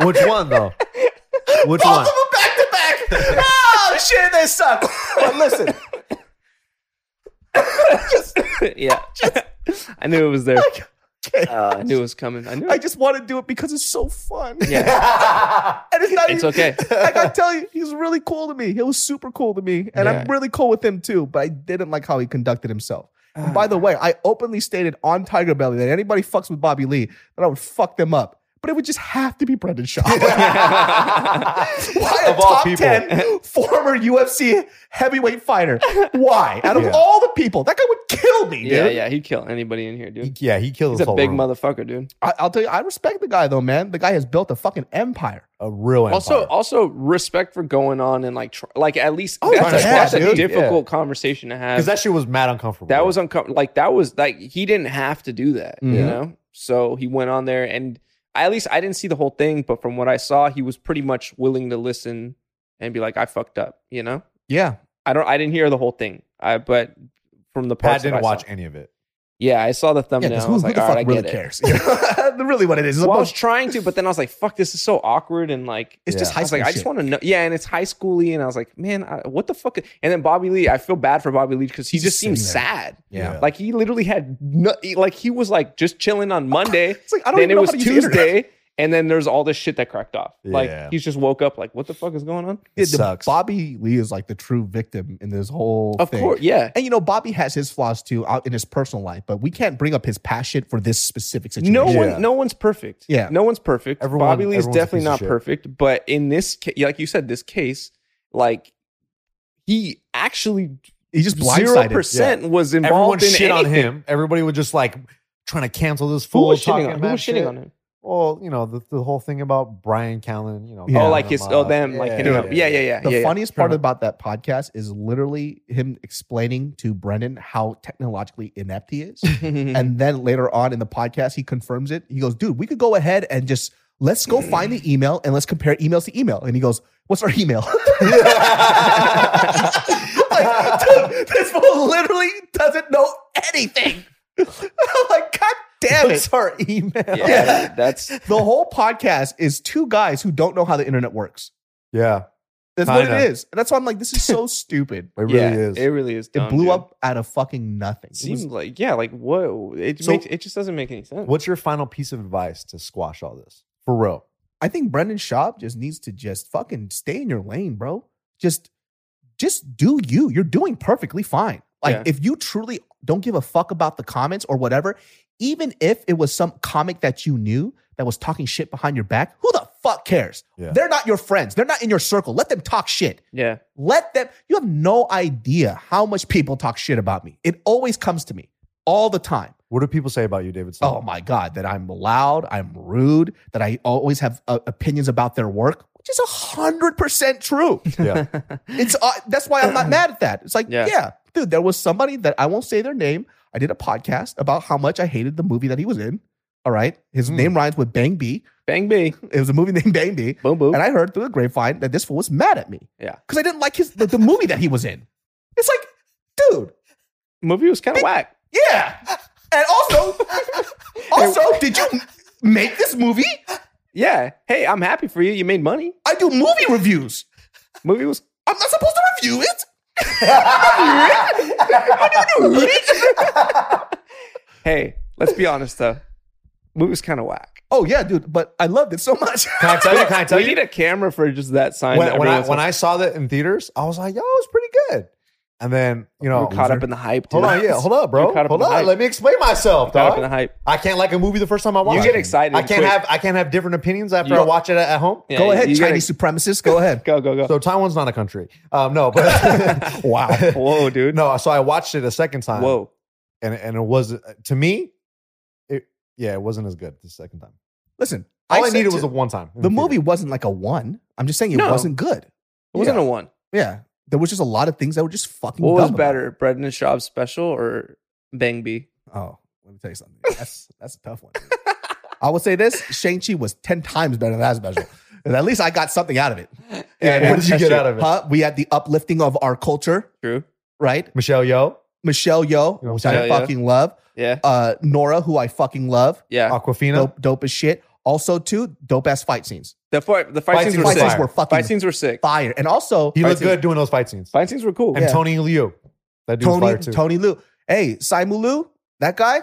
Speaker 2: Which one though? Which one?
Speaker 6: Both of them back to back. Oh shit, they suck. But listen,
Speaker 3: yeah, I knew it was there. Uh, I knew it was coming. I knew.
Speaker 6: I
Speaker 3: It.
Speaker 6: just want to do it because it's so fun.
Speaker 3: Yeah,
Speaker 6: And it's not
Speaker 3: it's
Speaker 6: even,
Speaker 3: okay.
Speaker 6: like I tell you, he's really cool to me. He was super cool to me, and
Speaker 3: Yeah.
Speaker 6: I'm really cool with him too. But I didn't like how he conducted himself. And by the way, I openly stated on Tiger Belly that anybody fucks with Bobby Lee, that I would fuck them up. But it would just have to be Brendan Shaw. Why a
Speaker 2: Of all
Speaker 6: top
Speaker 2: people.
Speaker 6: ten former UFC heavyweight fighter? Why? Out of
Speaker 2: Yeah.
Speaker 6: all the people, that guy would kill me, dude.
Speaker 3: Yeah, yeah, he'd kill anybody in here, dude.
Speaker 2: He- yeah, he killed
Speaker 3: He's
Speaker 2: his
Speaker 3: a
Speaker 2: whole
Speaker 3: big
Speaker 2: room.
Speaker 3: motherfucker, dude.
Speaker 6: I, I'll tell you, I respect the guy though, man. The guy has built a fucking empire.
Speaker 2: a real empire.
Speaker 3: Also, also respect for going on and like, tr- like at least
Speaker 6: Oh,
Speaker 3: that's, a,
Speaker 6: yeah,
Speaker 3: that's a
Speaker 2: dude.
Speaker 3: difficult conversation to have.
Speaker 2: because that shit was mad uncomfortable.
Speaker 3: that was uncomfortable. Like that was like he didn't have to do that, you
Speaker 6: Mhm.
Speaker 3: know. So he went on there, and I, at least I didn't see the whole thing, but from what I saw, he was pretty much willing to listen and be like, "I fucked up," you know.
Speaker 6: Yeah,
Speaker 3: I don't, I didn't hear the whole thing, I but from the
Speaker 2: Pat
Speaker 3: parts that
Speaker 2: didn't
Speaker 3: I
Speaker 2: watch
Speaker 3: Saw,
Speaker 2: any of it.
Speaker 3: yeah, I saw the thumbnail.
Speaker 6: yeah. 'cause
Speaker 3: I
Speaker 6: Who,
Speaker 3: was
Speaker 6: who
Speaker 3: like,
Speaker 6: the
Speaker 3: "All
Speaker 6: fuck
Speaker 3: right, I
Speaker 6: really
Speaker 3: get it."
Speaker 6: cares? really, what it is? It's a
Speaker 3: Well, I
Speaker 6: bunch
Speaker 3: was trying to, but then I was like, "Fuck, this is so awkward," and like,
Speaker 6: It's just
Speaker 2: Yeah.
Speaker 6: high
Speaker 3: I was
Speaker 6: school
Speaker 3: like, I
Speaker 6: shit.
Speaker 3: just want to know. Yeah, and it's high schooly, and I was like, man, I, what the fuck? And then Bobby Lee, I feel bad for Bobby Lee because he
Speaker 6: He's
Speaker 3: just
Speaker 6: just
Speaker 3: seems
Speaker 6: sitting
Speaker 3: sad.
Speaker 2: Yeah.
Speaker 3: Like he literally had no, he- like he was like just chilling on Monday.
Speaker 6: It's like I don't
Speaker 3: then
Speaker 6: even
Speaker 3: it
Speaker 6: know
Speaker 3: was
Speaker 6: how to use the internet.
Speaker 3: Tuesday, and then there's all this shit that cracked off.
Speaker 2: Yeah.
Speaker 3: Like he's just woke up like, what the fuck is going on?
Speaker 2: It
Speaker 6: the-
Speaker 2: sucks.
Speaker 6: Bobby Lee is like the true victim in this whole
Speaker 3: Of
Speaker 6: thing.
Speaker 3: course, yeah.
Speaker 6: And you know, Bobby has his flaws too out in his personal life, but we can't bring up his passion for this specific situation.
Speaker 3: No
Speaker 2: Yeah.
Speaker 3: one, no one's perfect.
Speaker 6: Yeah.
Speaker 3: no one's perfect.
Speaker 2: Everyone-
Speaker 3: Bobby Lee's
Speaker 2: everyone's a
Speaker 3: definitely
Speaker 2: piece of
Speaker 3: not
Speaker 2: shit.
Speaker 3: perfect, but in this, ca- like you said, this case, like he actually
Speaker 6: he just
Speaker 3: zero
Speaker 6: blindsided.
Speaker 3: percent was
Speaker 2: Everyone
Speaker 3: involved in
Speaker 2: shit on
Speaker 3: anything.
Speaker 2: him. Everybody was just like trying to cancel this
Speaker 3: Who
Speaker 2: fool.
Speaker 3: was
Speaker 2: talking
Speaker 3: shitting on? Who
Speaker 2: mad
Speaker 3: was
Speaker 2: shit.
Speaker 3: shitting on him?
Speaker 2: Well, you know the, the whole thing about Brian Callen. You know,
Speaker 6: Yeah.
Speaker 3: oh,
Speaker 2: calling
Speaker 3: like
Speaker 2: him
Speaker 3: his
Speaker 2: up.
Speaker 3: oh them like hitting
Speaker 6: yeah,
Speaker 3: up. Yeah, yeah, yeah.
Speaker 6: The
Speaker 3: yeah, yeah.
Speaker 6: funniest part
Speaker 2: Sure.
Speaker 6: about that podcast is literally him explaining to Brendan how technologically inept he is. and then later on in the podcast, he confirms it. He goes, dude, we could go ahead and just let's go find the email and let's compare emails to email. And he goes, What's our email? like, dude, this fool literally doesn't know anything. I'm like, God damn it.
Speaker 2: What's our email?
Speaker 3: yeah, that's
Speaker 6: The whole podcast is two guys who don't know how the internet works.
Speaker 2: Yeah,
Speaker 6: That's what
Speaker 2: Kinda.
Speaker 6: it is. And that's why I'm like, this is so stupid.
Speaker 2: it really
Speaker 3: yeah,
Speaker 2: is.
Speaker 3: It really is.
Speaker 6: It
Speaker 3: dumb,
Speaker 6: blew
Speaker 3: dude.
Speaker 6: up out of fucking nothing.
Speaker 3: It
Speaker 6: It was-
Speaker 3: seemed like yeah, like whoa. It
Speaker 2: So-
Speaker 3: makes it just doesn't make any sense.
Speaker 2: What's your final piece of advice to squash all this for real?
Speaker 6: I think Brendan Schaub just needs to just fucking stay in your lane, bro. Just just do you. You're doing perfectly fine. Like
Speaker 3: Yeah.
Speaker 6: if you truly don't give a fuck about the comments or whatever, even if it was some comic that you knew that was talking shit behind your back, who the fuck cares?
Speaker 2: Yeah.
Speaker 6: They're not your friends. They're not in your circle. Let them talk shit.
Speaker 3: Yeah,
Speaker 6: Let them. You have no idea how much people talk shit about me. It always comes to me all the time
Speaker 2: What do people say about you, David?
Speaker 6: oh my god that i'm loud i'm rude that i always have uh, opinions about their work which is 100% true
Speaker 2: yeah,
Speaker 6: it's uh, that's why i'm not mad at that it's like yeah.
Speaker 3: Yeah.
Speaker 6: dude there was somebody that i won't say their name I did a podcast about how much I hated the movie that he was in. All right. His
Speaker 2: Hmm.
Speaker 6: name rhymes with Bang B.
Speaker 3: Bang B.
Speaker 6: It was a movie named Bang B.
Speaker 3: Boom boom.
Speaker 6: And I heard through the grapevine that this fool was mad at me.
Speaker 3: Yeah.
Speaker 6: Because I didn't like his the, the movie that he was in. It's like, dude,
Speaker 3: Movie was kind of whack.
Speaker 6: yeah. And also, also, did you make this movie?
Speaker 3: Yeah. Hey, I'm happy for you. You made money.
Speaker 6: I do movie reviews.
Speaker 3: Movie was
Speaker 6: I'm not supposed to review it. I don't do it.
Speaker 3: Hey, let's be honest though. Movie was kind of whack.
Speaker 6: oh yeah, dude, but I loved it so much.
Speaker 2: Can I tell you? Can I tell
Speaker 3: we
Speaker 2: you?
Speaker 3: need a camera for just that sign.
Speaker 2: when,
Speaker 3: that
Speaker 2: when I
Speaker 3: everyone's
Speaker 2: when
Speaker 3: like,
Speaker 2: I saw that in theaters, I was like, "Yo, it's pretty good." And then you know,
Speaker 3: we're caught up in the hype. Dude.
Speaker 2: oh, hold on, yeah, hold up, bro,
Speaker 3: You're caught up
Speaker 2: hold
Speaker 3: in the
Speaker 2: on,
Speaker 3: hype.
Speaker 2: let me explain myself,
Speaker 3: Caught up in the
Speaker 2: dog.
Speaker 3: hype.
Speaker 2: I can't like a movie the first time I watch.
Speaker 3: get
Speaker 2: it.
Speaker 3: excited
Speaker 2: I can't
Speaker 3: quick.
Speaker 2: have I can't have different opinions after
Speaker 3: You-
Speaker 2: I watch it at, at home.
Speaker 3: Yeah,
Speaker 6: go ahead,
Speaker 3: you gotta-
Speaker 6: Chinese supremacists. Go ahead.
Speaker 3: Go go go.
Speaker 2: So Taiwan's not a country. Um, no, but
Speaker 6: Wow.
Speaker 3: Whoa, dude.
Speaker 2: no. So I watched it a second time.
Speaker 3: Whoa.
Speaker 2: and and it was to me, it yeah, it wasn't as good the second time.
Speaker 6: Listen,
Speaker 2: All I,
Speaker 6: said
Speaker 2: needed
Speaker 6: to-
Speaker 2: was the one time. in
Speaker 6: the
Speaker 2: theater.
Speaker 6: movie wasn't like a one. I'm just saying it
Speaker 3: No.
Speaker 6: wasn't good.
Speaker 3: It wasn't a one.
Speaker 6: Yeah, there was just a lot of things that were just fucking.
Speaker 3: What was
Speaker 6: dumb about it.
Speaker 3: better, Brendan Schaub's special or Bang B?
Speaker 6: Oh, let me tell you something. That's that's a tough one. dude. I would say this: Shang Chi was ten times better than that special. And at least I got something out of it.
Speaker 2: Yeah,
Speaker 6: Yeah,
Speaker 2: what did you
Speaker 3: that's
Speaker 2: get
Speaker 3: true.
Speaker 2: out of it,
Speaker 6: Huh? We had the uplifting of our culture,
Speaker 3: True.
Speaker 6: right?
Speaker 2: Michelle? Yo,
Speaker 6: Michelle
Speaker 2: You
Speaker 6: Yeoh,
Speaker 2: know,
Speaker 6: which I
Speaker 3: Michelle Yeoh.
Speaker 6: fucking love.
Speaker 3: Yeah.
Speaker 6: Uh, Nora, who I fucking love.
Speaker 3: Yeah.
Speaker 2: Aquafina.
Speaker 6: Dope, dope as shit. Also, too dope ass fight scenes.
Speaker 3: The fight the fight,
Speaker 2: Fight
Speaker 3: scenes
Speaker 2: scenes
Speaker 3: were sick.
Speaker 2: fire.
Speaker 6: Fight scenes were fucking
Speaker 3: Fight scenes were sick.
Speaker 6: fire. And also,
Speaker 2: He
Speaker 3: Fight
Speaker 2: loght
Speaker 3: scenes.
Speaker 2: good doing those fight scenes.
Speaker 3: Fight scenes were cool.
Speaker 2: And
Speaker 6: Yeah.
Speaker 2: Tony Liu, that dude's fire
Speaker 6: Tony
Speaker 2: too.
Speaker 6: Tony Liu. Hey, Simon Liu, that guy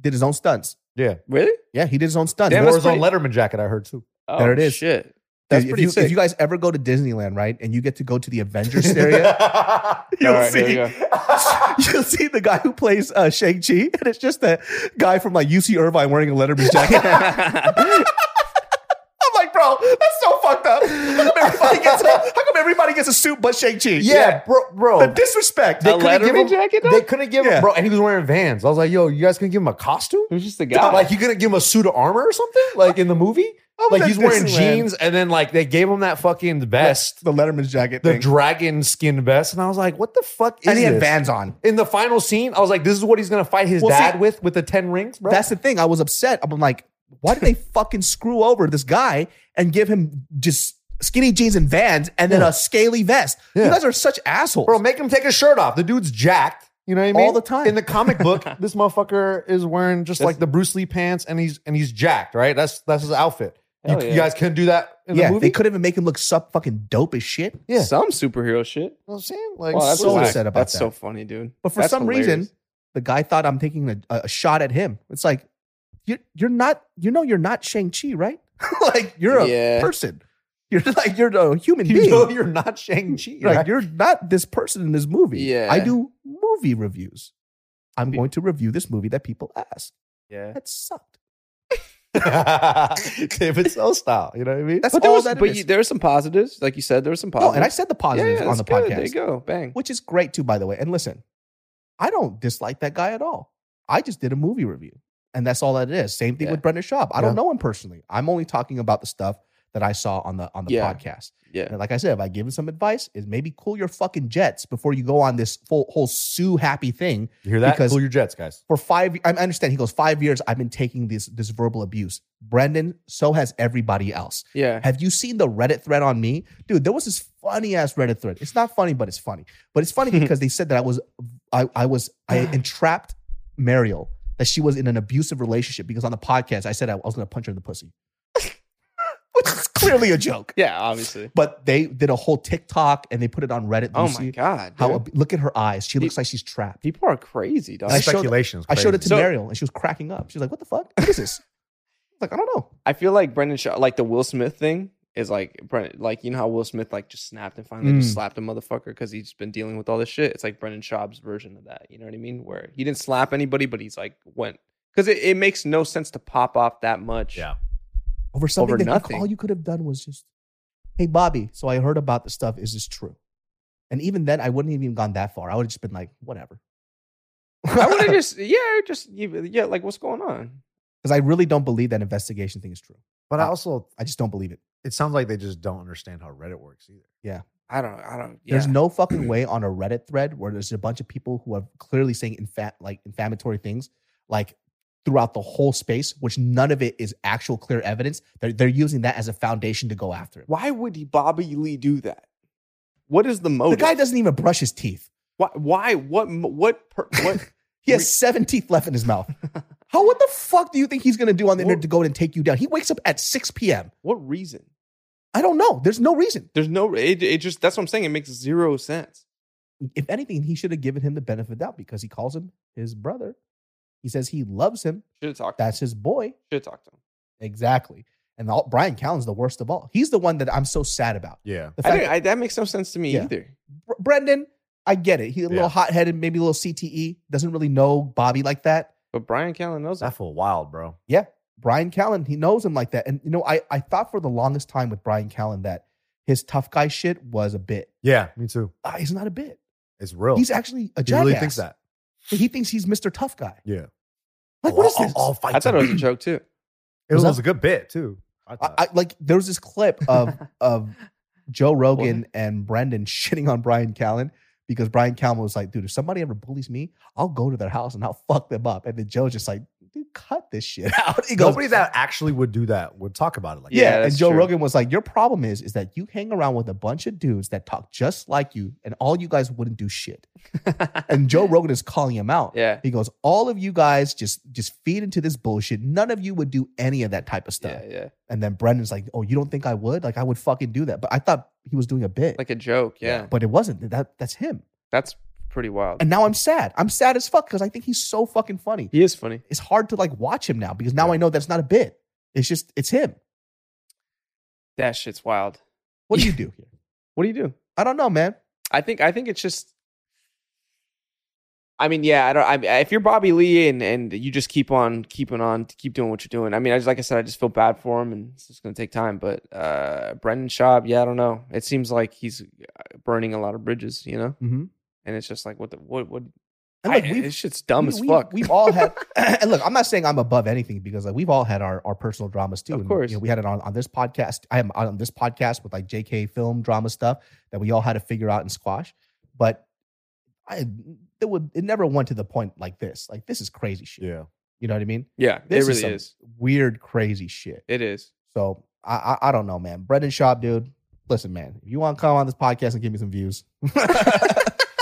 Speaker 6: did his own stunts.
Speaker 3: Really?
Speaker 6: Yeah, he did his own stunts.
Speaker 3: Damn,
Speaker 2: Wore
Speaker 3: that's
Speaker 2: his own
Speaker 3: pretty-
Speaker 2: Letterman jacket. I heard too.
Speaker 3: Oh,
Speaker 6: There it is.
Speaker 3: Shit.
Speaker 6: Dude,
Speaker 3: That's
Speaker 6: if
Speaker 3: pretty
Speaker 6: you,
Speaker 3: sick.
Speaker 6: If you guys ever go to Disneyland, right, and you get to go to the Avengers area, you'll
Speaker 3: All right,
Speaker 6: see
Speaker 3: here
Speaker 6: you'll see the guy who plays uh, Shang Chi, and it's just that guy from like UC Irvine wearing a Letterman's jacket. I'm like, bro, that's so fucked up. How come everybody gets a, how come everybody gets a suit but Shang Chi?
Speaker 2: yeah, bro, bro.
Speaker 6: the disrespect.
Speaker 3: A
Speaker 2: couldn't give
Speaker 3: Letterman
Speaker 2: him-
Speaker 3: jacket, though?
Speaker 2: They couldn't give
Speaker 6: Yeah.
Speaker 2: him, bro. And he was wearing Vans. I was like, yo, you guys couldn't give him a costume?
Speaker 3: It was just a guy.
Speaker 2: Like, you couldn't give him a suit of armor or something? Like in the movie?
Speaker 6: was
Speaker 2: Like
Speaker 6: at
Speaker 2: he's wearing
Speaker 6: Disneyland.
Speaker 2: jeans, and then like they gave him that fucking vest,
Speaker 6: the Letterman's jacket.
Speaker 2: the
Speaker 6: thing.
Speaker 2: dragon skin vest, and I was like, what the fuck is
Speaker 6: and he had
Speaker 2: this?
Speaker 6: bands on.
Speaker 2: in the final scene, I was like, this is what he's gonna fight his
Speaker 6: Well, see-
Speaker 2: dad with with the ten rings, bro.
Speaker 6: That's the thing. I was upset. I'm like, why did they fucking screw over this guy and give him just skinny jeans and vans and then
Speaker 2: Yeah.
Speaker 6: a scaly vest? You
Speaker 2: Yeah.
Speaker 6: guys are such assholes.
Speaker 2: bro. Make him take his shirt off. The dude's jacked. You know what I mean?
Speaker 6: All the time.
Speaker 2: In the comic book, this motherfucker is wearing just
Speaker 3: That's-
Speaker 2: like the Bruce Lee pants, and he's and he's jacked. Right? That's that's his outfit. You,
Speaker 3: Hell
Speaker 2: you
Speaker 3: yeah.
Speaker 2: guys couldn't do that in
Speaker 6: yeah,
Speaker 2: the movie.
Speaker 6: they couldn't even make him look sub fucking dope as shit.
Speaker 2: Yeah.
Speaker 3: Some superhero shit.
Speaker 2: You know what I'm saying? Like,
Speaker 3: Wow, that's
Speaker 6: so
Speaker 3: whack.
Speaker 6: upset about
Speaker 3: That's
Speaker 6: that.
Speaker 3: so funny, dude.
Speaker 6: But for
Speaker 3: That's
Speaker 6: some
Speaker 3: hilarious.
Speaker 6: reason, the guy thought I'm taking a, a shot at him. It's like you're you're not you know you're not Shang Chi, right? like you're a
Speaker 3: Yeah.
Speaker 6: person. You're like you're a human
Speaker 2: you
Speaker 6: being.
Speaker 2: know you're not Shang Chi,
Speaker 6: Like,
Speaker 2: right?
Speaker 6: you're not this person in this movie.
Speaker 3: Yeah.
Speaker 6: I do movie reviews. I'm going to review this movie that people ask.
Speaker 3: yeah.
Speaker 6: That sucked.
Speaker 2: David Soul style. You know what I mean?
Speaker 6: That's
Speaker 3: But there
Speaker 6: all
Speaker 3: was,
Speaker 6: that it
Speaker 3: but
Speaker 6: is.
Speaker 3: you, there were some positives, like you said. There were some
Speaker 6: no,
Speaker 3: positives.
Speaker 6: and I said the positives on
Speaker 3: that's
Speaker 6: the
Speaker 3: good.
Speaker 6: podcast,
Speaker 3: There you go, bang.
Speaker 6: which is great too, by the way. And listen, I don't dislike that guy at all. I just did a movie review, and that's all that it is. Same thing
Speaker 3: Yeah.
Speaker 6: with Brendan Schaub. I don't
Speaker 2: Yeah.
Speaker 6: know him personally. I'm only talking about the stuff that I saw on the on the
Speaker 3: Yeah.
Speaker 6: podcast.
Speaker 3: Yeah,
Speaker 6: And like I said, if I give him some advice, is maybe cool your fucking jets before you go on this full, whole Sue happy thing
Speaker 2: you hear that?
Speaker 6: because-
Speaker 2: cool your jets, guys.
Speaker 6: for five. I understand. He goes five years. I've been taking this this verbal abuse. Brendan, so has everybody else.
Speaker 3: yeah.
Speaker 6: Have you seen the Reddit thread on me, dude? There was this funny ass Reddit thread. It's not funny, but it's funny. But it's funny because they said that I was, I, I was, I entrapped Mariel that she was in an abusive relationship because on the podcast I said I was going to punch her in the pussy, which is clearly a joke.
Speaker 3: Yeah, obviously.
Speaker 6: But they did a whole TikTok and they put it on Reddit.
Speaker 3: Oh
Speaker 6: You
Speaker 3: my
Speaker 6: see
Speaker 3: god,
Speaker 6: How
Speaker 3: dude.
Speaker 6: ab- look at her eyes? She looks like she's trapped.
Speaker 3: people are crazy, dog.
Speaker 6: I showed-
Speaker 2: Speculation.
Speaker 6: I showed it to
Speaker 3: So-
Speaker 6: Mariel and she was cracking up. She's like, "What the fuck? What is this?" I was like, "I don't know."
Speaker 3: I feel like Brendan Shaw, like the Will Smith thing, is like Brendan, like you know how Will Smith like just snapped and finally
Speaker 6: Mm.
Speaker 3: just slapped a motherfucker because he's been dealing with all this shit. It's like Brendan Schaub's version of that. You know what I mean? Where he didn't slap anybody, but he's like went because it, it makes no sense to pop off that much.
Speaker 2: Yeah.
Speaker 6: Over something
Speaker 3: Over
Speaker 6: that you-
Speaker 3: nothing.
Speaker 6: all you could have done was just, "Hey, Bobby." So I heard about the stuff. Is this true? And even then, I wouldn't have even gone that far. I would have just been like, "Whatever,"
Speaker 3: I would have just yeah, just yeah, like what's going on?
Speaker 6: because I really don't believe that investigation thing is true.
Speaker 2: But I also,
Speaker 6: I just don't believe it.
Speaker 2: it sounds like they just don't understand how Reddit works either.
Speaker 6: Yeah.
Speaker 3: I don't. I don't. Yeah.
Speaker 6: There's no fucking way on a Reddit thread where there's a bunch of people who are clearly saying infa- like inflammatory things, like throughout the whole space, which none of it is actual clear evidence. They're, they're using that as a foundation to go after him.
Speaker 3: Why would he- Bobby Lee do that? What is Oh, the
Speaker 6: The
Speaker 3: motive?
Speaker 6: guy doesn't even brush his teeth.
Speaker 3: why? Why? What? mo- What? Per, what?
Speaker 6: He
Speaker 3: Re-
Speaker 6: has seven teeth left in his mouth. How? What the fuck do you think he's gonna do on the
Speaker 3: Well-
Speaker 6: internet to go in and take you down? He wakes up at 6 p.m.
Speaker 3: what reason?
Speaker 6: I don't know. There's no reason.
Speaker 3: There's no. It, it just. That's what I'm saying. It makes zero sense.
Speaker 6: If anything, he should have given him the benefit of the doubt because he calls him his brother. He says he loves him.
Speaker 3: Should have talked.
Speaker 6: That's his boy.
Speaker 3: Should have talked to him.
Speaker 6: Exactly. And all, Brian Callen's the worst of all. He's the one that I'm so sad about.
Speaker 2: Yeah.
Speaker 6: The
Speaker 3: I
Speaker 6: fact
Speaker 3: didn't- I- that makes no sense to me
Speaker 6: Yeah.
Speaker 3: either.
Speaker 6: Br- Brendan, I get it. He's a
Speaker 2: Yeah.
Speaker 6: little hot headed, maybe a little CTE, doesn't really know Bobby like that.
Speaker 3: But Brian Callen knows
Speaker 2: That
Speaker 3: that.
Speaker 2: feel wild, bro.
Speaker 6: Brian Callen, he knows him like that. And, you know, I, I thought for the longest time with Brian Callen that his tough guy shit was a bit.
Speaker 2: Yeah, me too.
Speaker 6: Uh, he's not a bit.
Speaker 2: It's real.
Speaker 6: He's actually a
Speaker 2: he
Speaker 6: jackass.
Speaker 2: really thinks that.
Speaker 6: He thinks he's Mr. Tough Guy.
Speaker 2: Yeah. Oh,
Speaker 6: Like, what is
Speaker 2: I'll-
Speaker 6: this?
Speaker 2: I'll- I'll fight
Speaker 3: I thought it
Speaker 2: him.
Speaker 3: was a joke too.
Speaker 2: It was,
Speaker 6: Was
Speaker 2: a good bit too. I
Speaker 6: I,
Speaker 2: thought.
Speaker 6: I, like, there was this clip of of Joe Rogan and Brendan shitting on Brian Callen because Brian Callen was like, dude, if somebody ever bullies me, I'll go to their house and I'll fuck them up. And then Joe's just like, dude, cut this shit out. He goes,
Speaker 2: Nobody that actually would do that would talk about it like
Speaker 3: Yeah,
Speaker 6: yeah.
Speaker 3: that's
Speaker 6: and Joe
Speaker 3: true.
Speaker 6: Rogan was like, your problem is, is that you hang around with a bunch of dudes that talk just like you and all you guys wouldn't do shit. And Joe Rogan is calling him out.
Speaker 3: yeah.
Speaker 6: He goes, all of you guys just just feed into this bullshit. None of you would do any of that type of stuff.
Speaker 3: Yeah. Yeah.
Speaker 6: And then Brendan's like, oh, you don't think I would? Like I would fucking do that. But I thought he was doing a bit.
Speaker 3: Like a joke. Yeah.
Speaker 6: but it wasn't. That that's him.
Speaker 3: That's pretty wild.
Speaker 6: And now I'm sad. I'm sad as fuck because I think he's so fucking funny.
Speaker 3: he is funny.
Speaker 6: It's hard to like watch him now because now I know that's not a bit. It's just it's him.
Speaker 3: That shit's wild.
Speaker 6: What do you do here?
Speaker 3: What do you do?
Speaker 6: I don't know, man.
Speaker 3: I think I think it's just. I mean, yeah, I don't. I, if you're Bobby Lee and and you just keep on keeping on, keep doing what you're doing. I mean, I just like I said, I just feel bad for him, and it's just gonna take time. But uh Brendan Schaub, yeah, I don't know. It seems like he's uh, burning a lot of bridges, you know.
Speaker 6: Mm-hmm.
Speaker 3: And it's just like, what the what what?
Speaker 6: And look,
Speaker 3: I-
Speaker 6: we've,
Speaker 3: this shit's dumb
Speaker 6: we-
Speaker 3: as
Speaker 6: we-
Speaker 3: fuck.
Speaker 6: We've all had, and look, I'm not saying I'm above anything because like we've all had our, our personal dramas too.
Speaker 3: Of
Speaker 6: And,
Speaker 3: course.
Speaker 6: you know, we had it on, on this podcast. I am on this podcast with like JK film drama stuff that we all had to figure out and squash. But I, it would, it never went to the point like this. Like this is crazy shit.
Speaker 2: Yeah.
Speaker 6: You know what I mean?
Speaker 3: yeah, it
Speaker 6: This
Speaker 3: really
Speaker 6: some
Speaker 3: is.
Speaker 6: weird, crazy shit.
Speaker 3: It is.
Speaker 6: So I, I, I don't know, man. Brendan Schaub, dude. Listen, man. If you want to come on this podcast and give me some views,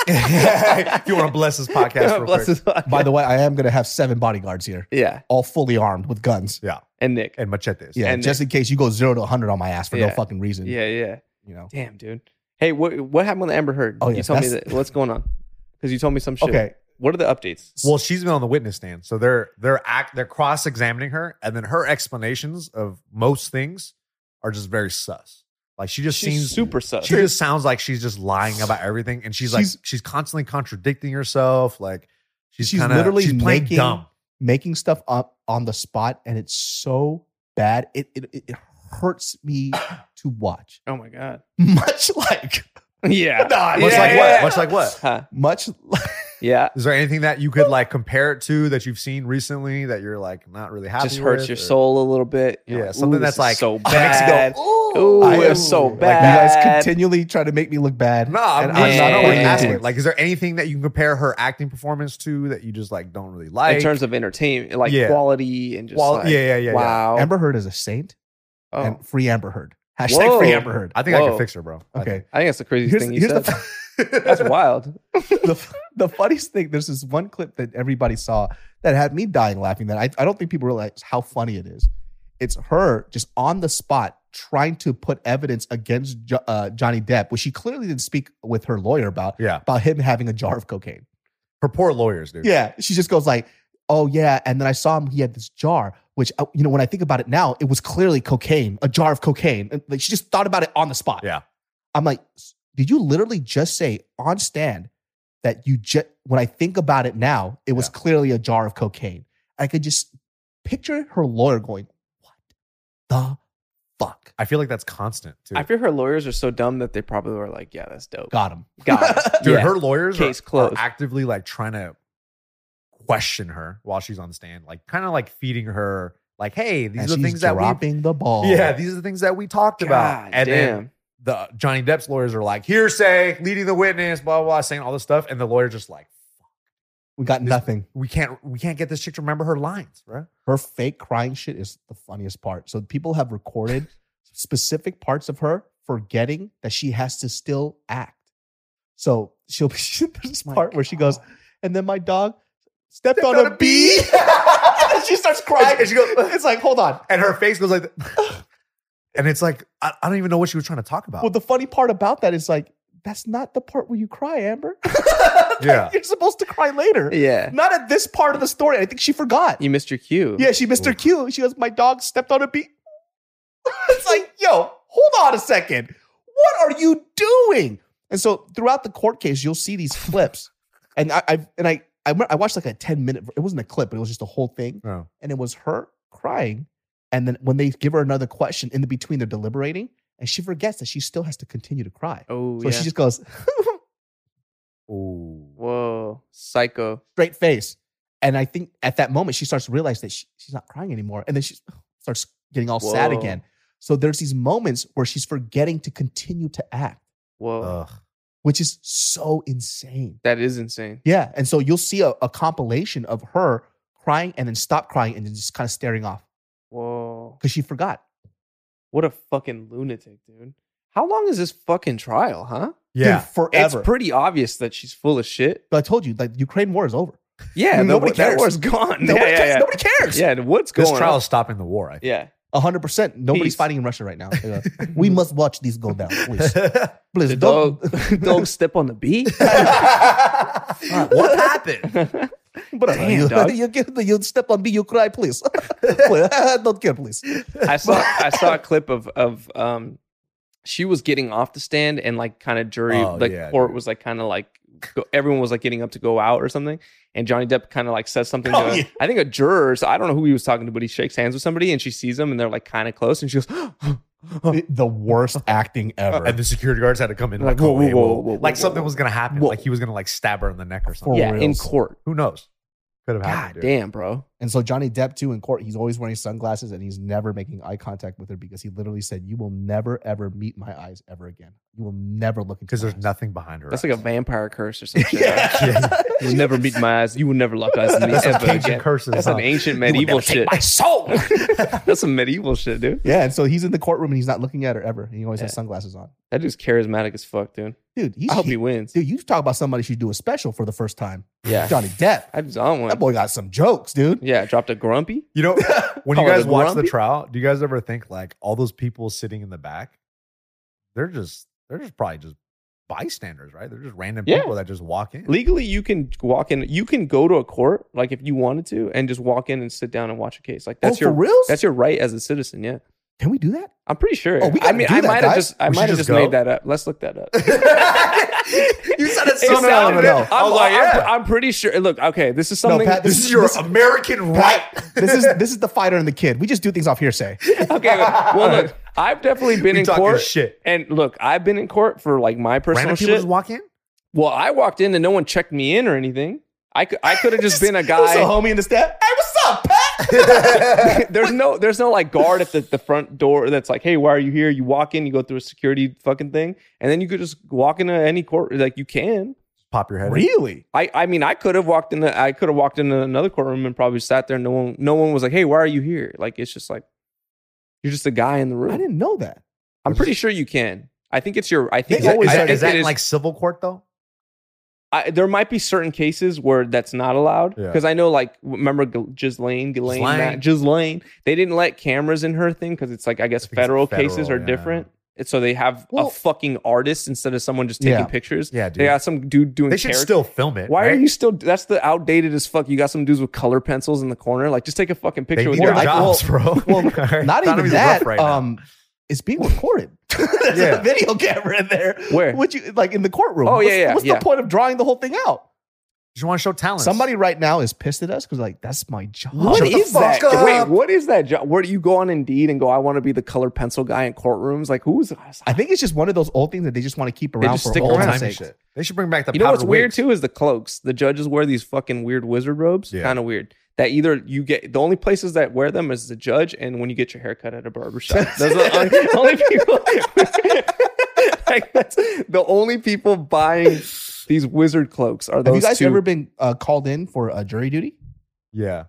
Speaker 2: if you want to bless this podcast real
Speaker 3: Bless
Speaker 2: quick.
Speaker 3: his heart.
Speaker 6: by the way, I am going to have seven bodyguards here,
Speaker 3: yeah,
Speaker 6: all fully armed with guns.
Speaker 3: and Nick.
Speaker 2: And machetes.
Speaker 6: Yeah,
Speaker 3: And-
Speaker 6: just in case you go zero to 100 on my ass for no
Speaker 3: Yeah.
Speaker 6: fucking reason.
Speaker 3: Yeah, yeah.
Speaker 6: You know?
Speaker 3: Damn, dude. Hey, what what happened with Amber Heard?
Speaker 6: Oh,
Speaker 3: you
Speaker 6: yeah,
Speaker 3: told me
Speaker 6: that's-
Speaker 3: that. What's going on? Because you told me some shit.
Speaker 6: Okay.
Speaker 3: What are the updates?
Speaker 2: Well, she's been on the witness stand, so they're they're act they're cross examining her, and then her explanations of most things are just very sus. Like she just
Speaker 3: She's
Speaker 2: seems
Speaker 3: super sus.
Speaker 2: She just sounds like she's just lying about everything, and she's,
Speaker 6: She's-
Speaker 2: like she's constantly contradicting herself. Like she's,
Speaker 6: She's
Speaker 2: kind of
Speaker 6: literally
Speaker 2: literally she's playing
Speaker 6: making-
Speaker 2: dumb.
Speaker 6: Making stuff up on the spot, and it's so bad. It, it, it it hurts me to watch.
Speaker 3: oh my god.
Speaker 6: Much like,
Speaker 3: Yeah.
Speaker 2: Much
Speaker 3: Uh, Yeah, yeah,
Speaker 2: like what?
Speaker 3: yeah.
Speaker 2: Much like what?
Speaker 3: Huh.
Speaker 6: much like,
Speaker 3: Yeah.
Speaker 2: Is there anything that you could like compare it to that you've seen recently that you're like not really happy?
Speaker 3: Just hurts
Speaker 2: with,
Speaker 3: your
Speaker 2: or-
Speaker 3: soul a little bit. You're
Speaker 2: Yeah, something
Speaker 3: "Ooh,
Speaker 2: that's
Speaker 3: this is
Speaker 2: like-
Speaker 3: so
Speaker 2: makes you go,
Speaker 3: bad.
Speaker 6: ooh,
Speaker 3: Ooh, it's so
Speaker 6: Like, you
Speaker 3: bad.
Speaker 6: guys continually try to make me look bad.
Speaker 2: No, I'm,
Speaker 6: and
Speaker 2: I'm
Speaker 3: I'm
Speaker 2: not
Speaker 3: not
Speaker 2: really
Speaker 3: into
Speaker 2: asking.
Speaker 6: it.
Speaker 2: Like, is there anything that you can compare her acting performance to that you just like don't really like?
Speaker 3: in terms of entertainment, like
Speaker 2: Yeah.
Speaker 3: quality and just
Speaker 2: Qual-
Speaker 3: like,
Speaker 2: yeah, yeah, yeah, yeah.
Speaker 3: Wow.
Speaker 6: Amber Heard is a saint,
Speaker 3: Oh.
Speaker 6: and free Amber Heard. Hashtag
Speaker 3: Whoa.
Speaker 6: free Amber Heard.
Speaker 2: I think I
Speaker 3: Whoa.
Speaker 2: can fix her, bro. I
Speaker 6: Okay.
Speaker 2: think-
Speaker 3: I think that's the craziest
Speaker 6: Here's,
Speaker 3: thing you
Speaker 6: here's
Speaker 3: said.
Speaker 6: the,
Speaker 3: that's wild.
Speaker 6: the, the funniest thing, there's this one clip that everybody saw that had me dying laughing that I, I don't think people realize how funny it is. It's her just on the spot trying to put evidence against jo- uh, Johnny Depp, which she clearly didn't speak with her lawyer about,
Speaker 2: Yeah.
Speaker 6: about him having a jar of cocaine.
Speaker 2: Her poor lawyers, dude.
Speaker 6: Yeah. She just goes like, oh, yeah. And then I saw him, he had this jar, which, uh, you know, when I think about it now, it was clearly cocaine, a jar of cocaine. And, like, she just thought about it on the spot.
Speaker 2: Yeah.
Speaker 6: I'm like, "S- did you literally just say on stand that you just, when I think about it now, it was
Speaker 2: Yeah.
Speaker 6: clearly a jar of cocaine? I could just picture her lawyer going, what the fuck?
Speaker 2: I feel like that's constant too.
Speaker 3: I feel her lawyers are so dumb that they probably were like, "Yeah, that's dope."
Speaker 6: Got him.
Speaker 3: God.
Speaker 2: dude,
Speaker 3: Yeah.
Speaker 2: her lawyers are-
Speaker 3: Case
Speaker 2: are,
Speaker 3: closed.
Speaker 2: actively like trying to question her while she's on the stand, like kind of like feeding her, like, "Hey, these
Speaker 6: And
Speaker 2: are the
Speaker 6: she's
Speaker 2: things that we."
Speaker 6: dropping the ball.
Speaker 2: Yeah, these are the things that we talked about,
Speaker 3: God
Speaker 2: and then
Speaker 3: damn.
Speaker 2: the Johnny Depp's lawyers are like hearsay, leading the witness, blah blah, blah saying all this stuff, and the lawyer's just like,
Speaker 6: We got nothing.
Speaker 2: we can't we can't get this chick to remember her lines, right?
Speaker 6: Her fake crying shit is the funniest part. So people have recorded specific parts of her forgetting that she has to still act. So she'll be this part where she goes, and then my dog stepped, on, a bee. she starts crying.
Speaker 2: And she goes,
Speaker 6: it's like, hold on.
Speaker 2: and her face goes like, th- and it's like I, I don't even know what she was trying to talk about.
Speaker 6: Well, the funny part about that is like, that's not the part where you cry, Amber.
Speaker 2: yeah,
Speaker 6: You're supposed to cry later.
Speaker 3: Yeah.
Speaker 6: Not at this part of the story. I think she forgot.
Speaker 3: You missed your cue.
Speaker 6: Yeah, she missed her cue. She goes, My dog stepped on a bee. it's like, yo, hold on a second. What are you doing? And so throughout the court case, you'll see these clips. And I, I and I, I remember- I watched like a 10 minute, it wasn't a clip, but it was just a whole thing.
Speaker 3: Oh.
Speaker 2: No.
Speaker 6: And it was her crying. And then when they give her another question in the between, they're deliberating, and she forgets that she still has to continue to cry.
Speaker 3: Oh,
Speaker 6: so
Speaker 3: yeah.
Speaker 6: she just goes,
Speaker 2: Ooh.
Speaker 3: Whoa. Psycho.
Speaker 6: straight face. And I think at that moment she starts to realize that she, she's not crying anymore, and then she starts getting all sad
Speaker 3: Whoa.
Speaker 6: again. So there's these moments where she's forgetting to continue to act,
Speaker 3: Whoa.
Speaker 2: Ugh.
Speaker 6: which is so insane.
Speaker 3: that is insane.
Speaker 6: Yeah, and so you'll see a, a compilation of her crying and then stop crying and then just kind of staring off
Speaker 3: Whoa.
Speaker 6: because she forgot.
Speaker 3: What a fucking lunatic, dude. How long is this fucking trial, huh?
Speaker 6: Dude,
Speaker 2: Yeah.
Speaker 6: forever.
Speaker 3: It's pretty obvious that she's full of shit.
Speaker 6: but I told you, like Ukraine war is over.
Speaker 3: Yeah, the-
Speaker 6: Nobody
Speaker 3: that
Speaker 6: cares.
Speaker 3: war's gone.
Speaker 6: Nobody
Speaker 3: yeah, yeah,
Speaker 6: cares.
Speaker 3: yeah.
Speaker 6: Nobody cares.
Speaker 3: Yeah, and what's going
Speaker 2: This trial
Speaker 3: on?
Speaker 2: is stopping the war. I think.
Speaker 3: Yeah.
Speaker 6: hundred percent.
Speaker 3: Peace.
Speaker 6: Nobody's fighting in Russia right now. They go, we must watch these go down, please. Please,
Speaker 3: The
Speaker 6: don't-
Speaker 3: dog, dog step on the bee.
Speaker 2: what happened?
Speaker 6: But uh,
Speaker 3: Damn,
Speaker 6: you,
Speaker 3: dog.
Speaker 6: you, give- you step on me, you cry, please. Please, Don't care, please.
Speaker 3: I saw I saw a clip of of um she was getting off the stand and like kind of jury
Speaker 2: Oh,
Speaker 3: like
Speaker 2: yeah,
Speaker 3: court
Speaker 2: dude.
Speaker 3: was like kind of like go, everyone was like getting up to go out or something and Johnny Depp kind of like says something to
Speaker 6: Oh,
Speaker 3: a-
Speaker 6: yeah.
Speaker 3: I think a juror so I don't know who he was talking to but he shakes hands with somebody and she sees him and they're like kind of close and she goes
Speaker 6: The worst acting ever.
Speaker 2: And the security guards had to come in
Speaker 3: Like,
Speaker 2: like,
Speaker 3: whoa,
Speaker 2: oh, wait,
Speaker 3: whoa,
Speaker 2: whoa,
Speaker 3: whoa, whoa,
Speaker 2: like
Speaker 3: whoa,
Speaker 2: something
Speaker 3: whoa.
Speaker 2: was gonna happen.
Speaker 3: Whoa.
Speaker 2: Like he was gonna like stab her in the neck or something.
Speaker 6: For
Speaker 3: yeah in
Speaker 6: reals.
Speaker 3: court
Speaker 2: Who knows? Could have
Speaker 3: god
Speaker 2: happened. dude.
Speaker 3: damn bro
Speaker 6: And so Johnny Depp too in court, he's always wearing sunglasses and he's never making eye contact with her because he literally said, "You will never ever meet my eyes ever again. You will never look into."
Speaker 2: Because
Speaker 6: my
Speaker 2: there's
Speaker 6: eyes."
Speaker 2: nothing behind her.
Speaker 3: that's
Speaker 2: eyes.
Speaker 3: like a vampire curse or something
Speaker 6: Yeah.
Speaker 3: you will never meet my eyes you will never lock eyes with me
Speaker 2: That's some
Speaker 3: ever
Speaker 2: Cajun
Speaker 3: again.
Speaker 2: curses.
Speaker 3: that's
Speaker 2: huh?
Speaker 3: an ancient medieval shit
Speaker 6: my soul.
Speaker 3: that's some medieval shit dude
Speaker 6: yeah, and so he's in the courtroom and he's not looking at her ever, and he always has
Speaker 3: Yeah.
Speaker 6: sunglasses on.
Speaker 3: that dude's charismatic as fuck dude
Speaker 6: Dude, he's,
Speaker 3: I hope he wins
Speaker 6: dude, you talk about somebody should do a special for the first time.
Speaker 3: yeah
Speaker 6: Johnny Depp,
Speaker 3: I was on
Speaker 6: that
Speaker 3: one
Speaker 6: boy got some jokes, dude.
Speaker 3: yeah dropped a grumpy
Speaker 2: You know, when you
Speaker 3: Call it
Speaker 2: guys
Speaker 3: a
Speaker 2: watch the
Speaker 3: grumpy?
Speaker 2: trial, do you guys ever think like all those people sitting in the back? They're just they're just probably just bystanders, right? They're just random
Speaker 3: Yeah.
Speaker 2: people that just walk in.
Speaker 3: legally you can walk in you can go to a court like if you wanted to and just walk in and sit down and watch a case like that's
Speaker 6: oh,
Speaker 3: your
Speaker 6: for reals?
Speaker 3: that's your right as a citizen yeah
Speaker 6: Can we do that?
Speaker 3: i'm pretty sure
Speaker 6: Oh, we
Speaker 3: i
Speaker 6: gotta
Speaker 3: mean
Speaker 6: do
Speaker 3: i
Speaker 6: that,
Speaker 3: might have
Speaker 6: guys.
Speaker 3: just i
Speaker 2: We should
Speaker 3: might have just
Speaker 2: just go.
Speaker 3: made that up let's look that up
Speaker 2: you sounded
Speaker 3: It sounded-
Speaker 2: confident. I
Speaker 3: I'm,
Speaker 2: was like,
Speaker 3: I'm-
Speaker 2: yeah.
Speaker 3: I'm pretty sure look okay this is something
Speaker 6: Pat,
Speaker 2: this is your American right.
Speaker 6: this is this is the fighter and the kid. We just do things off hearsay.
Speaker 3: okay well look i've definitely been
Speaker 2: We
Speaker 3: in
Speaker 2: talking
Speaker 3: court
Speaker 2: shit.
Speaker 3: and look i've been in court for like my personal
Speaker 2: Random people
Speaker 3: shit
Speaker 2: just walk in.
Speaker 3: well i walked in and no one checked me in or anything i could i could have just been a
Speaker 6: It was
Speaker 3: guy
Speaker 6: a homie in the step. Hey, what's up, Pat?
Speaker 3: there's no there's no like guard at the, the front door that's like, hey, why are you here? You walk in, you go through a security fucking thing, and then you could just walk into any court like you can.
Speaker 2: Pop your head. in.
Speaker 6: really?
Speaker 3: I I mean I could have walked in the I could have walked into another courtroom and probably sat there and no one no one was like, hey, why are you here? Like it's just like you're just a guy in the
Speaker 6: I
Speaker 3: room.
Speaker 6: didn't know that.
Speaker 3: I'm pretty sure you can. I think it's your I think
Speaker 2: Is that,
Speaker 6: always
Speaker 2: is
Speaker 3: I
Speaker 2: that,
Speaker 3: think
Speaker 2: is that
Speaker 3: it
Speaker 2: in,
Speaker 3: is-
Speaker 2: like civil court though?
Speaker 3: I, there might be certain cases where that's not allowed
Speaker 2: Yeah.
Speaker 3: because I know, like, remember G- Ghislaine, Ghislaine, Matt- Ghislaine, they didn't let cameras in her thing because it's like I guess
Speaker 2: I think it's
Speaker 3: federal, cases
Speaker 2: federal,
Speaker 3: are
Speaker 2: yeah.
Speaker 3: different, And so they have
Speaker 6: Well-
Speaker 3: a fucking artist instead of someone just taking
Speaker 6: Yeah.
Speaker 3: pictures.
Speaker 2: Yeah, dude.
Speaker 3: They got some dude doing.
Speaker 2: They should
Speaker 3: character-
Speaker 2: still film it.
Speaker 3: Why are
Speaker 2: right?
Speaker 3: you still? That's the outdated as fuck. You got some dudes with color pencils in the corner. Like, just take a fucking
Speaker 2: They
Speaker 3: picture with
Speaker 2: need their
Speaker 3: your.
Speaker 6: I-
Speaker 2: jobs, bro.
Speaker 6: Not even
Speaker 2: Economy's
Speaker 6: that.
Speaker 2: rough right now.
Speaker 6: um, it's being recorded. There's
Speaker 2: Yeah.
Speaker 6: a video camera in there.
Speaker 3: Where?
Speaker 6: Would you like in the courtroom?
Speaker 3: Oh, yeah,
Speaker 6: What's-
Speaker 3: yeah,
Speaker 6: What's
Speaker 3: yeah.
Speaker 6: the point of drawing the whole thing out?
Speaker 2: just want to show talent.
Speaker 6: Somebody right now is pissed at us because like that's my job.
Speaker 3: What
Speaker 2: Shut the
Speaker 3: is that?
Speaker 2: fuck up.
Speaker 3: Wait, what is that job? Where do you go on Indeed and go? I want to be the color pencil guy in courtrooms. Like, who's?
Speaker 6: I think it's just one of those old things that they just want to keep around
Speaker 3: just
Speaker 6: for
Speaker 3: stick
Speaker 6: old
Speaker 3: around.
Speaker 6: time's
Speaker 2: time
Speaker 6: sake.
Speaker 2: shit. They should bring back the.
Speaker 3: you know what's
Speaker 2: powder
Speaker 3: weird
Speaker 2: wigs.
Speaker 3: too is the cloaks. The judges wear these fucking weird wizard robes.
Speaker 2: Yeah.
Speaker 3: Kind of weird. That either you get the only places that wear them is the judge and when you get your haircut at a barber shop. Those are the only, only people. like that's the only people buying these wizard cloaks are
Speaker 6: Have
Speaker 3: those
Speaker 6: you guys
Speaker 3: two.
Speaker 6: ever been uh, called in for uh, jury duty?
Speaker 2: Yeah,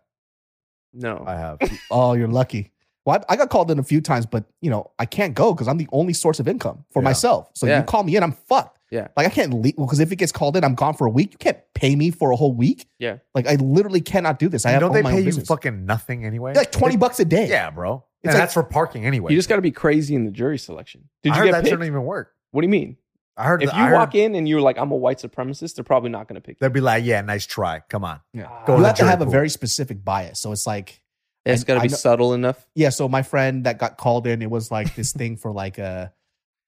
Speaker 3: no,
Speaker 2: I have.
Speaker 6: Oh, you're lucky. Well, I, I got called in a few times, but you know I can't go because I'm the only source of income for
Speaker 2: Yeah.
Speaker 6: myself. So
Speaker 3: Yeah.
Speaker 6: you call me in, I'm fucked.
Speaker 3: Yeah.
Speaker 6: like I can't leave because if it gets called in, I'm gone for a week. You can't pay me for a whole week.
Speaker 3: Yeah.
Speaker 6: like I literally cannot do this. I have
Speaker 2: don't
Speaker 6: own
Speaker 2: they
Speaker 6: my own
Speaker 2: pay you
Speaker 6: business.
Speaker 2: fucking nothing anyway?
Speaker 6: like twenty bucks a day.
Speaker 2: Yeah, bro.
Speaker 6: It's
Speaker 2: and
Speaker 6: like-
Speaker 2: that's for parking anyway.
Speaker 3: you just got to be crazy in the jury selection. Did
Speaker 2: I
Speaker 3: you
Speaker 2: heard
Speaker 3: get
Speaker 2: that
Speaker 3: picked?
Speaker 2: shouldn't even work.
Speaker 3: What do you mean?
Speaker 2: I heard
Speaker 3: If
Speaker 2: that-
Speaker 3: you
Speaker 2: I heard-
Speaker 3: walk in and you're like, I'm a white supremacist, they're probably not going to pick you.
Speaker 2: they'd be like, "Yeah, nice try. Come on."
Speaker 3: Ah,
Speaker 2: Go
Speaker 6: you
Speaker 2: the
Speaker 6: have to
Speaker 2: jury
Speaker 6: have a
Speaker 2: pool.
Speaker 6: very specific bias. So it's like
Speaker 3: It's got to
Speaker 6: I
Speaker 3: be
Speaker 6: know-
Speaker 3: subtle enough.
Speaker 6: yeah. So my friend that got called in, it was like this thing for like a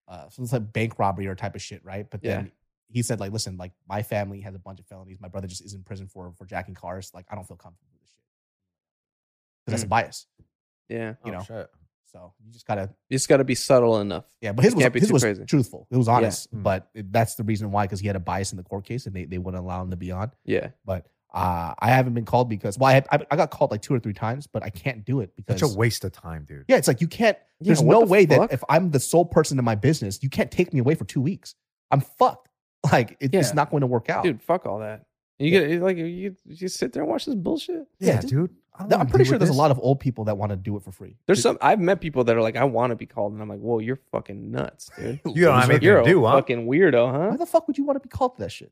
Speaker 6: uh, so it's like bank robbery or type of shit, right? But then he said like, listen, like my family has a bunch of felonies. My brother just is in prison for for jacking cars. Like I don't feel comfortable with this shit. 'Cause
Speaker 3: Mm.
Speaker 6: That's a bias,
Speaker 3: Yeah,
Speaker 6: you know.
Speaker 2: shit.
Speaker 6: So you just gotta
Speaker 3: it's got to be subtle enough.
Speaker 6: yeah. But his
Speaker 3: You
Speaker 6: was
Speaker 3: can't be
Speaker 6: his
Speaker 3: too
Speaker 6: was
Speaker 3: crazy.
Speaker 6: truthful. It was honest.
Speaker 2: Mm.
Speaker 6: But it- that's the reason why because he had a bias in the court case and they they wouldn't allow him to be on.
Speaker 3: Yeah,
Speaker 6: But uh, I haven't been called because well I, I I got called like two or three times, but I can't do it because
Speaker 2: Such a waste of time, dude.
Speaker 6: Yeah, it's like you can't.
Speaker 3: Yeah,
Speaker 6: there's
Speaker 3: what
Speaker 6: no
Speaker 3: the
Speaker 6: way
Speaker 3: fuck?
Speaker 6: that if I'm the sole person in my business, you can't take me away for two weeks. I'm fucked. Like it,
Speaker 3: Yeah.
Speaker 6: it's not going to work out.
Speaker 3: dude, fuck all that. You get like you you sit there and watch this bullshit.
Speaker 2: Yeah,
Speaker 6: yeah, dude.
Speaker 2: dude. I don't
Speaker 6: No,
Speaker 2: wanna
Speaker 6: I'm pretty
Speaker 2: deal
Speaker 6: sure
Speaker 2: with
Speaker 6: there's
Speaker 2: this.
Speaker 6: a lot of old people that want to do it for free.
Speaker 3: There's some I've met people that are like, I want to be called, and I'm like, whoa, you're fucking nuts, dude.
Speaker 2: You don't have
Speaker 6: Loser.
Speaker 2: anything
Speaker 3: You're
Speaker 2: to
Speaker 3: a
Speaker 2: do, huh?
Speaker 3: fucking weirdo,
Speaker 6: Why
Speaker 3: huh?
Speaker 6: the fuck would you want to be called for that shit?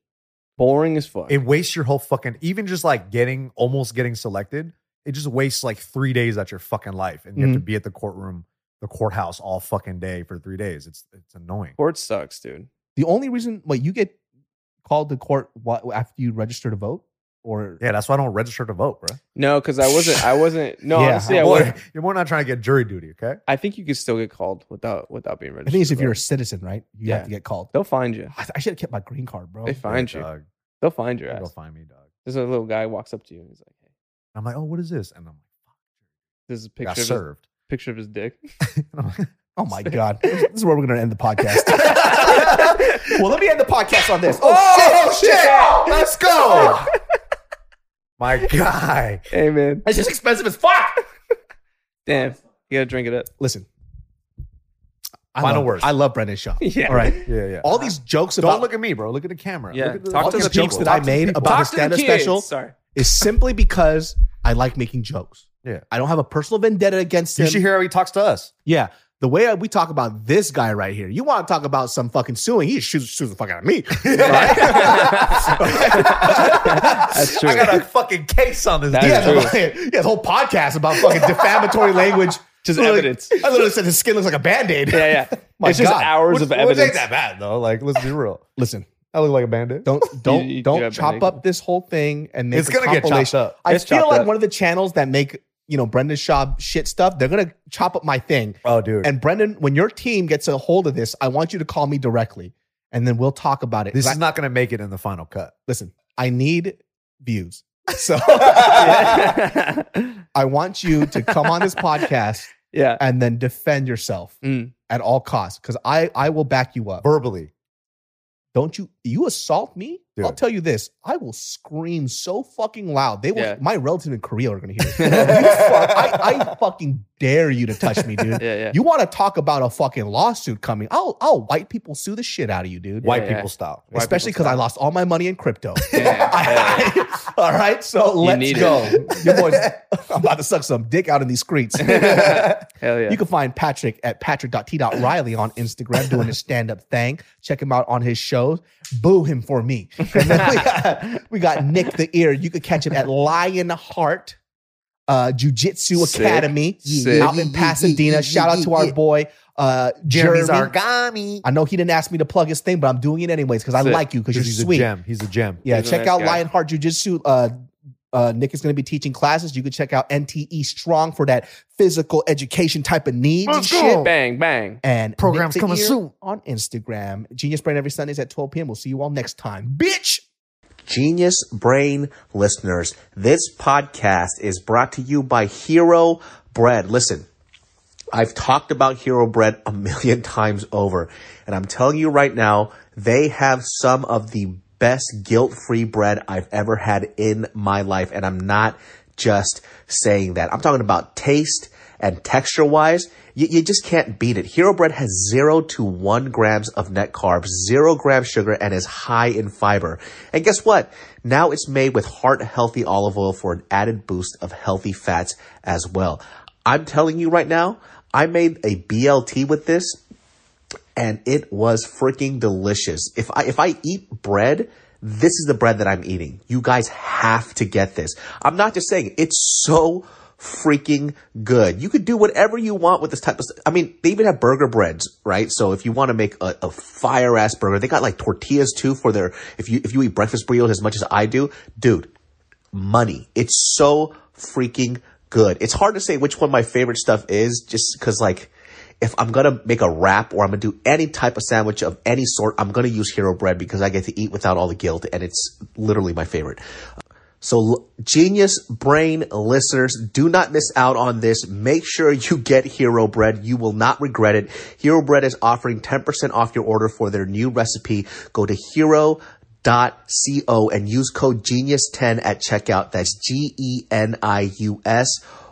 Speaker 3: Boring as fuck.
Speaker 2: It wastes your whole fucking. Even just like getting almost getting selected, it just wastes like three days out your fucking life, and you
Speaker 6: Mm-hmm.
Speaker 2: have to be at the courtroom, the courthouse all fucking day for three days. It's it's annoying.
Speaker 3: Court sucks, dude.
Speaker 6: The only reason wait you get called to court what, after you register to vote or
Speaker 2: Yeah, that's why I don't register to vote, bro.
Speaker 3: No, because I wasn't. I wasn't. No,
Speaker 6: Yeah,
Speaker 3: honestly, I
Speaker 2: Boy,
Speaker 3: was.
Speaker 2: you're more not trying to get jury duty, okay?
Speaker 3: I think you could still get called without without being
Speaker 6: I
Speaker 3: registered.
Speaker 6: think it's if you're a
Speaker 3: voter.
Speaker 6: citizen, right? You
Speaker 3: Yeah.
Speaker 6: have to get called.
Speaker 3: they'll find you.
Speaker 6: I, I should have kept my green card, bro.
Speaker 3: They find
Speaker 2: Yeah,
Speaker 3: you.
Speaker 2: dog.
Speaker 3: They'll find your
Speaker 2: You Go
Speaker 3: ass.
Speaker 2: find me, dog.
Speaker 3: There's a little guy walks up to you and he's like, "Hey,
Speaker 2: I'm like, oh, what is this? And I'm
Speaker 3: this is a
Speaker 2: like,
Speaker 3: picture
Speaker 2: got
Speaker 3: of his,
Speaker 2: served.
Speaker 3: picture of his dick."
Speaker 2: And I'm like,
Speaker 6: Oh my god, this is where we're gonna end the podcast. well, let me end the podcast on this. Oh, shit! Oh, shit!
Speaker 2: Let's go. My guy.
Speaker 3: hey man,
Speaker 6: It's just expensive as fuck.
Speaker 3: damn, you gotta drink it up.
Speaker 6: Listen. I
Speaker 2: Final
Speaker 6: love,
Speaker 2: words.
Speaker 6: I love Brendan Shaw.
Speaker 3: Yeah.
Speaker 6: All right.
Speaker 2: Yeah, yeah.
Speaker 6: All these jokes
Speaker 2: Don't
Speaker 6: about
Speaker 2: look at me, bro. Look at the camera.
Speaker 3: Yeah,
Speaker 2: Look at the,
Speaker 3: talk
Speaker 6: all
Speaker 3: to
Speaker 6: these
Speaker 3: the
Speaker 6: jokes
Speaker 3: people.
Speaker 6: that I
Speaker 2: Talk to the
Speaker 6: made
Speaker 2: people.
Speaker 6: about the
Speaker 3: Talk to the
Speaker 6: stand-up
Speaker 3: kids.
Speaker 6: special
Speaker 3: Sorry.
Speaker 6: is simply because I like making jokes.
Speaker 2: Yeah.
Speaker 6: I don't have a personal vendetta against
Speaker 2: You
Speaker 6: him.
Speaker 2: should hear how he talks to us.
Speaker 6: yeah. The way we talk about this guy right here, you want to talk about some fucking suing, he just shoots, shoots the fuck out of me.
Speaker 3: That's true.
Speaker 2: I got a fucking case on this.
Speaker 3: That
Speaker 6: He
Speaker 2: dude.
Speaker 3: is
Speaker 6: has,
Speaker 3: true.
Speaker 6: a, he has a whole podcast about fucking defamatory language.
Speaker 3: Just
Speaker 6: Literally-
Speaker 3: evidence.
Speaker 6: I literally said his skin looks like a band aid.
Speaker 3: Yeah, yeah.
Speaker 6: My
Speaker 3: it's just
Speaker 6: God.
Speaker 3: hours
Speaker 2: Which-
Speaker 3: of
Speaker 2: which
Speaker 3: evidence.
Speaker 2: ain't that bad though. Like, let's be real.
Speaker 6: Listen,
Speaker 2: I look like a bandit.
Speaker 6: don't don't
Speaker 3: you do
Speaker 6: don't
Speaker 3: have
Speaker 6: chop
Speaker 3: been
Speaker 6: up this whole thing and make
Speaker 2: it's
Speaker 6: a
Speaker 2: gonna get
Speaker 6: compilation.
Speaker 2: chopped up.
Speaker 6: I
Speaker 3: It's
Speaker 6: feel
Speaker 3: chopped
Speaker 6: like
Speaker 3: up.
Speaker 6: one of the channels that make you know Brendan Shaw shit stuff. They're gonna chop up my thing.
Speaker 2: Oh, dude.
Speaker 6: And Brendan, when your team gets a hold of this, I want you to call me directly, and then we'll talk about it.
Speaker 2: this
Speaker 6: 'Cause
Speaker 2: is
Speaker 6: I,
Speaker 2: not gonna make it in the final cut.
Speaker 6: listen. I need views, so
Speaker 3: yeah.
Speaker 6: I want you to come on this podcast
Speaker 3: yeah.
Speaker 6: and then defend yourself
Speaker 3: Mm.
Speaker 6: at all costs because I I will back you up.
Speaker 2: Verbally.
Speaker 6: Don't you you assault me? I'll
Speaker 2: Dude.
Speaker 6: tell you this. I will scream so fucking loud. They will
Speaker 3: Yeah.
Speaker 6: my relatives in Korea are gonna hear it. You fuck- I, I fucking dare you to touch me, dude.
Speaker 3: Yeah. Yeah.
Speaker 6: You want to talk about a fucking lawsuit coming? I'll I'll white people sue the shit out of you, dude.
Speaker 2: White
Speaker 3: yeah.
Speaker 2: people style. White
Speaker 6: Especially
Speaker 2: people
Speaker 6: because I lost all my money in crypto.
Speaker 3: Yeah, yeah,
Speaker 6: all right, so let's
Speaker 3: need it.
Speaker 6: go. Your boys, I'm about to suck some dick out in these streets.
Speaker 3: Hell yeah.
Speaker 6: You can find Patrick at patrick.t.riley on Instagram doing his stand up thing. Check him out on his shows. Boo him for me. And then we, got, we got Nick the Ear. You could catch him at Lionheart uh, Jiu Jitsu
Speaker 3: Sick.
Speaker 6: Academy
Speaker 3: Sick.
Speaker 6: out in Pasadena. Shout out to our boy, uh,
Speaker 2: Jeremy's
Speaker 6: Jeremy.
Speaker 2: origami.
Speaker 6: I know he didn't ask me to plug his thing, but I'm doing it anyways because I
Speaker 3: Sick.
Speaker 6: like you because you're
Speaker 2: He's a
Speaker 6: sweet.
Speaker 2: gem. He's a gem.
Speaker 6: Yeah,
Speaker 3: He's a
Speaker 6: check
Speaker 3: nice
Speaker 6: out
Speaker 3: guy.
Speaker 6: Lionheart Jiu Jitsu. Uh, uh, Nick is going to be teaching classes. You can check out NTE Strong for that physical education type of needs and
Speaker 2: Let's
Speaker 6: shit.
Speaker 2: go.
Speaker 3: bang bang.
Speaker 6: And
Speaker 2: Program's
Speaker 6: Nick the
Speaker 2: coming
Speaker 6: Ear
Speaker 2: soon.
Speaker 6: on Instagram. Genius Brain every Sundays at 12 p.m. We'll see you all next time, bitch.
Speaker 1: Genius Brain listeners, this podcast is brought to you by Hero Bread. Listen, I've talked about Hero Bread a million times over, and I'm telling you right now, they have some of the best guilt-free bread I've ever had in my life, and I'm not just saying that. I'm talking about taste and texture wise, you, you just can't beat it. Hero Bread has zero to one grams of net carbs, zero grams sugar, and is high in fiber. And guess what? Now it's made with heart healthy olive oil for an added boost of healthy fats as well. I'm telling you right now, I made a BLT with this and it was freaking delicious. If I if I eat bread, this is the bread that I'm eating. You guys have to get this. I'm not just saying it. it's so freaking good. You could do whatever you want with this type of stuff. I mean, they even have burger breads, right? So if you want to make a, a fire ass burger, they got like tortillas too for their if you if you eat breakfast burritos as much as I do, dude, money. It's so freaking good. It's hard to say which one my favorite stuff is just because, like, if I'm going to make a wrap or I'm going to do any type of sandwich of any sort, I'm going to use Hero Bread because I get to eat without all the guilt and it's literally my favorite. So, l- genius brain listeners, do not miss out on this. Make sure you get Hero Bread. You will not regret it. Hero Bread is offering 10% off your order for their new recipe. Go to hero dot co and use code genius10 at checkout that's E g-e-n-i-u-s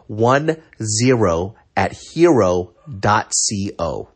Speaker 1: 1 0 at hero dot co